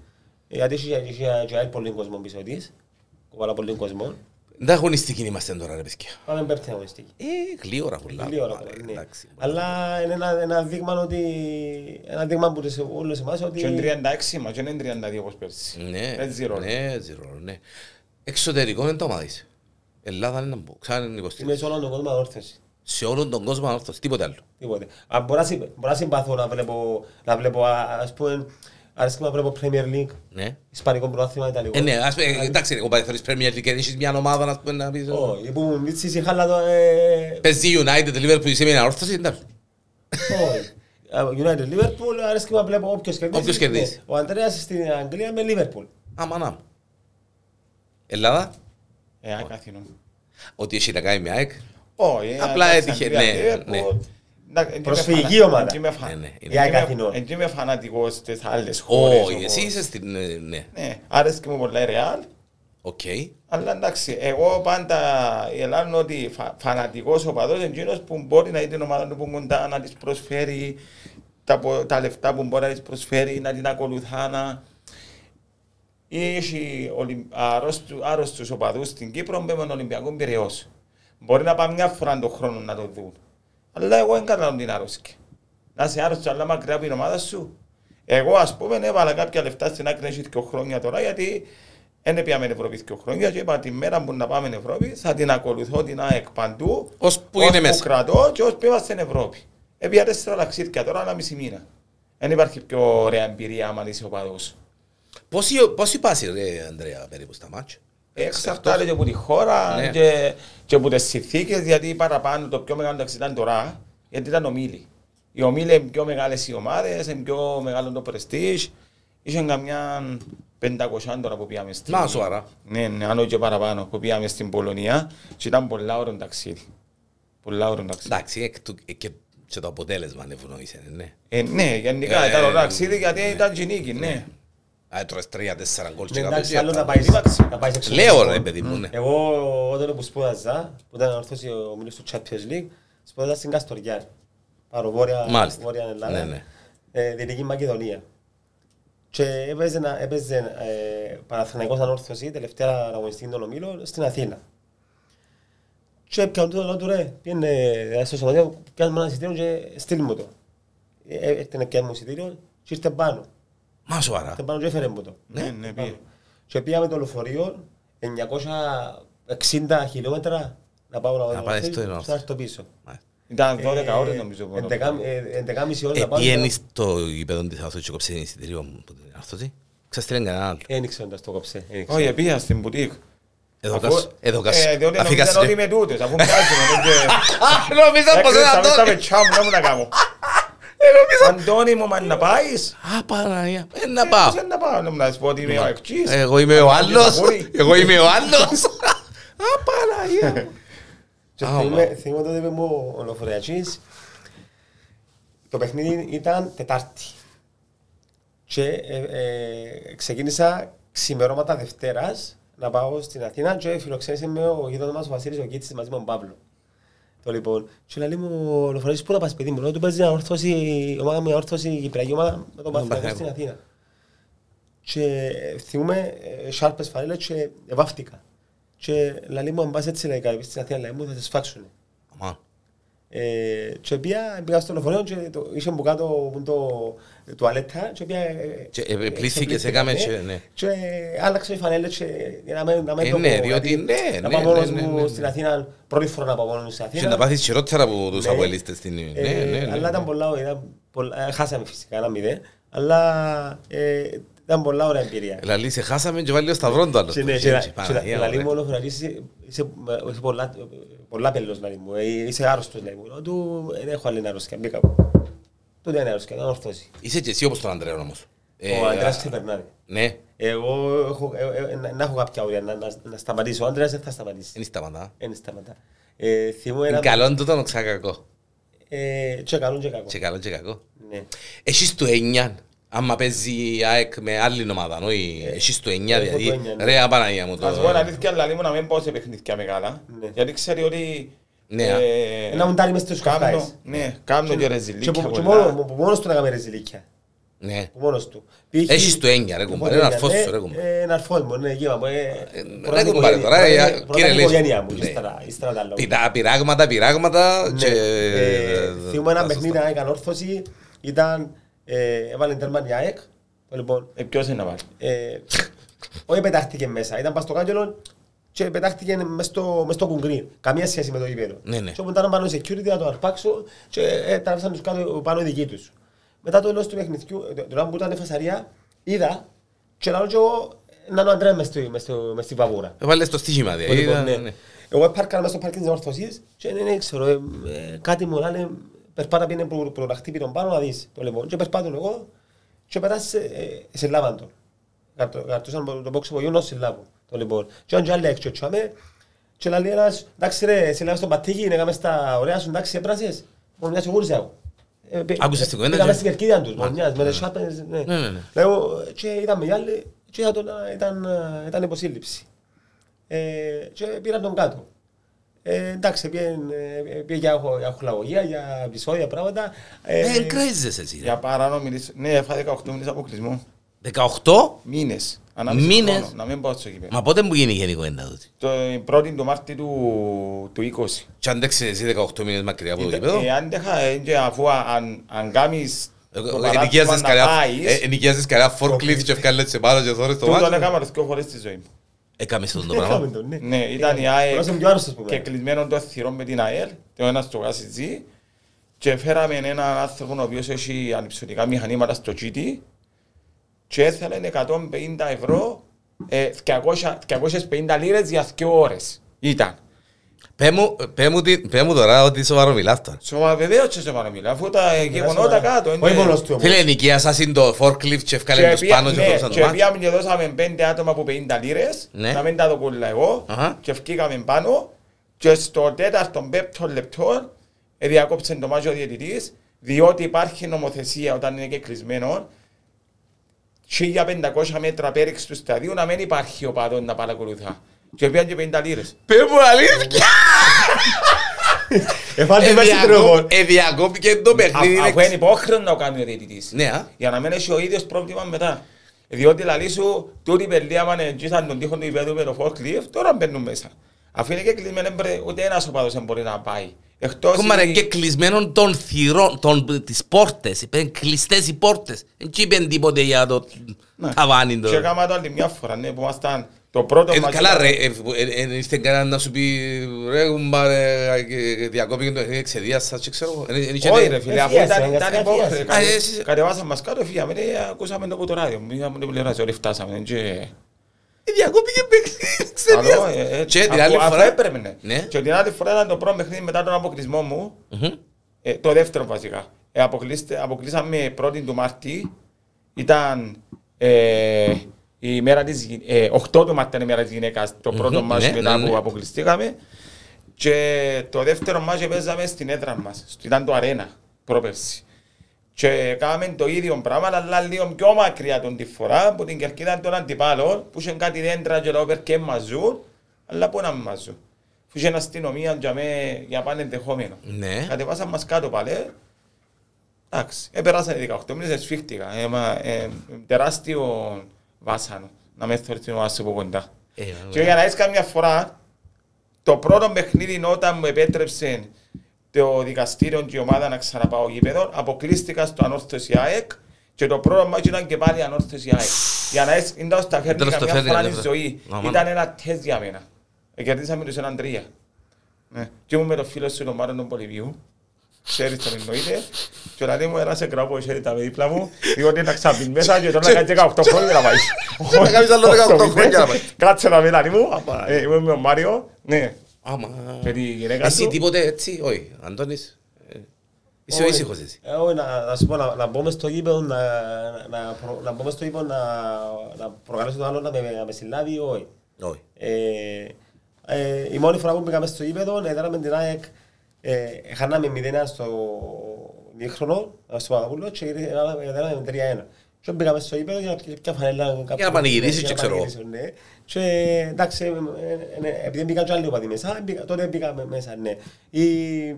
Speaker 2: Γιατί έχει έχει- έχει η ΑΕΛ πολύ κόσμο πίσω της. Πάρα πολύ κόσμο.
Speaker 1: Δεν αγωνιστικοί είμαστε τώρα ρε παιδιά.
Speaker 2: Πάμε πέμπτη αγωνιστική.
Speaker 1: Ε, γλύωρα πολλά.
Speaker 2: Πολύ ωραία,
Speaker 1: Πάρε,
Speaker 2: ναι.
Speaker 1: εντάξει.
Speaker 2: Αλλά είναι ένα, ένα δείγμα ότι. Ένα δείγμα που σε όλους εμάς ότι.
Speaker 3: Και είναι 36 μας, και είναι 32 όπως πέρσι.
Speaker 1: Ναι,
Speaker 2: Ε,
Speaker 3: Δεν ζηρώ.
Speaker 1: ναι, ζηρώ, ναι. Εξωτερικό δεν το μάθεις. Ελλάδα είναι να μπω, ξανά είναι 20.
Speaker 2: Είμαι σε όλον τον κόσμο ανόρθωση.
Speaker 1: Σε όλον τον κόσμο ανόρθωση, τίποτε άλλο.
Speaker 2: Τίποτε. Αν μπορώ να συ- μπορώ να συμπαθώ να βλέπω, να βλέπω α- ας πούμε, αρέσκει μου να βλέπω Premier League,
Speaker 1: Ναι.
Speaker 2: Ισπανικό πρωτάθλημα Ιταλικό.
Speaker 1: Ε, ναι, ας πούμε, ε, εντάξει, εγώ πάει θεωρείς Premier League, έχεις μια ομάδα να πούμε να πεις...
Speaker 2: Όχι, που μου μίτσις είχα αλλά το... ε,
Speaker 1: Παίζει United, Liverpool, είσαι μια ανόρθωση, εντάξει.
Speaker 2: όχι. Ε, United Liverpool, αρέσκει μου να βλέπω όποιος κερδίζει.
Speaker 1: Όποιος κερδίζει.
Speaker 2: Ναι. Ο Αντρέας στην Αγγλία με Liverpool.
Speaker 1: Άμα να. Ελλάδα,
Speaker 3: Ε, ακάθινο.
Speaker 1: ότι έχει να κάνει με ΑΕΚ.
Speaker 3: Όχι, ε,
Speaker 1: Απλά
Speaker 3: εντάξει,
Speaker 1: έτυχε,
Speaker 3: Αγγλία,
Speaker 1: ναι,
Speaker 3: Liverpool.
Speaker 1: ναι.
Speaker 3: Εντάξει, εν και
Speaker 2: Προσφυγική
Speaker 3: είμαι φανα-
Speaker 2: ομάδα.
Speaker 3: εν και είμαι φα-
Speaker 1: Ναι, ναι,
Speaker 3: εν
Speaker 1: είναι.
Speaker 3: και
Speaker 2: Για
Speaker 3: είμαι-
Speaker 2: Ακαθινό.
Speaker 3: εν και είμαι φανατικός στις άλλες χώρες.
Speaker 1: Όχι,
Speaker 3: όπως-
Speaker 1: εσύ είσαι στην... ε, Ναι,
Speaker 3: Ναι, άρεσκε μου πολλά η Real,
Speaker 1: οκ.
Speaker 3: αλλά εντάξει, εγώ πάντα ελάνω ότι φα- φανατικός οπαδός είναι εκείνος που μπορεί να είναι την ομάδα του που κοντά, να της προσφέρει τα, πο- τα λεφτά που μπορεί να της προσφέρει, να την ακολουθά, να... Έχει ολυμ- άρρωστου- άρρωστους οπαδούς στην Κύπρο με τον Ολυμπιακό Πυραιός. Μπορεί να πάει μια φορά τον χρόνο να το δουν. Αλλά εγώ δεν καταλαβαίνω την άρρωστη. Να είσαι άρρωστος αλλά μακριά από την ομάδα σου. Εγώ ας πούμε έβαλα κάποια λεφτά στην άκρη έχει δύο χρόνια τώρα γιατί δεν πήγαμε Ευρώπη δύο χρόνια και είπα τη μέρα που να πάμε Ευρώπη θα την ακολουθώ την ΑΕΚ παντού
Speaker 1: Ως που είναι μέσα.
Speaker 3: κρατώ και ως που είμαστε στην Ευρώπη. Έπια τέσσερα ταξίδια τώρα ένα μισή μήνα. Δεν υπάρχει πιο ωραία εμπειρία άμα είσαι οπαδός.
Speaker 1: Πόσοι- Πόσοι πάσοι ρε, Ανδρέα, περίπου στα μάτια.
Speaker 3: Εξαρτάται και από τη χώρα
Speaker 1: Ναι.
Speaker 3: και, και από τις συνθήκες, γιατί παραπάνω το πιο μεγάλο ταξίδι ήταν τώρα, γιατί ήταν ομίλη. Οι ομίλοι είναι πιο μεγάλες οι ομάδες, είναι πιο μεγάλο το prestige. Είχε καμιά πεντακοσιάν τώρα που πήγαμε στην...
Speaker 1: Να σου άρα.
Speaker 3: Ναι, ναι, αν όχι και παραπάνω, που πήγαμε στην Πολωνία και ήταν πολλά ώρων ταξίδι. Πολλά ώρων ταξίδι.
Speaker 1: Εντάξει, εκ του- ε, και, και το αποτέλεσμα ανευνοείσαι, ναι.
Speaker 3: Ε, ναι, γενικά
Speaker 1: Ε,
Speaker 3: ήταν ωραίο
Speaker 1: ε,
Speaker 3: ταξίδι γιατί ήταν και νίκη, ναι.
Speaker 1: Α, έτρωες τρία, τέσσερα γκολ
Speaker 2: Ναι,
Speaker 1: και
Speaker 2: εντάξει,
Speaker 1: καπέσια.
Speaker 2: άλλο να πάει- να πάει σε
Speaker 1: Λέω ρε
Speaker 2: εξωτερικό.
Speaker 1: παιδί μου, ναι.
Speaker 2: Εγώ όταν που σπούδαζα, που ήταν ορθώσει ο μιλός του Champions League, σπούδαζα στην Καστοριά. Πάρω βόρεια,
Speaker 1: Μάλιστα.
Speaker 2: βόρεια Ελλάδα,
Speaker 1: Ναι, ναι.
Speaker 2: ε, Δυτική Μακεδονία. Και έπαιζε, να- έπαιζε ε, Παναθηναϊκός Ανόρθωση, τελευταία αγωνιστική των ομίλων, στην Αθήνα. Και έπιαν του, λέω του ρε, πήγαινε ε, στο σωματείο, πιάνε μου ένα εισιτήριο και στείλ μου το. Ε, Έρχεται να πιάνει μου εισιτήριο και ήρθε πάνω.
Speaker 1: Μα σοβαρά.
Speaker 2: Ήρθε πάνω και έφερε μου το.
Speaker 3: Ναι, ναι, πήγε.
Speaker 2: Και πήγαμε το λεωφορείο 960 χιλιόμετρα να πάω να
Speaker 1: Να πάει στο
Speaker 2: να
Speaker 1: Ενόρθιο.
Speaker 2: έρθω πίσω.
Speaker 3: Ήταν 12
Speaker 2: Ε,
Speaker 3: ώρες νομίζω. που να
Speaker 2: εντεκά-
Speaker 3: πήγαμε.
Speaker 2: ε, εντεκάμιση ώρες να πάω.
Speaker 1: Επιένει στο γήπεδο της Αθώσης και κόψε την εισιτήριο μου που την άρθρωση. Ξαστήραν κανένα άλλο.
Speaker 2: Ένιξε να το κόψε. ένιξε.
Speaker 3: Όχι, πήγα στην μπουτίκ.
Speaker 1: Εδώ
Speaker 3: Αφού-
Speaker 1: κάσου. Εδώ κάσου.
Speaker 3: Ε, Διότι
Speaker 1: Αφήκασαι,
Speaker 3: νομίζαν
Speaker 1: ρε.
Speaker 3: ότι είμαι τούτος, αφού βγάζουμε. δεν και-
Speaker 1: Αχ, Νομίζω πως είναι
Speaker 3: Έκρυψα μέσα τα
Speaker 1: Αντώνη.
Speaker 3: πετσιά μου, να μου τα κάνω.
Speaker 1: Ε,
Speaker 3: Αντώνη μου, μα να πάεις.
Speaker 1: Α, Παναγία. Ε, να
Speaker 3: Ε,
Speaker 1: πάω. Ε,
Speaker 3: δεν Να πάω, να μου να σου πω ότι είμαι ο εκτής.
Speaker 1: Εγώ είμαι ο άλλος.
Speaker 3: μπορεί.
Speaker 1: Εγώ είμαι ο άλλος. Α, Παναγία. μου.
Speaker 2: Και
Speaker 1: Α,
Speaker 2: θυμούμε- Θυμούμε τότε είπε μου ο λεωφορειακής, το παιχνίδι ήταν Τετάρτη. Και ε, ε, ξεκίνησα ξημερώματα Δευτέρας να πάω στην Αθήνα και φιλοξένησε με ο γείτονας μας ο Βασίλης ο Κίτης μαζί με τον Παύλο. Το λοιπόν, και λέει μου ο Λοφορέας πού να πας παιδί μου, λέω του παίζει μια όρθωση, η ομάδα μου η όρθωση, η κυπριακή ομάδα με τον Παθηνακό στην
Speaker 1: Παναθηναϊκό.
Speaker 2: Αθήνα. Και θυμούμε ε, σάρπες φανέλες και βάφτηκα. Και λέει μου αν πας έτσι λέει κάτι στην Αθήνα, λέει μου θα σε σφάξουν.
Speaker 1: Αμάν.
Speaker 2: Ε, και πήγα, πήγα στο λεωφορείο και το, είχε που κάτω που το τουαλέτα και πήγα... ε,
Speaker 1: Και, ε,
Speaker 2: ε,
Speaker 1: πλήθηκε,
Speaker 2: ε,
Speaker 1: σε κάμε,
Speaker 2: ναι.
Speaker 1: και, ναι.
Speaker 2: Και άλλαξα οι φανέλες και να με, να με
Speaker 1: Ε,
Speaker 2: το
Speaker 1: ναι,
Speaker 2: πω,
Speaker 1: διότι
Speaker 2: γιατί
Speaker 1: ναι,
Speaker 2: Να
Speaker 1: ναι,
Speaker 2: πάω
Speaker 1: ναι,
Speaker 2: μόνος
Speaker 1: ναι, ναι,
Speaker 2: μου
Speaker 1: ναι.
Speaker 2: στην Αθήνα, πρώτη φορά να πάω μόνος μου στην
Speaker 1: Και
Speaker 2: Αθήνα.
Speaker 1: να πάθεις χειρότερα από τους
Speaker 2: Ναι.
Speaker 1: αποελίστες στην... Ναι,
Speaker 2: Ε,
Speaker 1: ναι, ναι.
Speaker 2: Αλλά ήταν πολλά, ήταν πολλά, χάσαμε φυσικά ένα μηδέν, αλλά ε, ήταν πολλά ωραία εμπειρία.
Speaker 1: Ε, Λαλή, σε χάσαμε και βάλει ο σταυρόν το άλλο.
Speaker 2: Και ναι, και να- και να- Λαλή μου όλο φορά είσαι είσαι, ε, είσαι πολλά- πολλά πελός λαλή μου, ε, είσαι άρρωστος λαλή μου. Λέω του «Ε, δεν έχω άλλη αρρώστια, μπήκα. Τότε είναι αρρώστια, να ορθώσει.
Speaker 1: Είσαι και εσύ όπως τον Αντρέα όμως. Ε,
Speaker 2: Ο Αντρέας ξεπερνάει.
Speaker 1: Ναι,
Speaker 2: Εγώ έχω- ε, ε, να να έχω κάποια όρια, να- να- να σταματήσω. Ο Αντρέας δεν θα σταματήσει.
Speaker 1: δεν σταματά.
Speaker 2: Δεν σταματά. Ε, θυμώ
Speaker 1: Είναι
Speaker 2: ένα...
Speaker 1: καλό τούτο, ξακακό.
Speaker 2: ε, Και καλό και κακό.
Speaker 1: Και καλό και κακό.
Speaker 2: Ναι.
Speaker 1: Εσείς το 9, άμα παίζει η ΑΕΚ με άλλη ομάδα, όχι εσείς το 9
Speaker 2: Ε, Έχω το
Speaker 1: δηλαδή,
Speaker 2: εννιά, ναι.
Speaker 1: ρε Απαναγία μου
Speaker 3: Ας πω την
Speaker 1: το...
Speaker 3: αλήθεια, λαλή μου να μην πάω σε παιχνίδια μεγάλα.
Speaker 2: Ναι.
Speaker 3: Γιατί ξέρει ότι...
Speaker 1: Ναι.
Speaker 3: ε,
Speaker 2: Ένα μουντάρι μες στους
Speaker 3: κάνω-
Speaker 2: καφκάες.
Speaker 3: Ναι, κάνω και
Speaker 2: Και
Speaker 3: ρεζιλίκια
Speaker 2: που- και
Speaker 3: πολλά.
Speaker 2: μόνο- που μόνος του να κάνει ρεζιλίκια.
Speaker 1: Ναι.
Speaker 2: Που μόνος του. Π.χ.
Speaker 1: Έχεις το έννοια, ρε κουμπάρε,
Speaker 2: Λοιπόν,
Speaker 1: ένα αρφός
Speaker 2: ε,
Speaker 1: σου, ρε κουμπάρε.
Speaker 2: ε, Ένα αρφός μου, ναι, γύρω μου. ε, πρώτα
Speaker 1: ρε
Speaker 2: την
Speaker 1: κουμπάρε
Speaker 2: οικογένεια-
Speaker 1: τώρα, ε,
Speaker 2: πρώτα την-
Speaker 1: κύριε
Speaker 2: πρώτα την
Speaker 1: Λες.
Speaker 2: οικογένεια μου, και
Speaker 1: Ναι.
Speaker 2: ύστερα- ύστερα τα λόγια.
Speaker 1: Πειρά- Πειράγματα, πειράγματα
Speaker 2: Ναι.
Speaker 1: και...
Speaker 2: Ε,
Speaker 1: τα
Speaker 2: Θυμούμαι ένα
Speaker 1: σωστά.
Speaker 2: παιχνίδι, ένα έκανε όρθωση, ήταν, ε, έβαλε τέρμα η ΑΕΚ, λοιπόν,
Speaker 3: Ε, ποιος είναι να βάλει.
Speaker 2: ε, όχι πετάχτηκε μέσα, ήταν πας στο κάγκελο και πετάχτηκε μες στο, μες στο κουγκρί, καμία σχέση με το γήπεδο.
Speaker 1: Ναι, ναι.
Speaker 2: Και όπου ήταν πάνω security να το αρπάξω και ε, τράβησαν τους κάτω πάνω οι δικοί τους. Μετά το τέλος του παιχνιδιού, ε, το- το λάμπο που ήταν φασαρία, είδα και λέω και εγώ να είναι ο Αντρέας μες στη- μες στο- μες στη βαβούρα.
Speaker 1: Βάλες το Ε, στοίχημα δηλαδή.
Speaker 2: Λοιπόν,
Speaker 1: ήταν-
Speaker 2: ναι.
Speaker 1: ναι.
Speaker 2: Εγώ έπαρκα μέσα στο πάρκινγκ της Ορθωσίας και δεν ξέρω, ε, ε, κάτι μου λένε περπάτα πήγαινε προ, προ, να χτύπει τον πάνω να δεις το λεβό. Και περπάτω εγώ και πέρασε ε, σε λάβαν τον. Καρτο- Καρτούσαν το- το πόξι μου, σε λάβω το λοιπόν. Και αν και άλλοι έξω τσάμε και λέει ένας, εντάξει ρε, σε λάβω στον πατήκι, είναι κάμε στα ωραία σου, εντάξει έπρασες. Μόνο μια σιγούριζα εγώ. Ε, πε-
Speaker 1: Άκουσες
Speaker 2: ε,
Speaker 1: την κουβέντα
Speaker 2: πήγαμε
Speaker 1: και-
Speaker 2: στην κερκίδα τους, μόνο
Speaker 1: Μάλιστα,
Speaker 2: μιας, με τις σάπες, ναι.
Speaker 1: Ναι, ναι, ναι.
Speaker 2: Λέω, ε, και ήταν μεγάλη και ήταν, ήταν, ήταν υποσύλληψη. Ε, και πήραν τον κάτω. Ε, εντάξει, πήγαινε ε, πήγε για χο- για χουλαγωγία, για επεισόδια, πράγματα.
Speaker 1: Ε, εν κρέζεσαι εσύ. ρε.
Speaker 3: Για παράνομη λύση. Ναι, έφαγα 18 μήνες αποκλεισμό.
Speaker 1: 18,
Speaker 3: Μήνες. Ανάμιση
Speaker 1: Μήνες.
Speaker 3: χρόνο, Να μην πάω στο γήπεδο.
Speaker 1: μα πότε μου γίνει η γενική κουβέντα τούτη.
Speaker 3: Το πρώτη του Μάρτη του, του 20.
Speaker 1: Και αντέξε εσύ 18 μήνες μακριά από το
Speaker 3: Ήταν-
Speaker 1: γήπεδο.
Speaker 3: ε, άντεχα, ε, και αφού α- αν, αν κάνεις
Speaker 1: Ε,
Speaker 3: το παράδειγμα
Speaker 1: Ενοικιάζεις
Speaker 3: να
Speaker 1: καλά-
Speaker 3: πάεις,
Speaker 1: ε, ενοικιάζεις καλά forklift και ευκάλλες σε πάνω και θόρες το
Speaker 3: τούτο Ε,
Speaker 1: μάτι.
Speaker 3: έκανα δυο φορές στη ζωή μου.
Speaker 1: Έκαμε Ε, στον το
Speaker 2: Έκαμε
Speaker 1: πράγμα.
Speaker 2: τον, ναι.
Speaker 3: Ναι, ήταν η ΑΕΚ
Speaker 2: Μπορούσαμε πιο άρρωστος που
Speaker 3: και
Speaker 2: πέρα.
Speaker 3: κλεισμένο το θυρό με την ΑΕΛ, το ένας στο γάσιτζι και φέραμε έναν άνθρωπο ο οποίος έχει ανυψωτικά μηχανήματα στο GT και έθελε 150 ευρώ, ε, 200 250 λίρες για 2 ώρες. Ήταν.
Speaker 1: Πέ μου- πέ μου τι- πέ μου τώρα ότι σοβαρό μιλάς τώρα.
Speaker 3: Σωμα βεβαίως και σοβαρό μιλά, αφού τα γεγονότα κάτω.
Speaker 2: Ε, Όχι μόνος του όμως.
Speaker 1: Φίλε, νοικίασας είναι το forklift και
Speaker 3: Και
Speaker 1: έφκαλε τους
Speaker 3: επία-
Speaker 1: πάνω και
Speaker 3: ναι,
Speaker 1: δώσαν το
Speaker 3: Και
Speaker 1: μάτι.
Speaker 3: πήγαμε και δώσαμε πέντε άτομα από 50 λίρες,
Speaker 1: Ναι.
Speaker 3: να μην τα δω κολλά εγώ,
Speaker 1: Αχα.
Speaker 3: και βγήκαμε πάνω και στο τέταρτο πέπτο λεπτό ε, διακόψε το μάτσο ο διαιτητής, διότι υπάρχει νομοθεσία όταν είναι και κλεισμένο 1500 μέτρα πέριξ του σταδίου να μην υπάρχει ο παδόν να παρακολουθά. Και πήγαν και 50 λίρες.
Speaker 1: Πέ μου αλήθεια.
Speaker 2: Εφάντη
Speaker 1: Ε,
Speaker 2: μέσα στην
Speaker 1: διακόπ-
Speaker 2: τροχόν.
Speaker 1: ε, διακόπηκε το
Speaker 3: Α-
Speaker 1: παιχνίδι.
Speaker 3: Αφού
Speaker 1: είναι-
Speaker 3: είναι υπόχρεο να το κάνει ο διαιτητής.
Speaker 1: Ναι, α.
Speaker 3: Για να μην έχει ο ίδιος πρόβλημα μετά. Διότι λαλή σου, τούτη παιδιά πάνε εγγύσαν τον τοίχο του υπέδου με το forklift, τώρα μπαίνουν μέσα. Αφού είναι και κλεισμένο, μπρε, ούτε ένας οπαδός δεν μπορεί να πάει. Εκτός
Speaker 1: Ακόμα ρε,
Speaker 3: είναι-
Speaker 1: και κλεισμένων των θυρών, των, τις πόρτες, είπαν κλειστές οι πόρτες. Δεν του είπαν τίποτε για το
Speaker 3: Ναι.
Speaker 1: ταβάνι το.
Speaker 3: Και έκανα το άλλη μια φορά, ναι, που ήμασταν το πρώτο
Speaker 1: Ε,
Speaker 3: μάτσο-
Speaker 1: Καλά ρε, ε, ε, ε, ήρθε κανένα να σου πει ρε γουμπα ρε, ε, διακόπηκε το παιχνίδι εξαιτίας σας και ξέρω εγώ. Ε, ε, είχε-
Speaker 3: Όχι ρε φίλε, αφού
Speaker 2: Εφίασε,
Speaker 3: ήταν- ήταν
Speaker 2: αναγκαστικά
Speaker 3: υπόχρεο.
Speaker 2: εφίασε.
Speaker 3: Κατε-
Speaker 1: Α, ε, εσύ-
Speaker 3: Κατεβάσαμε μας κάτω, φύγαμε, ε, ακούσαμε το από το ράδιο. Μείναμε το τηλεόραση, όλοι φτάσαμε. και-
Speaker 1: Ε, Διακόπηκε παιχνίδι εξαιτίας.
Speaker 3: Καλό, ε, ε,
Speaker 1: Και την
Speaker 3: αφού-
Speaker 1: άλλη
Speaker 3: αφού
Speaker 1: φορά.
Speaker 3: έπρεπε, ναι.
Speaker 1: Ναι.
Speaker 3: Και την άλλη φορά ήταν το πρώτο παιχνίδι μετά τον αποκλεισμό μου.
Speaker 1: Μμμ.
Speaker 3: Ε, το δεύτερο βασικά. Ε, αποκλείστε- αποκλείσαμε πρώτη του Μάρτη. Ήταν ε, η μέρα της, γυ- ε, 8 του Μάρτη ήταν η μέρα της γυναίκας, το πρώτο
Speaker 1: Μμμ,
Speaker 3: μας
Speaker 1: ναι,
Speaker 3: μετά
Speaker 1: ναι,
Speaker 3: που
Speaker 1: ναι.
Speaker 3: αποκλειστήκαμε. Και το δεύτερο μας και παίζαμε στην έδρα μας. Στο- Ήταν το αρένα πρόπερση. Και κάναμε το ίδιο πράγμα, αλλά λίγο πιο μακριά τον τη φορά, που την κερκίδα των αντιπάλων, που είχαν κάτι δέντρα και λόγω και μαζούν, αλλά που να μην μαζούν. Που είχε αστυνομία για, με, για πάνε ενδεχόμενο.
Speaker 1: Ναι.
Speaker 3: Κατεβάσαν μας κάτω πάλι. Εντάξει, επεράσαν οι 18 μήνες, εσφίχτηκα. Ε, μα, ε, τεράστιο βάσανο, να με θεωρείς την ομάδα σου από κοντά.
Speaker 1: Ε,
Speaker 3: Και για να έχεις καμιά φορά, το πρώτο παιχνίδι όταν μου επέτρεψε το δικαστήριο και η ομάδα να ξαναπάω γήπεδο, αποκλείστηκα στο ανόρθωση ΑΕΚ και το πρώτο μάτι ήταν και πάλι ανόρθωση ΑΕΚ. Για να έχεις, ήταν στα
Speaker 1: Τέλος
Speaker 3: φέρνει
Speaker 1: το
Speaker 3: καμιά
Speaker 1: φέρνει,
Speaker 3: φορά
Speaker 1: ναι,
Speaker 3: στη
Speaker 1: ναι.
Speaker 3: ζωής.
Speaker 1: Να, μάνα.
Speaker 3: Ήταν ένα τεστ για μένα. Ε, Κερδίσαμε τους έναν τρία. Ναι. Και ήμουν με τον φίλο σου τον Μάρο τον Πολυβίου. Ξέρεις τον εννοείται. Και όταν ήμουν ένας εγκραπό χέρι τα με δίπλα μου, διότι να ξαπλήν μέσα και τώρα να κάνει 18 χρόνια να πάεις.
Speaker 1: να κάνεις άλλο 18 χρόνια να πάεις.
Speaker 3: Κάτσε να μιλάνει μου. Ε, Είμαι με τον Μάριο. Ναι.
Speaker 1: Άμα.
Speaker 3: Και τη γυναίκα
Speaker 1: Εσύ
Speaker 3: του.
Speaker 1: τίποτε έτσι, όχι. Αντώνης, ε, είσαι ο
Speaker 2: Όχι.
Speaker 1: ήσυχος εσύ.
Speaker 2: Ε, Όχι, να, να σου πω, να, να μπω μες στο γήπεδο, να, να, προ- να μπω μες στο γήπεδο, να, να προκαλέσω τον άλλον να με, να με συλλάβει, όχι.
Speaker 1: Όχι.
Speaker 2: Ε, ε, η μόνη φορά που μπήκαμε στο γήπεδο, έδερα με την ΑΕΚ, ε, χάναμε 0-1 στο μήχρονο, στο Παπαδόπουλο και έδεραμε με 3-1. Και μπήκαμε στο γήπεδο για να πιάσει ποια φανέλα κάποιου-
Speaker 1: να πανηγυρίσεις
Speaker 2: ναι,
Speaker 1: και
Speaker 2: για να
Speaker 1: ξέρω εγώ.
Speaker 2: πανηγυρίσω, ναι. Και εντάξει, ε, ε, ε, επειδή μπήκαν και άλλοι οπαδοί μέσα, μπήκα- τότε μπήκαμε μέσα, ναι. Η-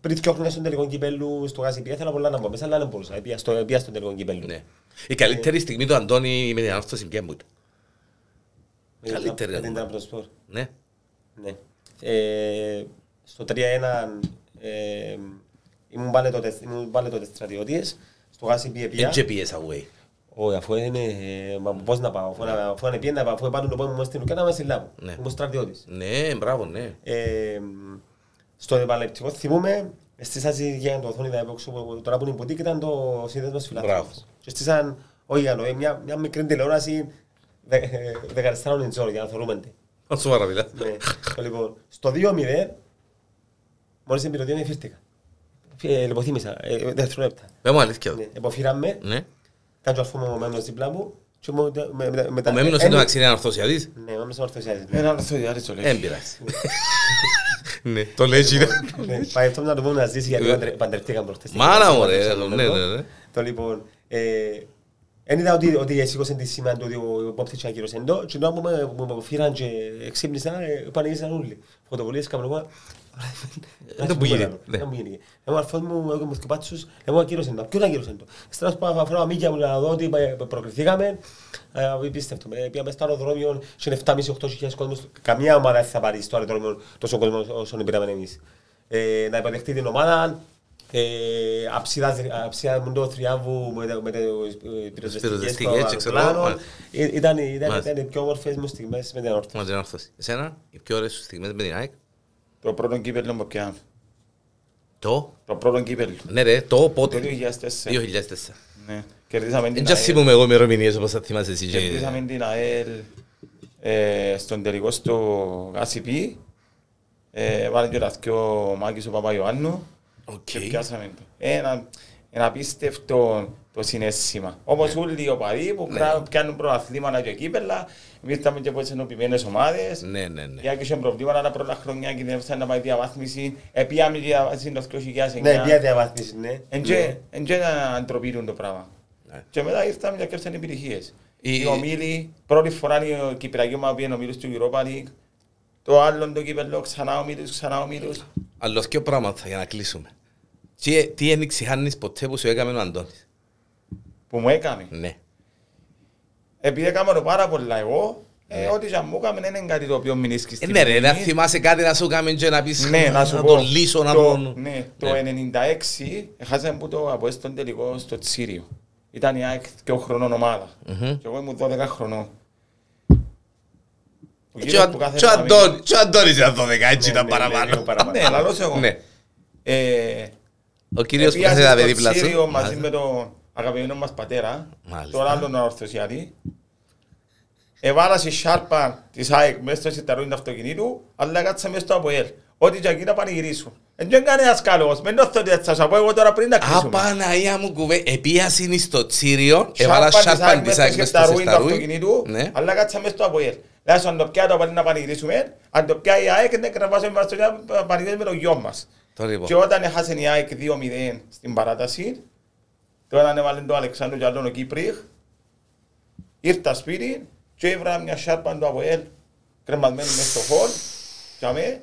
Speaker 2: πριν δυο χρόνια στον τελικό κυπέλου στο Γασιπία, ήθελα πολλά να μπω μέσα, αλλά δεν μπορούσα. Επία στο- επία στον τελικό κυπέλου.
Speaker 1: Ναι. Η καλύτερη στιγμή του Αντώνη με την ανόρθωση ποια μου ήταν.
Speaker 2: Με την-
Speaker 1: Καλύτερη
Speaker 2: με την
Speaker 1: ακόμα.
Speaker 2: Τραμπροσπορ.
Speaker 1: Ναι.
Speaker 2: Ναι. Ε, στο 3-1 ε, ήμουν πάλι τότε, ήμουν πάλι τότε στρατιώτης, στο γάσι πήγε
Speaker 1: Δεν
Speaker 2: πια.
Speaker 1: Ε, και πιες away.
Speaker 2: Όχι, αφού είναι, ε, μα πώς να πάω, αφού, να- αφού είναι πιένα, αφού πάνω το πόδι μου μες στην ουκιά να με συλλάβω.
Speaker 1: Ναι.
Speaker 2: Ήμουν στρατιώτης.
Speaker 1: Ναι, μπράβο, ναι.
Speaker 2: Ε, στο επαναληπτικό θυμούμε, στήσαζε για το οθόνη τα έπαιξω, που- τώρα που είναι ποτή, ήταν το σύνδεσμος
Speaker 1: Μπράβο.
Speaker 2: φιλάθλος. Και στήσαν, όχι για νοή, μια, μια μικρή τηλεόραση δε- ε, δεκαριστάρων ιντσόρ για να θεωρούμε την.
Speaker 1: Αν σοβαρά μιλάς.
Speaker 2: Ναι. λοιπόν, στο 2-0, μόλις την πυροδία εφήρτηκα. Ε, Λιποθύμησα, ε, δεύτερο λεπτά.
Speaker 1: Πες μου αλήθεια.
Speaker 2: Ναι, Εποφύραμε,
Speaker 1: Ναι.
Speaker 2: ήταν και ο αρφού μου ο Μέμνος δίπλα μου. και μου- με- με- μετά-
Speaker 1: Ο Μέμινος
Speaker 2: ε,
Speaker 1: είναι το αξινή ανορθωσιατής.
Speaker 2: Ναι, ο Μέμνος είναι ορθοσιάδης, ναι.
Speaker 3: Ένα αρθό διάρρη το
Speaker 1: Δεν πειράζει. Ναι, το λέει και είναι.
Speaker 2: Ναι, Πάει αυτό να το πούμε να ζήσει γιατί
Speaker 1: Ε.
Speaker 2: παντρε- παντρευτήκαν προχτές.
Speaker 1: Μάνα μου, ρε,
Speaker 2: Ναι,
Speaker 1: ναι,
Speaker 2: ναι,
Speaker 1: ναι, ναι.
Speaker 2: Το λοιπόν, ε, εν είδα ότι, ότι σήκωσε τη σήμα του ότι ο υπόπτης και ακύρωσε το και τώρα που με- που με αποφύραν και ξύπνησα, ε, πανηγύρισαν όλοι. Φωτοβολίες έκαμε εγώ.
Speaker 1: Ε, δεν μου γίνεται, ναι.
Speaker 2: Δεν μου γίνεται. Λέμε ο αρφός μου, εγώ μου σκοπάτσους, λέμε ακύρωσε το. Ποιον ακύρωσε το. Στρας που αφορά μήκια μου να δω ότι ε, προκριθήκαμε, ε, απίστευτο. Ε, Πήγαμε στο αεροδρόμιο, σε 7.500-8.000 κόσμος. Καμία ομάδα δεν θα πάρει στο αεροδρόμιο τόσο κόσμο όσο πήραμε εμείς. Ε, Να υποδεχτεί την ομάδα, ε, αψίδα, αψίδα μου το θριάβου με, τα- με τα- ε,
Speaker 1: πυροσβεστικές,
Speaker 2: πυροσβεστικές
Speaker 1: ξέρω
Speaker 2: στο
Speaker 1: εγώ,
Speaker 2: αεροπλάνο.
Speaker 1: μάλιστα.
Speaker 2: Ε, Ήταν, ήταν,
Speaker 1: Μάλιστα.
Speaker 2: ήταν οι πιο όμορφες μου στιγμές με την όρθια.
Speaker 1: Μαζί ανορθώσει. Εσένα, οι πιο ωραίες σου στιγμές με την ΑΕΚ.
Speaker 3: Το πρώτο κύπελλο που πιάνω.
Speaker 1: Το.
Speaker 3: Το πρώτο κύπελλο.
Speaker 1: Ναι ρε, το
Speaker 3: Το
Speaker 1: πότε.
Speaker 3: 2004.
Speaker 1: 2004.
Speaker 3: Ναι. Κερδίσαμε
Speaker 1: Δεν
Speaker 3: την
Speaker 1: και
Speaker 3: ΑΕΛ.
Speaker 1: θυμούμαι εγώ ημερομηνίες όπως θα θυμάσαι εσύ. και-
Speaker 3: ε, Κερδίσαμε την ΑΕΛ ε, στον τελικό στο ACP. Ε, Βάλε και τα δυο ο Μάκης ο Παπαγιωάννου
Speaker 1: Οκ.
Speaker 3: και πιάσαμε το. Ένα, ένα απίστευτο το συνέστημα. Όπως όλοι οι οπαδοί που κρα- πιάνουν προαθλήματα και κύπελα, εμείς ήταν και από τις ενωπημένες ομάδες.
Speaker 1: Ναι, ναι, ναι.
Speaker 3: Η Άκη είχε προβλήματα τα πρώτα χρόνια και δεν να πάει διαβάθμιση. Επίαμε διαβάθμιση το 2009.
Speaker 2: Ναι, ποια διαβάθμιση, ναι.
Speaker 3: Εν και- εν και να ντροπήρουν το πράγμα.
Speaker 1: Ναι.
Speaker 3: Και μετά ήρθαμε και κάποιες επιτυχίες.
Speaker 1: Η-
Speaker 3: Η Ομίλη, πρώτη φορά η Κυπριακή ομάδα πήγαινε ομίλους του Europa League. Το άλλο το κύπελλο, ξανά ομίλους, ξανά ομίλους.
Speaker 1: Αλλά δύο πράγματα για να κλείσουμε. Τι, τι ένοιξε χάνεις ποτέ που σου έκαμε ο Αντώνης.
Speaker 3: Που μου έκαμε.
Speaker 1: Ναι.
Speaker 3: Επειδή έκαμε το πάρα πολλά εγώ, ε,
Speaker 1: Ναι.
Speaker 3: ό,τι και αν μου έκαμε δεν είναι κάτι το οποίο μην ίσκει
Speaker 1: Ε,
Speaker 3: στην
Speaker 1: ναι ρε, να
Speaker 3: κοινωνία.
Speaker 1: θυμάσαι κάτι να σου έκαμε και να πεις
Speaker 3: Ναι, να σου πω.
Speaker 1: τον λύσω, να
Speaker 3: το,
Speaker 1: τον...
Speaker 3: Ναι, το 96 έχασαμε που το από έστον τελικό στο Τσίριο. Ήταν η ΑΕΚ και ο χρονών ομάδα.
Speaker 1: Μμμ.
Speaker 3: Και εγώ ήμουν 12 χρονών. Ο
Speaker 1: Και
Speaker 3: κύριος
Speaker 1: ο
Speaker 3: που
Speaker 1: Αν-
Speaker 3: κάθεται
Speaker 1: και ο
Speaker 3: να μην-
Speaker 1: Αντώνης- και ο Αντώνης ήταν 12 έτσι
Speaker 2: Ναι,
Speaker 1: ήταν
Speaker 2: ναι, ναι,
Speaker 1: παραπάνω.
Speaker 2: λίγο παραπάνω.
Speaker 3: Ναι, λαλώς εγώ.
Speaker 1: Ναι.
Speaker 3: Ε,
Speaker 1: Ο κύριος που
Speaker 3: Επίασες
Speaker 1: κάθεται
Speaker 3: στο
Speaker 1: δίπλα
Speaker 3: Τσίριο
Speaker 1: σου.
Speaker 3: μαζί με τον αγαπημένος μας πατέρα,
Speaker 1: Μάλιστα.
Speaker 3: τον άλλον ορθωσιάτη. Εβάλασε η σάρπα της ΑΕΚ μέσα στο σιταρούν του αυτοκινήτου, αλλά κάτσα μέσα στο ΑΠΟΕΛ. Ό,τι και να πανηγυρίσουν. Εν δεν κάνει ένας καλός, μην το θέλετε, θα σας πω εγώ τώρα πριν να κλείσουμε.
Speaker 1: Απαναία μου κουβέ, επίασαν στο τσίριο, έβαλα
Speaker 3: Σάρπα της
Speaker 1: σάρπαν
Speaker 3: ΑΕΚ
Speaker 1: της
Speaker 3: μέσα
Speaker 1: άκρης στο
Speaker 3: στο σιταρούν του
Speaker 1: σεσταρούι.
Speaker 3: αυτοκινήτου,
Speaker 1: Ναι.
Speaker 3: αλλά κάτσα μέσα στο ΑΠΟΕΛ. Λάζω αν το πιάτο πάλι να πανηγυρίσουμε, αν το πιάει η ΑΕΚ, ναι, δεν κραβάσουμε μας το να πανηγυρίσουμε τον γιο μας.
Speaker 1: Τώρα λοιπόν.
Speaker 3: Και όταν έχασε η ΑΕΚ 2-0 στην παράταση, το έναν έβαλε το Αλεξάνδρου και άλλον ο Κύπριχ, ήρθα σπίτι και έβρα μια σάρπα του Αποέλ κρεμασμένη μες στο χολ και αμέ,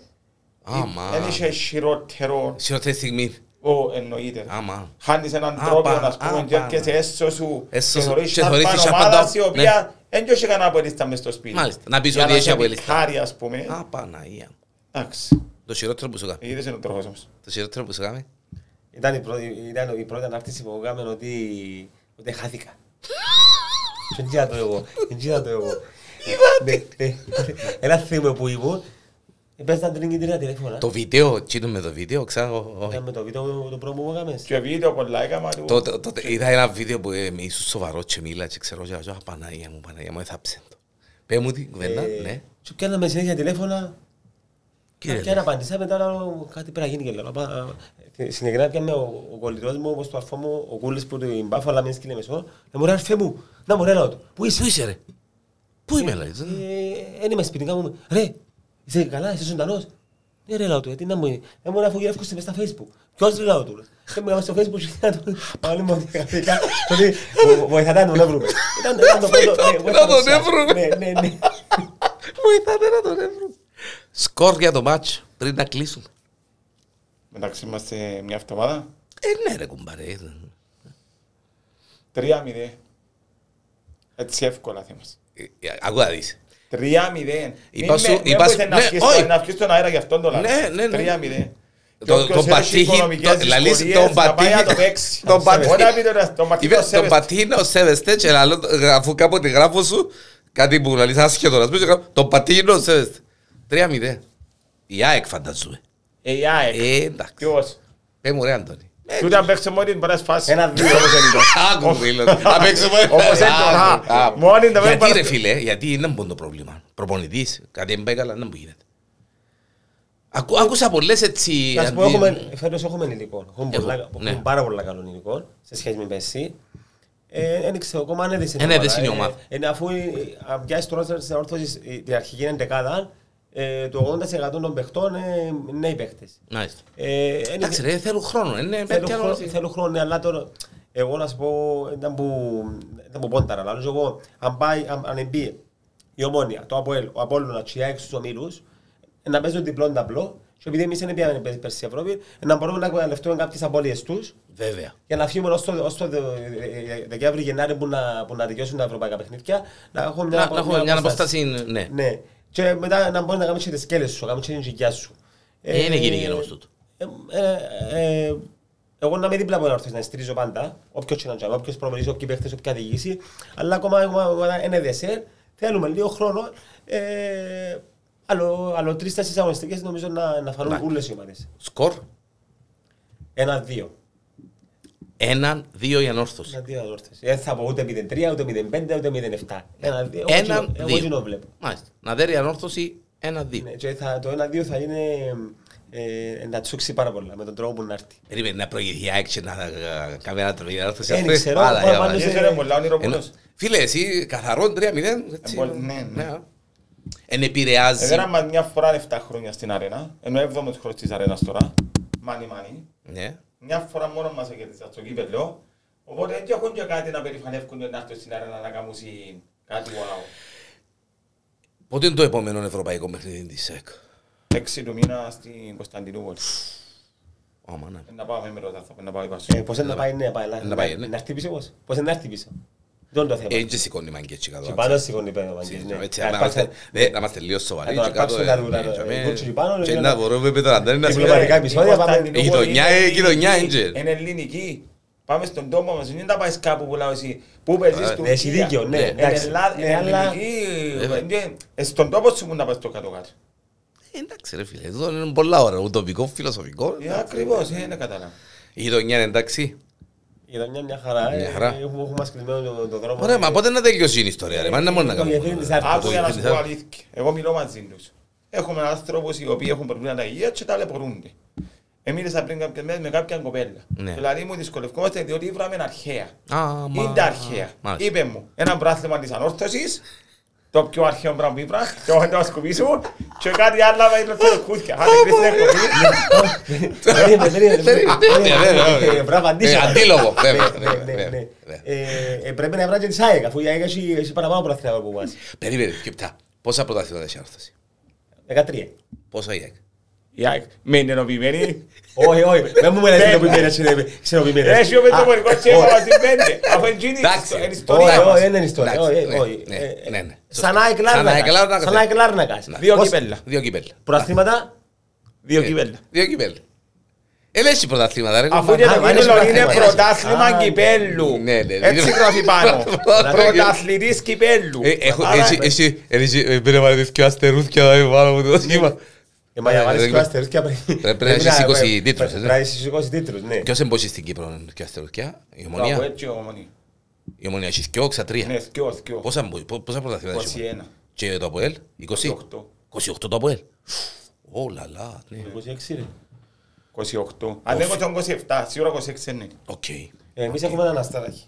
Speaker 1: Άμα.
Speaker 3: δεν είχε χειρότερο,
Speaker 1: Σε αυτή τη στιγμή.
Speaker 3: ο εννοείται.
Speaker 1: Άμα.
Speaker 3: Χάνεις έναν
Speaker 1: Α,
Speaker 3: τρόπο,
Speaker 1: πα,
Speaker 3: ας
Speaker 1: α,
Speaker 3: πούμε, και
Speaker 1: πα, ναι.
Speaker 3: έρχεσαι έσω σου και
Speaker 1: Έσω σου
Speaker 3: θωρείς
Speaker 1: και θωρείς τη
Speaker 3: σάρπαν
Speaker 1: σάρπαν
Speaker 3: ομάδας
Speaker 1: του-
Speaker 3: η οποία δεν είχε κανένα αποελίστα μες στο σπίτι.
Speaker 1: ναι. Μάλιστα, να πεις
Speaker 3: Για
Speaker 1: ότι
Speaker 3: να
Speaker 1: έχει
Speaker 3: σε
Speaker 1: αποελίστα.
Speaker 3: πικάρει, ας πούμε.
Speaker 1: Απαναία μου.
Speaker 3: Εντάξει,
Speaker 1: Το χειρότερο που σου έκαμε.
Speaker 3: είδες είναι ο τρόπος μας.
Speaker 1: Το χειρότερο που σου έκαμε.
Speaker 2: Ήταν η πρώτη, ήταν η πρώτη ανάρτηση που έκαμε ότι, ότι χάθηκα. Και Δεν ξέρω το εγώ. Δεν ξέρω το εγώ. Ναι, ναι. Ένα θύμα που ήμουν. Παίζαν την κινητήρα τηλέφωνα.
Speaker 1: Το βίντεο, εκείνο με το βίντεο, ξέρω. ό-
Speaker 2: Ε,
Speaker 1: όχι.
Speaker 2: Με το βίντεο μου, το πρώτο που έκαμε.
Speaker 3: Και βίντεο πολλά έκαμα του.
Speaker 1: Τότε, τότε είδα ένα βίντεο που ε, με ήσουν σοβαρός και μίλα και ξέρω και λέω, «Α, Παναγία μου, Παναγία μου, έθαψε το. Πέ μου την κουβέντα,
Speaker 2: Ε,
Speaker 1: ναι.
Speaker 2: Σου πιάναμε συνέχεια τηλέφωνα.
Speaker 1: Κύριε
Speaker 2: Και να απαντήσα μετά λέω κάτι πρέπει να γίνει και λέω. «Πα- ε, Συνεκρινά πιάμε ο, ο κολλητός μου, όπως το αρφό μου, ο κούλης που την πάφω, αλλά μην σκύλε μεσό. Να μου ρε «Ε, αρφέ μου, να μου ρε λέω του. Πού είσαι.
Speaker 1: Πού είσαι ρε. Πού είμαι λέει. δεν-
Speaker 2: Ε, Εν είμαι σπιτικά μου. Ρε, είσαι καλά, είσαι ζωντανός. Ναι ρε λέω του, γιατί να μου είναι. Να μου ρε αφού γεύκουσε μες στα facebook. Ποιος ρε λέω του. ρε. Και μου γράφεις στο facebook και να του πάλι μου διαγραφικά. Τότε βοηθάτε να τον έβρουμε. Ήταν- ήταν το πρώτο-
Speaker 1: Βοηθάτε
Speaker 2: ναι,
Speaker 1: να
Speaker 2: βοηθάτε
Speaker 1: τον
Speaker 2: σας.
Speaker 1: έβρουμε.
Speaker 2: Ναι, ναι, ναι.
Speaker 1: Βοηθάτε να τον έβρουν. Σκορ για το μάτσο πριν να κλείσουμε.
Speaker 3: Μεταξύ είμαστε μια εβδομάδα.
Speaker 1: Ε, ναι ρε κουμπάρε. δεν-
Speaker 3: 3-0. Έτσι εύκολα θυμάσαι.
Speaker 1: Ε, ε, Ακούω να δεις.
Speaker 3: 3-0.
Speaker 1: Είπα σου-
Speaker 3: Μην με-
Speaker 1: είπα
Speaker 3: με
Speaker 1: σου-
Speaker 3: έπρεπε να
Speaker 1: ναι,
Speaker 3: βγεις
Speaker 1: όχι.
Speaker 3: στο- να βγεις στον αέρα για αυτόν τον λάθος.
Speaker 1: Ναι, ναι, ναι.
Speaker 3: 3-0.
Speaker 1: Το-
Speaker 3: Και όποιος
Speaker 1: τον
Speaker 3: έχει
Speaker 1: πατήχει-
Speaker 3: οικονομικές
Speaker 1: το- λαλείς,
Speaker 3: δυσκολίες,
Speaker 1: τον
Speaker 3: να πάει να το
Speaker 1: πατήχει-
Speaker 3: παίξει.
Speaker 1: τον
Speaker 3: Να το
Speaker 1: πατήχει.
Speaker 3: σέβεται. Μπορεί να πει το- τον πατήχει,
Speaker 1: Είπε,
Speaker 3: το
Speaker 1: τον
Speaker 3: σέβεται.
Speaker 1: πατήνω, σέβεστε και λαλώ, ε, αφού κάποτε γράφω σου κάτι που λαλείς άσχετο να σου πεις, τον πατήνω, σέβεστε. 3-0. Η ΑΕΚ φανταζούμε.
Speaker 3: Ε, η ΑΕΚ.
Speaker 1: Ε, εντάξει.
Speaker 3: Ποιος.
Speaker 1: Πέ μου ρε Αντώνη.
Speaker 3: Του ήταν παίξε μόνη την πρώτη φάση.
Speaker 2: Ένα δύο.
Speaker 3: Όπως είναι το.
Speaker 1: Άκου φίλος. Απ' έξω μόνο.
Speaker 3: Όπως έτσι, α, μόνοι τα
Speaker 1: Γιατί
Speaker 3: βέβαια.
Speaker 1: ρε φίλε, γιατί είναι μόνο το πρόβλημα. Προπονητής, κάτι δεν πάει καλά, δεν μου γίνεται. Ακού- Άκουσα πολλές έτσι...
Speaker 2: Να σου πω,
Speaker 1: αντι-
Speaker 2: έχουμε, φέτος έχουμε υλικό. Έχουμε,
Speaker 1: Έχω,
Speaker 2: πολλά,
Speaker 1: ναι.
Speaker 2: έχουμε πάρα πολλά καλό υλικό σε σχέση με πέρσι. Ε, δεν ξέρω, ακόμα αν έδεσε
Speaker 1: Εν έδεσε η ομάδα.
Speaker 2: Ε, ε, αφού ε, αν πιάσεις τώρα σε όρθωση ε, την αρχική εντεκάδα, ε, το 80% των παιχτών ε, είναι οι παίχτες.
Speaker 1: Μάλιστα.
Speaker 2: Ε, εν-
Speaker 1: Εντάξει ρε, θέλουν χρόνο. είναι-
Speaker 2: Θέλω
Speaker 1: πιάνω-
Speaker 2: χρόνο- Θέλω χρόνο, ναι, αλλά τώρα εγώ να σου πω, ήταν που, ήταν που πόνταρα, αλλά λέω εγώ, αν πάει, αν, αν μπει η Ομόνια, το Αποέλ, ο Απόλλωνας και η ΑΕΚ στους ομίλους, να παίζουν διπλό ταμπλό, και επειδή εμείς δεν πήγαμε πέρσι στην Ευρώπη, να μπορούμε να εκμεταλλευτούμε κάποιες απώλειες τους,
Speaker 1: Βέβαια.
Speaker 2: για να φύγουμε ως το, ως το Δε- Δε- Δεκέμβρη, Γενάρη που να, που να δικαιώσουν τα ευρωπαϊκά παιχνίδια, να έχουμε μια,
Speaker 1: Να
Speaker 2: απο-
Speaker 1: να έχουμε μια απόσταση, ναι.
Speaker 2: Ναι. Και μετά να μπορείς να κάνεις και τις σκέλες σου, να κάνεις και την ζυγιά σου.
Speaker 1: Ε, είναι γυρίγυρο όμως τούτο.
Speaker 2: Ε, ε, ε, εγώ να είμαι δίπλα από ένα ορθός, να στηρίζω πάντα, όποιος και να τζάμε, όποιος προπονήσει, όποιοι παίχτες, όποια διηγήσει, αλλά ακόμα ένα δεσέρ, θέλουμε λίγο χρόνο, ε, άλλο, άλλο τρεις τέσσερις αγωνιστικές νομίζω να, να φανούν
Speaker 1: Εντάξει.
Speaker 2: όλες οι ομάδες.
Speaker 1: Σκορ,
Speaker 2: Ένα-δύο.
Speaker 1: έναν, δύο η ανόρθωση.
Speaker 2: Ένα-δύο αγωνιστές. Δεν Ε, θα πω ούτε 0-3, ούτε 0-5, ούτε 0-7. Ένα-δύο. Εγώ
Speaker 1: Έναν,
Speaker 2: τζινο- Εγώ
Speaker 1: δύο.
Speaker 2: τζινο βλέπω.
Speaker 1: Μάλιστα. Να δέρει η ανόρθωση Ένα-δύο.
Speaker 2: Ναι, και θα- Το ένα-δύο θα είναι ε, να τσούξει πάρα πολλά με τον τρόπο που να έρθει.
Speaker 1: Περίμενε να προηγηθεί άξιο να να κάνει ένα τρομερή ανάρθρωση.
Speaker 2: Δεν
Speaker 1: Αυτές,
Speaker 2: ξέρω,
Speaker 1: πάρα,
Speaker 2: πάνω
Speaker 1: για
Speaker 2: πάνω
Speaker 1: πάρα.
Speaker 2: σε-
Speaker 3: Είσαι ρε πολλά ονειροπούλος.
Speaker 1: Ενώ- Φίλε, εσύ καθαρόν 3-0.
Speaker 3: Ε, πολύ- ναι, ναι.
Speaker 1: Εν επηρεάζει.
Speaker 3: Εμένα μας μια φορά 7 χρόνια στην αρένα, ενώ 7ος χρόνος της αρένας τώρα, μάνι μάνι,
Speaker 1: Ναι.
Speaker 3: μια φορά μόνο μας έκαιρτησα στο κύπελλο, οπότε δεν έχουν και κάτι να περηφανεύκουν και να έρθουν στην αρένα να κάνουν συ- κάτι wow.
Speaker 1: Πότε είναι το επόμενο ευρωπαϊκό παιχνίδι της ΣΕΚ.
Speaker 3: 6 του μήνα στην Κωνσταντινούπολη.
Speaker 1: Ω, μάνα.
Speaker 3: Ε, Να πάμε με ρωτά, θα να πάει
Speaker 2: Ε,
Speaker 3: πασό.
Speaker 2: Πώς είναι να πάει, ναι, πάει,
Speaker 1: Να πάει, ναι.
Speaker 2: να έρθει πίσω πώς. Πώς είναι να έρθει πίσω. Δεν είναι το
Speaker 1: Ε,
Speaker 2: θέμα.
Speaker 1: και σηκώνει η μαγκέτσι κάτω.
Speaker 2: Και
Speaker 1: άτσι.
Speaker 2: πάνω σηκώνει πέρα ο Βαγγέλης,
Speaker 1: Έτσι,
Speaker 2: ναι.
Speaker 1: έτσι,
Speaker 2: Να
Speaker 1: να
Speaker 2: υπάρξει-
Speaker 1: είμαστε- ναι, να είμαστε λίγο σοβαροί
Speaker 2: Να
Speaker 1: και
Speaker 2: το
Speaker 1: κάτω,
Speaker 2: αρπάξουν τα
Speaker 1: ε,
Speaker 2: ρούρα,
Speaker 1: ναι,
Speaker 2: ρε.
Speaker 1: τζαμί.
Speaker 2: Κούτσι πάνω,
Speaker 1: Και
Speaker 2: ρε,
Speaker 1: να
Speaker 2: να-
Speaker 1: μπορούμε με τον Αντώνη να
Speaker 2: Διπλωματικά
Speaker 1: σου λέει,
Speaker 2: επεισόδια, πάμε-
Speaker 3: Κωνσταντινούπολη
Speaker 1: Η γειτονιά,
Speaker 3: είναι
Speaker 1: ε, η γειτονιά,
Speaker 3: ελληνική.
Speaker 1: Έντζελ.
Speaker 3: Είναι ελληνική. Πάμε στον τόπο μας, δεν τα πάεις κάπου που λέω εσύ. Πού παίζεις
Speaker 1: Ε,
Speaker 3: του.
Speaker 2: Ναι, έχει δίκιο, ναι,
Speaker 1: Ναι.
Speaker 3: Είναι
Speaker 2: εντάξει.
Speaker 3: Ελλάδα,
Speaker 2: Ναι,
Speaker 3: είναι
Speaker 2: αλλά-
Speaker 1: Βέβαια.
Speaker 3: ελληνική. είναι- ε, Στον τόπο σου που να πας το κάτω-κάτω.
Speaker 1: Ε, Εντάξει ρε φίλε, εδώ είναι πολλά ώρα, ουτοπικό, φιλοσοφικό.
Speaker 3: Ε, Ακριβώς, ε, δεν κατάλαβα.
Speaker 1: Η γειτονιά είναι εντάξει.
Speaker 2: Ήταν μια- μια χαρά. ε,
Speaker 1: Μια χαρά.
Speaker 2: ε, Έχουμε έχουμε ασκλημένο τον- τον δρόμο.
Speaker 1: Ωραία,
Speaker 2: ε,
Speaker 1: μα πότε να τελειώσει η ιστορία ρε, μα είναι μόνο να
Speaker 2: το
Speaker 1: κάνουμε.
Speaker 2: διευθύνει της
Speaker 1: τώρα.
Speaker 2: Άρκας.
Speaker 1: Το
Speaker 3: Άκου για να σου πω
Speaker 1: διευθύνει της
Speaker 3: αλήθεια. Εγώ μιλώ μαζί τους. Έχουμε ανθρώπους οι οποίοι έχουν προβλήματα υγείας και ταλαιπωρούνται. Εμίλησα πριν κάποιες μέρες με κάποια κοπέλα.
Speaker 1: Ναι.
Speaker 3: Δηλαδή μου δυσκολευκόμαστε διότι βράμε αρχαία.
Speaker 1: Άρκας. Α, μα-
Speaker 3: Είναι τα αρχαία.
Speaker 1: Μάλιστα.
Speaker 3: Είπε μου, ένα πράθλημα της ανόρθωσης, το πιο αρχαίο πράγμα που είπα, και εγώ να σκουπίσω, και κάτι άλλο με είπε το κούθια. Αν δεν κρίσεις την εκπομπή,
Speaker 2: Περίμενε, περίμενε,
Speaker 1: Περίμενε,
Speaker 2: περίμενε.
Speaker 1: βέβαια, βέβαια.
Speaker 2: Ε, Μπράβο, αντίστοιχα.
Speaker 1: Ε, αντίλογο, βέβαια,
Speaker 2: Ναι,
Speaker 1: βέβαια,
Speaker 2: ναι, ναι.
Speaker 1: βέβαια, βέβαια.
Speaker 2: Ε, ε, Πρέπει να βράζει και της ΑΕΚ, αφού η ΑΕΚ έχει έχει παραπάνω προαθλήματα από εμάς.
Speaker 1: Περίμενε, σκεπτά. Πόσα πρωταθλήματα έχει η άρθρωση.
Speaker 2: 13.
Speaker 1: Πόσα η ΑΕΚ.
Speaker 3: Η ΑΕΚ με είναι ενωπημένη.
Speaker 2: Όχι, όχι, δεν μου μιλάς
Speaker 1: Ναι,
Speaker 2: ξενοποιημένες, είναι- ξενοποιημένες.
Speaker 3: Έχει ο μετωπολικός και
Speaker 2: Α,
Speaker 3: έβαλα
Speaker 2: όχι.
Speaker 3: την πέντε. Αφού είναι τζίνι,
Speaker 1: Ε, Εντάξει.
Speaker 3: είναι
Speaker 2: Όχι,
Speaker 3: ιστορία
Speaker 2: όχι,
Speaker 3: μας.
Speaker 2: ε, δεν είναι ιστορία.
Speaker 1: Εντάξει,
Speaker 2: όχι,
Speaker 1: ναι,
Speaker 2: όχι.
Speaker 1: ναι,
Speaker 2: Ε, ε,
Speaker 1: ναι, ναι.
Speaker 2: Σαν ΑΕΚ
Speaker 1: Σαν ΑΕΚ Λάρνακας.
Speaker 2: Λάρνακας. Σαν ΑΕΚ Λάρνακας.
Speaker 1: Ναι.
Speaker 3: Δύο
Speaker 2: Πώς-
Speaker 3: κύπελλα.
Speaker 1: Δύο κύπελλα.
Speaker 2: Προαθλήματα.
Speaker 3: Δύο
Speaker 1: Ε,
Speaker 3: κύπελλα.
Speaker 1: Δύο κύπελλα. Ε, λες οι πρωταθλήματα ρε.
Speaker 3: Αφού
Speaker 1: κομμάτι.
Speaker 3: και το
Speaker 2: είναι
Speaker 3: κύπελλο είναι
Speaker 2: πρωτάθλημα, έτσι.
Speaker 3: πρωτάθλημα
Speaker 2: Α,
Speaker 3: κυπέλλου.
Speaker 1: ναι, ναι.
Speaker 3: Έτσι γράφει πάνω.
Speaker 1: Πρωτάθλημα.
Speaker 3: Πρωταθλητής κυπέλλου.
Speaker 1: Ε, έχω-
Speaker 3: Άρα,
Speaker 1: εσύ- εσύ- εσύ, ε, πήρε μάλλον δυο αστερούθκια να μην βάλω
Speaker 3: Ναι.
Speaker 1: από το σχήμα.
Speaker 2: Ε, μα για να βάλεις
Speaker 1: Ε,
Speaker 2: πιο αστερούθκια πρέπει-
Speaker 1: πρέπει να
Speaker 2: πρέπει
Speaker 1: έχεις
Speaker 2: να-
Speaker 1: 20
Speaker 2: πρέπει-
Speaker 1: τίτλους, ε, ναι.
Speaker 2: πρέπει να έχεις 20 τίτλους, ναι.
Speaker 1: Ποιος εμπόζει στην Κύπρο δυο αστερούθκια. Η
Speaker 3: Το
Speaker 1: Ομονία.
Speaker 3: Αποέλ και η Ομονία.
Speaker 1: Η Ομονία έχεις δυο, ξατρία.
Speaker 3: Ναι, θκυο, θκυο.
Speaker 1: Πόσα εμπο- πο- πόσα πρωταθλήματα έχει η Ομονία.
Speaker 3: 21.
Speaker 1: Και το Αποέλ, 20.
Speaker 3: 28.
Speaker 1: 28 το Αποέλ. Ω, λαλά, ναι.
Speaker 2: 26 ρε.
Speaker 3: 28. Αν δεν έχω τον 27, σίγουρα 26 είναι.
Speaker 1: Οκ.
Speaker 2: Ε, Εμείς έχουμε έναν αστέραχη.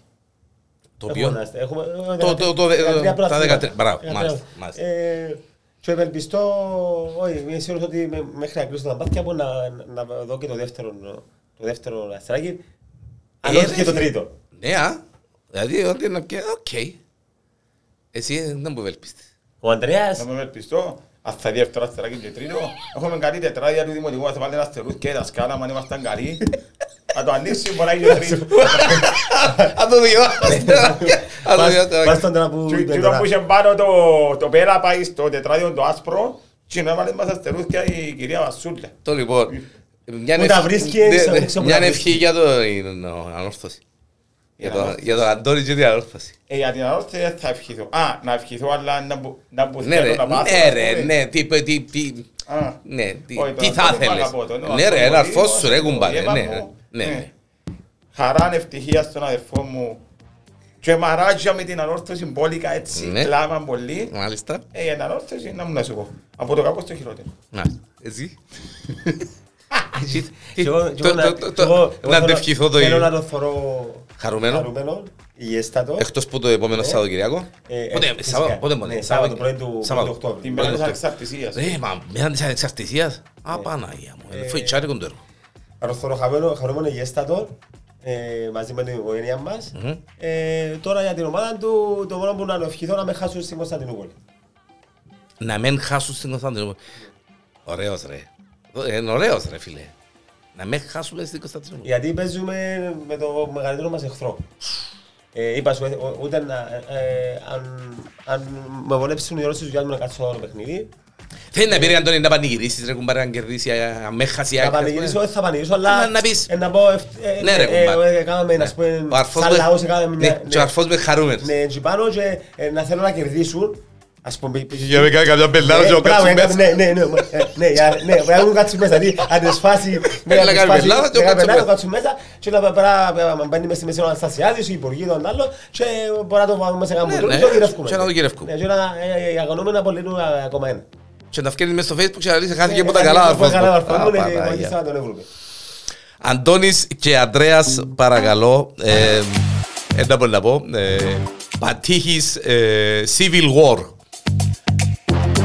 Speaker 1: Το
Speaker 2: Έχουμε
Speaker 1: οποίο...
Speaker 2: ένα αστε- έχουμε, ε,
Speaker 1: το- το- το-
Speaker 2: δεκατρία
Speaker 1: τα
Speaker 2: προαθλήματα.
Speaker 1: δεκατρία, μπράβο,
Speaker 2: Δεκατρία.
Speaker 1: μάλιστα, μάλιστα.
Speaker 2: Ε, Και ευελπιστώ, όχι, είμαι σίγουρος ότι με- μέχρι να κλείσω τα μπάθια μπορώ να, να δω και το δεύτερο, το δεύτερο αστεράκι, αν
Speaker 1: Ε,
Speaker 2: όχι
Speaker 1: ρε,
Speaker 2: και το
Speaker 1: φίλε.
Speaker 2: τρίτο.
Speaker 1: Ναι, α. Δηλαδή, ό,τι είναι να πιέ- οκ. Εσύ ε, δεν μου ευελπίστης.
Speaker 2: Ο Ανδρέας,
Speaker 3: Να με ελπιστώ. Ας θα δει εύκολα αστεράκι και τρίτο. Έχουμε καλή τετράδια του Δημοτικού. Ας βάλει ένα αστερούς και τα σκάλα, αν ήμασταν καλοί. Θα το ανοίξει, μπορεί να γίνει τρίτο.
Speaker 1: Αν το διαβάσεις, αν το
Speaker 2: πας-
Speaker 1: διαβάσεις.
Speaker 2: πας τον τώρα που
Speaker 3: Τι
Speaker 2: είπε
Speaker 3: το
Speaker 2: τώρα.
Speaker 3: που είχε πάνω το- το πέρα πάει στο τετράδιο το άσπρο και να βάλει μας αστερούς και η κυρία Βασούλα.
Speaker 1: Το λοιπόν. Μια
Speaker 2: Πού
Speaker 1: ευ-
Speaker 2: τα βρίσκει,
Speaker 1: ναι,
Speaker 2: ξέρω,
Speaker 1: ναι,
Speaker 2: ξέρω πού
Speaker 1: Μια
Speaker 2: τα
Speaker 1: ευχή για το- την ανόρθωση. Για
Speaker 3: Για
Speaker 1: το-
Speaker 3: ανόρθωση.
Speaker 1: Για τον Αντώνη και την ανόρθωση.
Speaker 3: Ε, για την ανόρθωση δεν θα ευχηθώ. Α, να ευχηθώ, αλλά να μπου- να
Speaker 1: Ναι, ρε,
Speaker 3: μπουθιάζω, να πάθω,
Speaker 1: ναι,
Speaker 3: ας
Speaker 1: ρε,
Speaker 3: πούμε.
Speaker 1: ναι, τι, τι, τι,
Speaker 3: Α.
Speaker 1: ναι, τι,
Speaker 3: Όχι,
Speaker 1: τι
Speaker 3: τον
Speaker 1: θα
Speaker 3: Αντώνη
Speaker 1: θέλεις.
Speaker 3: αγαπώ, τον
Speaker 1: Ναι, ρε,
Speaker 3: αγαπώ
Speaker 1: ένα
Speaker 3: πολύ,
Speaker 1: φως σου, ρε,
Speaker 3: τον
Speaker 1: κουμπάρε,
Speaker 3: γεύμα
Speaker 1: ναι,
Speaker 3: μου.
Speaker 1: ναι,
Speaker 3: Ναι.
Speaker 1: ναι.
Speaker 3: Χαράν ευτυχία στον αδερφό μου και μαράζια με την ανόρθωση μπόλικα έτσι,
Speaker 1: Ναι.
Speaker 3: κλάμα πολύ.
Speaker 1: Μάλιστα.
Speaker 3: Ε, η ανόρθωση να μου να σου πω. Από το κακό στο χειρότερο.
Speaker 1: Να, εσύ. Εσύ,
Speaker 2: Και
Speaker 1: τι,
Speaker 2: εγώ- και
Speaker 1: το-
Speaker 2: εγώ να-
Speaker 1: το-
Speaker 2: και εγώ-
Speaker 1: το-
Speaker 2: εγώ
Speaker 1: Να
Speaker 2: θέλω-
Speaker 1: το ευχηθώ το
Speaker 2: Θέλω να
Speaker 1: ίδιο.
Speaker 2: το θωρώ
Speaker 1: Χαρούμενο.
Speaker 2: χαρούμενο, υγιέστατο.
Speaker 1: Εκτός που το επόμενο Σαββατοκυριακό.
Speaker 2: Ε, ε,
Speaker 1: Πότε,
Speaker 2: φυσικά.
Speaker 1: Σάββατο, πότε, πότε.
Speaker 2: Ναι, Σάββατο, πρώτη του-
Speaker 1: Σάββατο.
Speaker 2: πρώτη Ε, του Οκτώβρη.
Speaker 3: Την
Speaker 1: Πρώτη
Speaker 3: πέρα της
Speaker 1: του Οκτώβρη.
Speaker 3: ανεξαρτησίας.
Speaker 1: Ρε, μα μετά της ανεξαρτησίας. Α, Παναγία μου. ε, Είναι
Speaker 2: ε,
Speaker 1: φοητσάρικο το έργο.
Speaker 2: Αρθωρό χαρούμενο, χαρούμενο υγιέστατο ε, μαζί με την οικογένειά μας. Ε, τώρα για την ομάδα του, το μόνο που να ευχηθώ να με χάσουν στην Κωνσταντινούπολη.
Speaker 1: Να μην χάσουν στην Κωνσταντινούπολη. Ωραίος ρε. Ε, Είναι ωραίος ρε φίλε. Να μην χάσουμε στην Κωνσταντινούπολη.
Speaker 2: Γιατί παίζουμε με το μεγαλύτερο μας εχθρό. Ε, είπα σου, ε, ο- ούτε να, ε, ε, αν, αν με βολέψουν οι Ρώσοι του μου να κάτσω όλο παιχνίδι.
Speaker 1: Θέλει να πήρε Αντώνη να πανηγυρίσεις ρε κουμπάρε αν κερδίσει, α, αν με χάσει. η
Speaker 2: Να
Speaker 1: ΑΕΚ, ας πούμε.
Speaker 2: πανηγυρίσω, δεν θα πανηγυρίσω, αλλά
Speaker 1: Να- να πεις.
Speaker 2: ε, να πω, ε, ε,
Speaker 1: Ναι, ρε,
Speaker 2: ε, ε,
Speaker 1: κουμπάρε.
Speaker 2: ε, κάναμε,
Speaker 1: Ναι.
Speaker 2: ας πούμε,
Speaker 1: Ο αρφός
Speaker 2: σαν
Speaker 1: με-
Speaker 2: λαός, κάναμε μια-
Speaker 1: Ναι,
Speaker 2: ναι.
Speaker 1: και ο αρφός με χαρούμενος.
Speaker 2: με τζιπάνω και ε, να θέλω να κερδίσουν. Ας πούμε,
Speaker 1: Για να κάνει καμιά πελάρα
Speaker 2: Ε,
Speaker 1: και ο
Speaker 2: μπράβο,
Speaker 1: κάτσου
Speaker 2: ναι,
Speaker 1: μέσα.
Speaker 2: Ναι, ναι, ναι, μα, ε, ναι, για- ναι, πρέπει να μου κάτσει μέσα. Δηλαδή, αν τις φάσει, ναι,
Speaker 1: να
Speaker 2: αν τις
Speaker 1: κάνει
Speaker 2: φάσει,
Speaker 1: πελάρα και ο
Speaker 2: να κάνει
Speaker 1: κάτσου
Speaker 2: πελάρα,
Speaker 1: μέσα.
Speaker 2: ο κάτσου μέσα και να πέρα, ε, να μπαίνει μέσα στη μέση ο Αναστασιάδης, ο Υπουργή, τον άλλο και μπορεί να το βάλουμε μέσα κάπου
Speaker 1: Ναι,
Speaker 2: και
Speaker 1: ναι,
Speaker 2: το γυρεύκουμε.
Speaker 1: και να το γυρεύκουμε.
Speaker 2: Ναι, και να, ε, ε, οι αγωνόμενοι απολύνουν, ε, ακόμα ένα.
Speaker 1: και να βγαίνεις μέσα στο facebook και να λύσεις χάθηκε
Speaker 2: Ε,
Speaker 1: από τα
Speaker 2: ε,
Speaker 1: καλά
Speaker 2: ε,
Speaker 1: αρφός
Speaker 2: καλά,
Speaker 1: μου.
Speaker 2: αρφός μου,
Speaker 1: Α,
Speaker 2: λέει,
Speaker 1: Παναγία.
Speaker 2: μάλιστα, να τον έβρουμε.
Speaker 1: Αντώνης και Ανδρέας, παρακαλώ. Ε, ένα μπορεί να πω. Ε, πατήχεις ε, Civil War.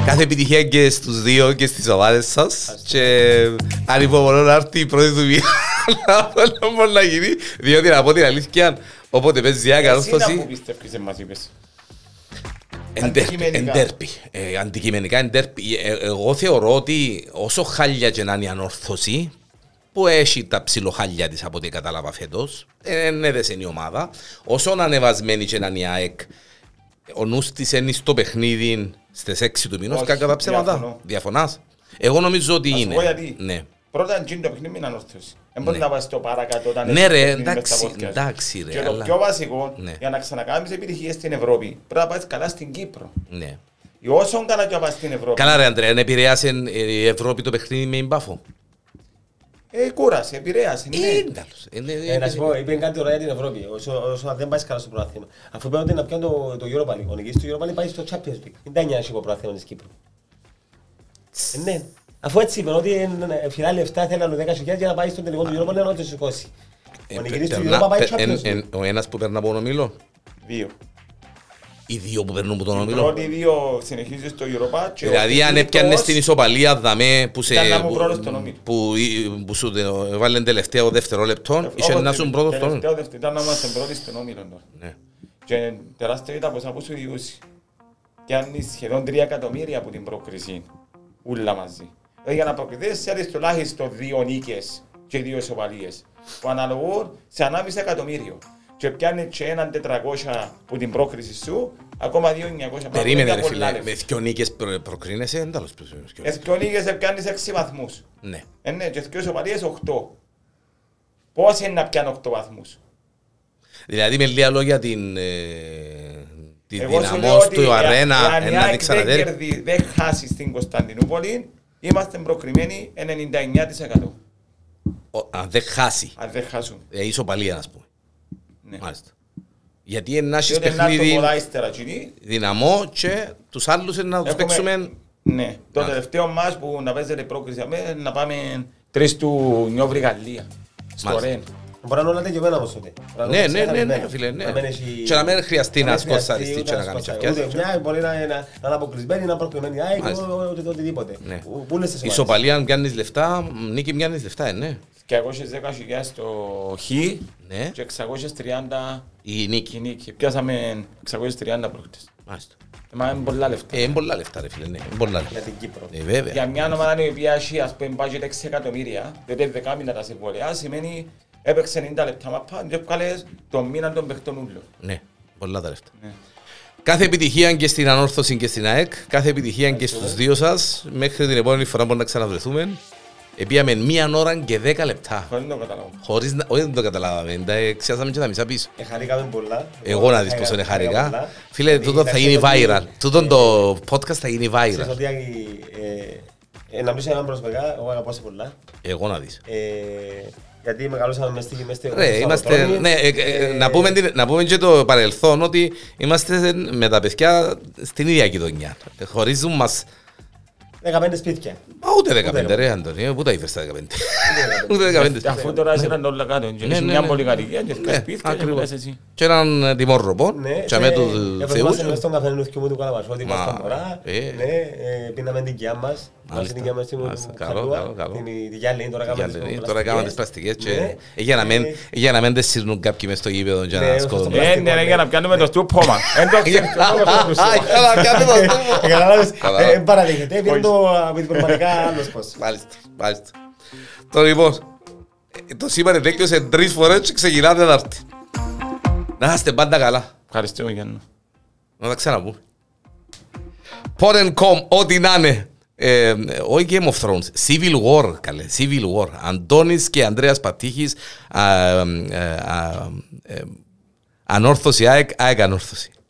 Speaker 1: Κάθε επιτυχία και στους δύο και στις ομάδες σας. Και αν υπομονώ να έρθει η πρώτη του μία να δω να μπορεί να γίνει. Διότι να πω την αλήθεια, όποτε παίζεις μια
Speaker 3: Εσύ να μου
Speaker 1: κατάσταση,
Speaker 3: πιστεύεις σε μας είπες. αντικειμενικά.
Speaker 1: εντέρπι. Ε, Αντικειμενικά εντέρπι. Εγώ θεωρώ ότι όσο χάλια και να είναι η ανόρθωση, που έχει τα ψιλοχάλια της από ό,τι κατάλαβα φέτος, ε, ναι, δεν έδεσε η ομάδα, όσο ανεβασμένη και να είναι η ΑΕΚ, ο νους της είναι στο παιχνίδι στις 6 του μηνός,
Speaker 3: Όχι,
Speaker 1: κακά τα
Speaker 3: διαφωνώ.
Speaker 1: ψέματα. Διαφωνάς. Εγώ νομίζω ότι
Speaker 3: Να σου
Speaker 1: είναι.
Speaker 3: πω γιατί.
Speaker 1: Ναι.
Speaker 3: Πρώτα αν γίνει το παιχνίδι μην ανορθώσει. Δεν μπορεί
Speaker 1: Ναι.
Speaker 3: να πας στο παρακάτω όταν
Speaker 1: Ναι,
Speaker 3: έχεις
Speaker 1: ρε,
Speaker 3: παιχνίδι μες
Speaker 1: εντάξει,
Speaker 3: στα πόδια.
Speaker 1: εντάξει, ρε,
Speaker 3: Και το
Speaker 1: αλλά-
Speaker 3: πιο βασικό,
Speaker 1: Ναι.
Speaker 3: για να ξανακάνεις επιτυχίες στην Ευρώπη, πρέπει να πας καλά στην Κύπρο.
Speaker 1: ναι.
Speaker 3: Ή Όσον καλά και να πας στην Ευρώπη.
Speaker 1: Καλά ρε Αντρέα, αν επηρεάσε ε, η Ευρώπη το παιχνίδι με μπάφο.
Speaker 3: Ε, κούρασε, επηρέασε. ναι.
Speaker 1: Ε, καλώς. Ε, ναι,
Speaker 2: Ε, Να σου πω, είπε κάτι ωραία για την Ευρώπη. Όσο όσο δεν πάει καλά στο πρωτάθλημα. Αφού είπαμε ότι να πιάνει το το Europa League. Ο νικητής του Europa League πάει στο Champions League. Δεν τα νοιάζει ο πρωτάθλημα της Κύπρου. Ε, Ναι. Αφού έτσι είπαν ότι ε, φυλά λεφτά θέλει άλλο 10.000 για να πάει στον τελικό του Europa League να το σηκώσει.
Speaker 1: Ε,
Speaker 2: Ο νικητής του
Speaker 1: περνά-
Speaker 2: Europa πάει
Speaker 1: πε-
Speaker 2: Champions
Speaker 1: εν-
Speaker 2: League.
Speaker 1: εν- Ο ένας που περνά από τον ομίλο,
Speaker 3: Δύο.
Speaker 1: οι δύο που περνούν από τον
Speaker 3: Οι
Speaker 1: ομίλο.
Speaker 3: πρώτοι δύο συνεχίζουν στο Europa. και ο
Speaker 1: Δηλαδή αν
Speaker 3: τρίτος-
Speaker 1: έπιανε την ισοπαλία δαμέ που, σε,
Speaker 3: Ήταν να μου
Speaker 1: που,
Speaker 3: πρώτος στον όμιλο.
Speaker 1: που, που σου βάλει τελευταίο δευτερόλεπτο,
Speaker 3: Όπως
Speaker 1: είσαι να σου
Speaker 3: την-
Speaker 1: πρώτο στον
Speaker 3: τελευταίο,
Speaker 1: όμιλο.
Speaker 3: δεύτερο, Ήταν να είμαστε πρώτοι στον όμιλο. τώρα.
Speaker 1: Ναι.
Speaker 3: Και τεράστια ήταν ποσά που σου διούσε. Και αν είσαι σχεδόν 3 εκατομμύρια από την πρόκριση. Ούλα μαζί. Ε, για να προκριθείς θέλεις τουλάχιστον δύο νίκες και δύο ισοπαλίες. Που αναλογούν σε 1,5 εκατομμύριο. Και πιάνει και έναν 400 που την πρόκριση σου, ακόμα δύο 900.
Speaker 1: Περίμενε ρε
Speaker 3: Πολλά
Speaker 1: φίλε,
Speaker 3: λεφτά.
Speaker 1: με δυο νίκες προ- προκρίνεσαι, εν τέλος προ-
Speaker 3: Ε, δυο νίκες πιάνεις 6 βαθμούς.
Speaker 1: Ναι.
Speaker 3: Ε, ναι, και δυο ισοπαλίες 8. Πώς είναι να πιάνω 8 βαθμούς.
Speaker 1: Δηλαδή με λίγα λόγια την... ε, Τη
Speaker 3: Εγώ σου λέω
Speaker 1: δυναμός
Speaker 3: ότι
Speaker 1: του αρένα ε,
Speaker 3: εάν η
Speaker 1: να την
Speaker 3: ΑΕΚ δεν
Speaker 1: ξαναδέρει.
Speaker 3: κερδί- δεν χάσεις στην Κωνσταντινούπολη, είμαστε προκριμένοι 99%.
Speaker 1: Ο- Αν δεν χάσει,
Speaker 3: Αν δεν χάσουν.
Speaker 1: ε, ισοπαλία να πούμε.
Speaker 3: Ναι.
Speaker 1: Μάλιστα. Γιατί να έχεις
Speaker 3: Διότι να το
Speaker 1: παιχνίδι
Speaker 3: πολλά ύστερα κοινή,
Speaker 1: δυναμό και τους άλλους να τους παίξουμε
Speaker 3: Ναι, το
Speaker 1: Α.
Speaker 3: τελευταίο μας που να παίζεται η πρόκριση αμέ, να πάμε τρεις του Νιόβρη Γαλλία. Στο
Speaker 1: Μάλιστα.
Speaker 3: Ρεν.
Speaker 2: Μπορεί να είναι όλα τελειωμένα όμως τότε. Μπορεί να είναι
Speaker 1: Ναι,
Speaker 2: όλα
Speaker 1: ναι, ναι, ναι,
Speaker 2: ξεκαθαρισμένα.
Speaker 1: φίλε, ναι.
Speaker 2: Να μην έχει-
Speaker 1: Και να μην χρειαστεί
Speaker 2: να
Speaker 1: να
Speaker 2: μην χρειαστεί
Speaker 1: σκορσαριστεί
Speaker 2: ούτε
Speaker 1: και να
Speaker 2: να
Speaker 1: κάνει
Speaker 2: σκορσαριστεί.
Speaker 1: τσαφιά.
Speaker 2: Ούτε μια μπορεί να είναι- να είναι αποκλεισμένη, να είναι προκριμένη. Α, εγώ,
Speaker 1: Μάλιστα.
Speaker 2: ούτε το οτιδήποτε.
Speaker 1: Ναι.
Speaker 2: Ο- πούλες τις ομάδες.
Speaker 1: Ισοπαλία αν κάνεις λεφτά, νίκη αν κάνεις λεφτά, ε, ναι.
Speaker 3: Και 210.000 στο Χ
Speaker 1: Ναι,
Speaker 3: και 630
Speaker 1: η νίκη.
Speaker 3: κοινή. Και Πιάσαμε 630 πρόκτες.
Speaker 1: Μάλιστα.
Speaker 3: Μα είναι πολλά λεφτά.
Speaker 1: Ε, είναι πολλά λεφτά ρε φίλε, ναι, είναι πολλά
Speaker 2: Για
Speaker 1: λεφτά.
Speaker 2: την Κύπρο.
Speaker 1: Ε,
Speaker 3: Για
Speaker 1: βέβαια.
Speaker 3: μια ομάδα η οποία έχει ας πούμε budget 6 εκατομμύρια, διότι δεκάμινα τα συμβολιά, σημαίνει έπαιξε 90 λεπτά μαπά, και έβγαλες τον μήνα των παιχτών ούλων.
Speaker 1: Ναι, πολλά τα λεφτά.
Speaker 3: Ναι.
Speaker 1: Κάθε επιτυχία και στην Ανόρθωση και στην ΑΕΚ, κάθε επιτυχία και στους δύο σας, μέχρι την επόμενη φορά που να ξαναβρεθούμε, επίαμε μία ώρα και δέκα λεπτά.
Speaker 3: Χωρίς να το καταλάβω.
Speaker 1: Χωρίς να, όχι δεν το καταλάβαμε, τα εξιάσαμε και τα μισά πίσω.
Speaker 2: Ε, Χαρήκαμε πολλά. Ε,
Speaker 1: Εγώ να δεις πόσο είναι χαρικά. Φίλε, τούτο θα γίνει viral. Τούτο το podcast θα γίνει
Speaker 2: Ξέρεις
Speaker 1: viral.
Speaker 2: ότι ε, ε, να μιλήσω έναν προσωπικά, εγώ αγαπώ σε πολλά.
Speaker 1: Εγώ να δεις.
Speaker 2: Ε, γιατί μεγαλώσαμε μες στη μες στη-
Speaker 1: Ρε,
Speaker 2: στο
Speaker 1: είμαστε,
Speaker 2: Σαββατόνι.
Speaker 1: ναι, ε, ε,
Speaker 2: Ε,
Speaker 1: να, πούμε, την- να πούμε και το παρελθόν ότι είμαστε με τα παιδιά στην ίδια γειτονιά. Χωρίζουν μας,
Speaker 2: 15 σπίτια.
Speaker 1: μα ούτε 15 ρε Αντωνίου, πού τα είπες τα 15. Ούτε 15.
Speaker 3: Ε, Αφού τώρα είσαι έναν όλα κάτω, και
Speaker 1: Ναι,
Speaker 3: είσαι
Speaker 1: ναι,
Speaker 3: μια
Speaker 1: ναι.
Speaker 3: πολυκατοικία, και
Speaker 1: Ναι,
Speaker 3: έχεις σπίτι και
Speaker 1: ακριβώς.
Speaker 3: μιλάς εσύ.
Speaker 1: Και έναν τιμόρροπο,
Speaker 2: Ναι,
Speaker 1: και με
Speaker 2: ε,
Speaker 1: του Θεού.
Speaker 2: ε, προσπάθησε μες στον καφενούθκι μου του Καλαμαρσού, ότι
Speaker 1: Μα,
Speaker 2: ήμασταν μωρά,
Speaker 1: ε.
Speaker 2: ναι, ε, πίναμε την κοιά μας,
Speaker 1: Μάλιστα,
Speaker 2: την κοιά μας στην
Speaker 1: μάλιστα. Καλό,
Speaker 2: Χαλούα,
Speaker 1: καλό, καλό.
Speaker 2: την- τη γυάλινη, τώρα
Speaker 1: Για
Speaker 2: κάναμε τις
Speaker 1: λέει, Τώρα
Speaker 2: πλαστικές.
Speaker 1: κάναμε τις πλαστικές και
Speaker 2: Ναι.
Speaker 1: για να μην-
Speaker 2: Ε,
Speaker 1: για να μην δεν σύρνουν κάποιοι μες στο γήπεδο και
Speaker 2: Ναι,
Speaker 1: να
Speaker 2: σωστό.
Speaker 1: σκότουν.
Speaker 3: Ε, ναι, ναι, για να πιάνουμε το στούπο μας. Εν το
Speaker 1: Για
Speaker 3: ξέρω,
Speaker 1: να κάνουμε το στόμα.
Speaker 2: ε, καταλάβες,
Speaker 1: Καλά.
Speaker 2: ε, ε, παραδέχεται, πήρε το από την πραγματικά άλλος πώς.
Speaker 1: Μάλιστα, μάλιστα. Τώρα λοιπόν, ε, το σήμερα τέλειωσε τρεις φορές και ξεκινά τέταρτη. Να είστε πάντα καλά.
Speaker 3: Ευχαριστούμε Γιάννου.
Speaker 1: Να τα ξαναπούμε. Porn.com, ό,τι να είναι. Ε, όχι Game of Thrones, Civil War, καλέ, Civil War. Αντώνης και Ανδρέας Πατήχης, α, ε, α, ε, ανόρθωση ΑΕΚ, ΑΕΚ ανόρθωση.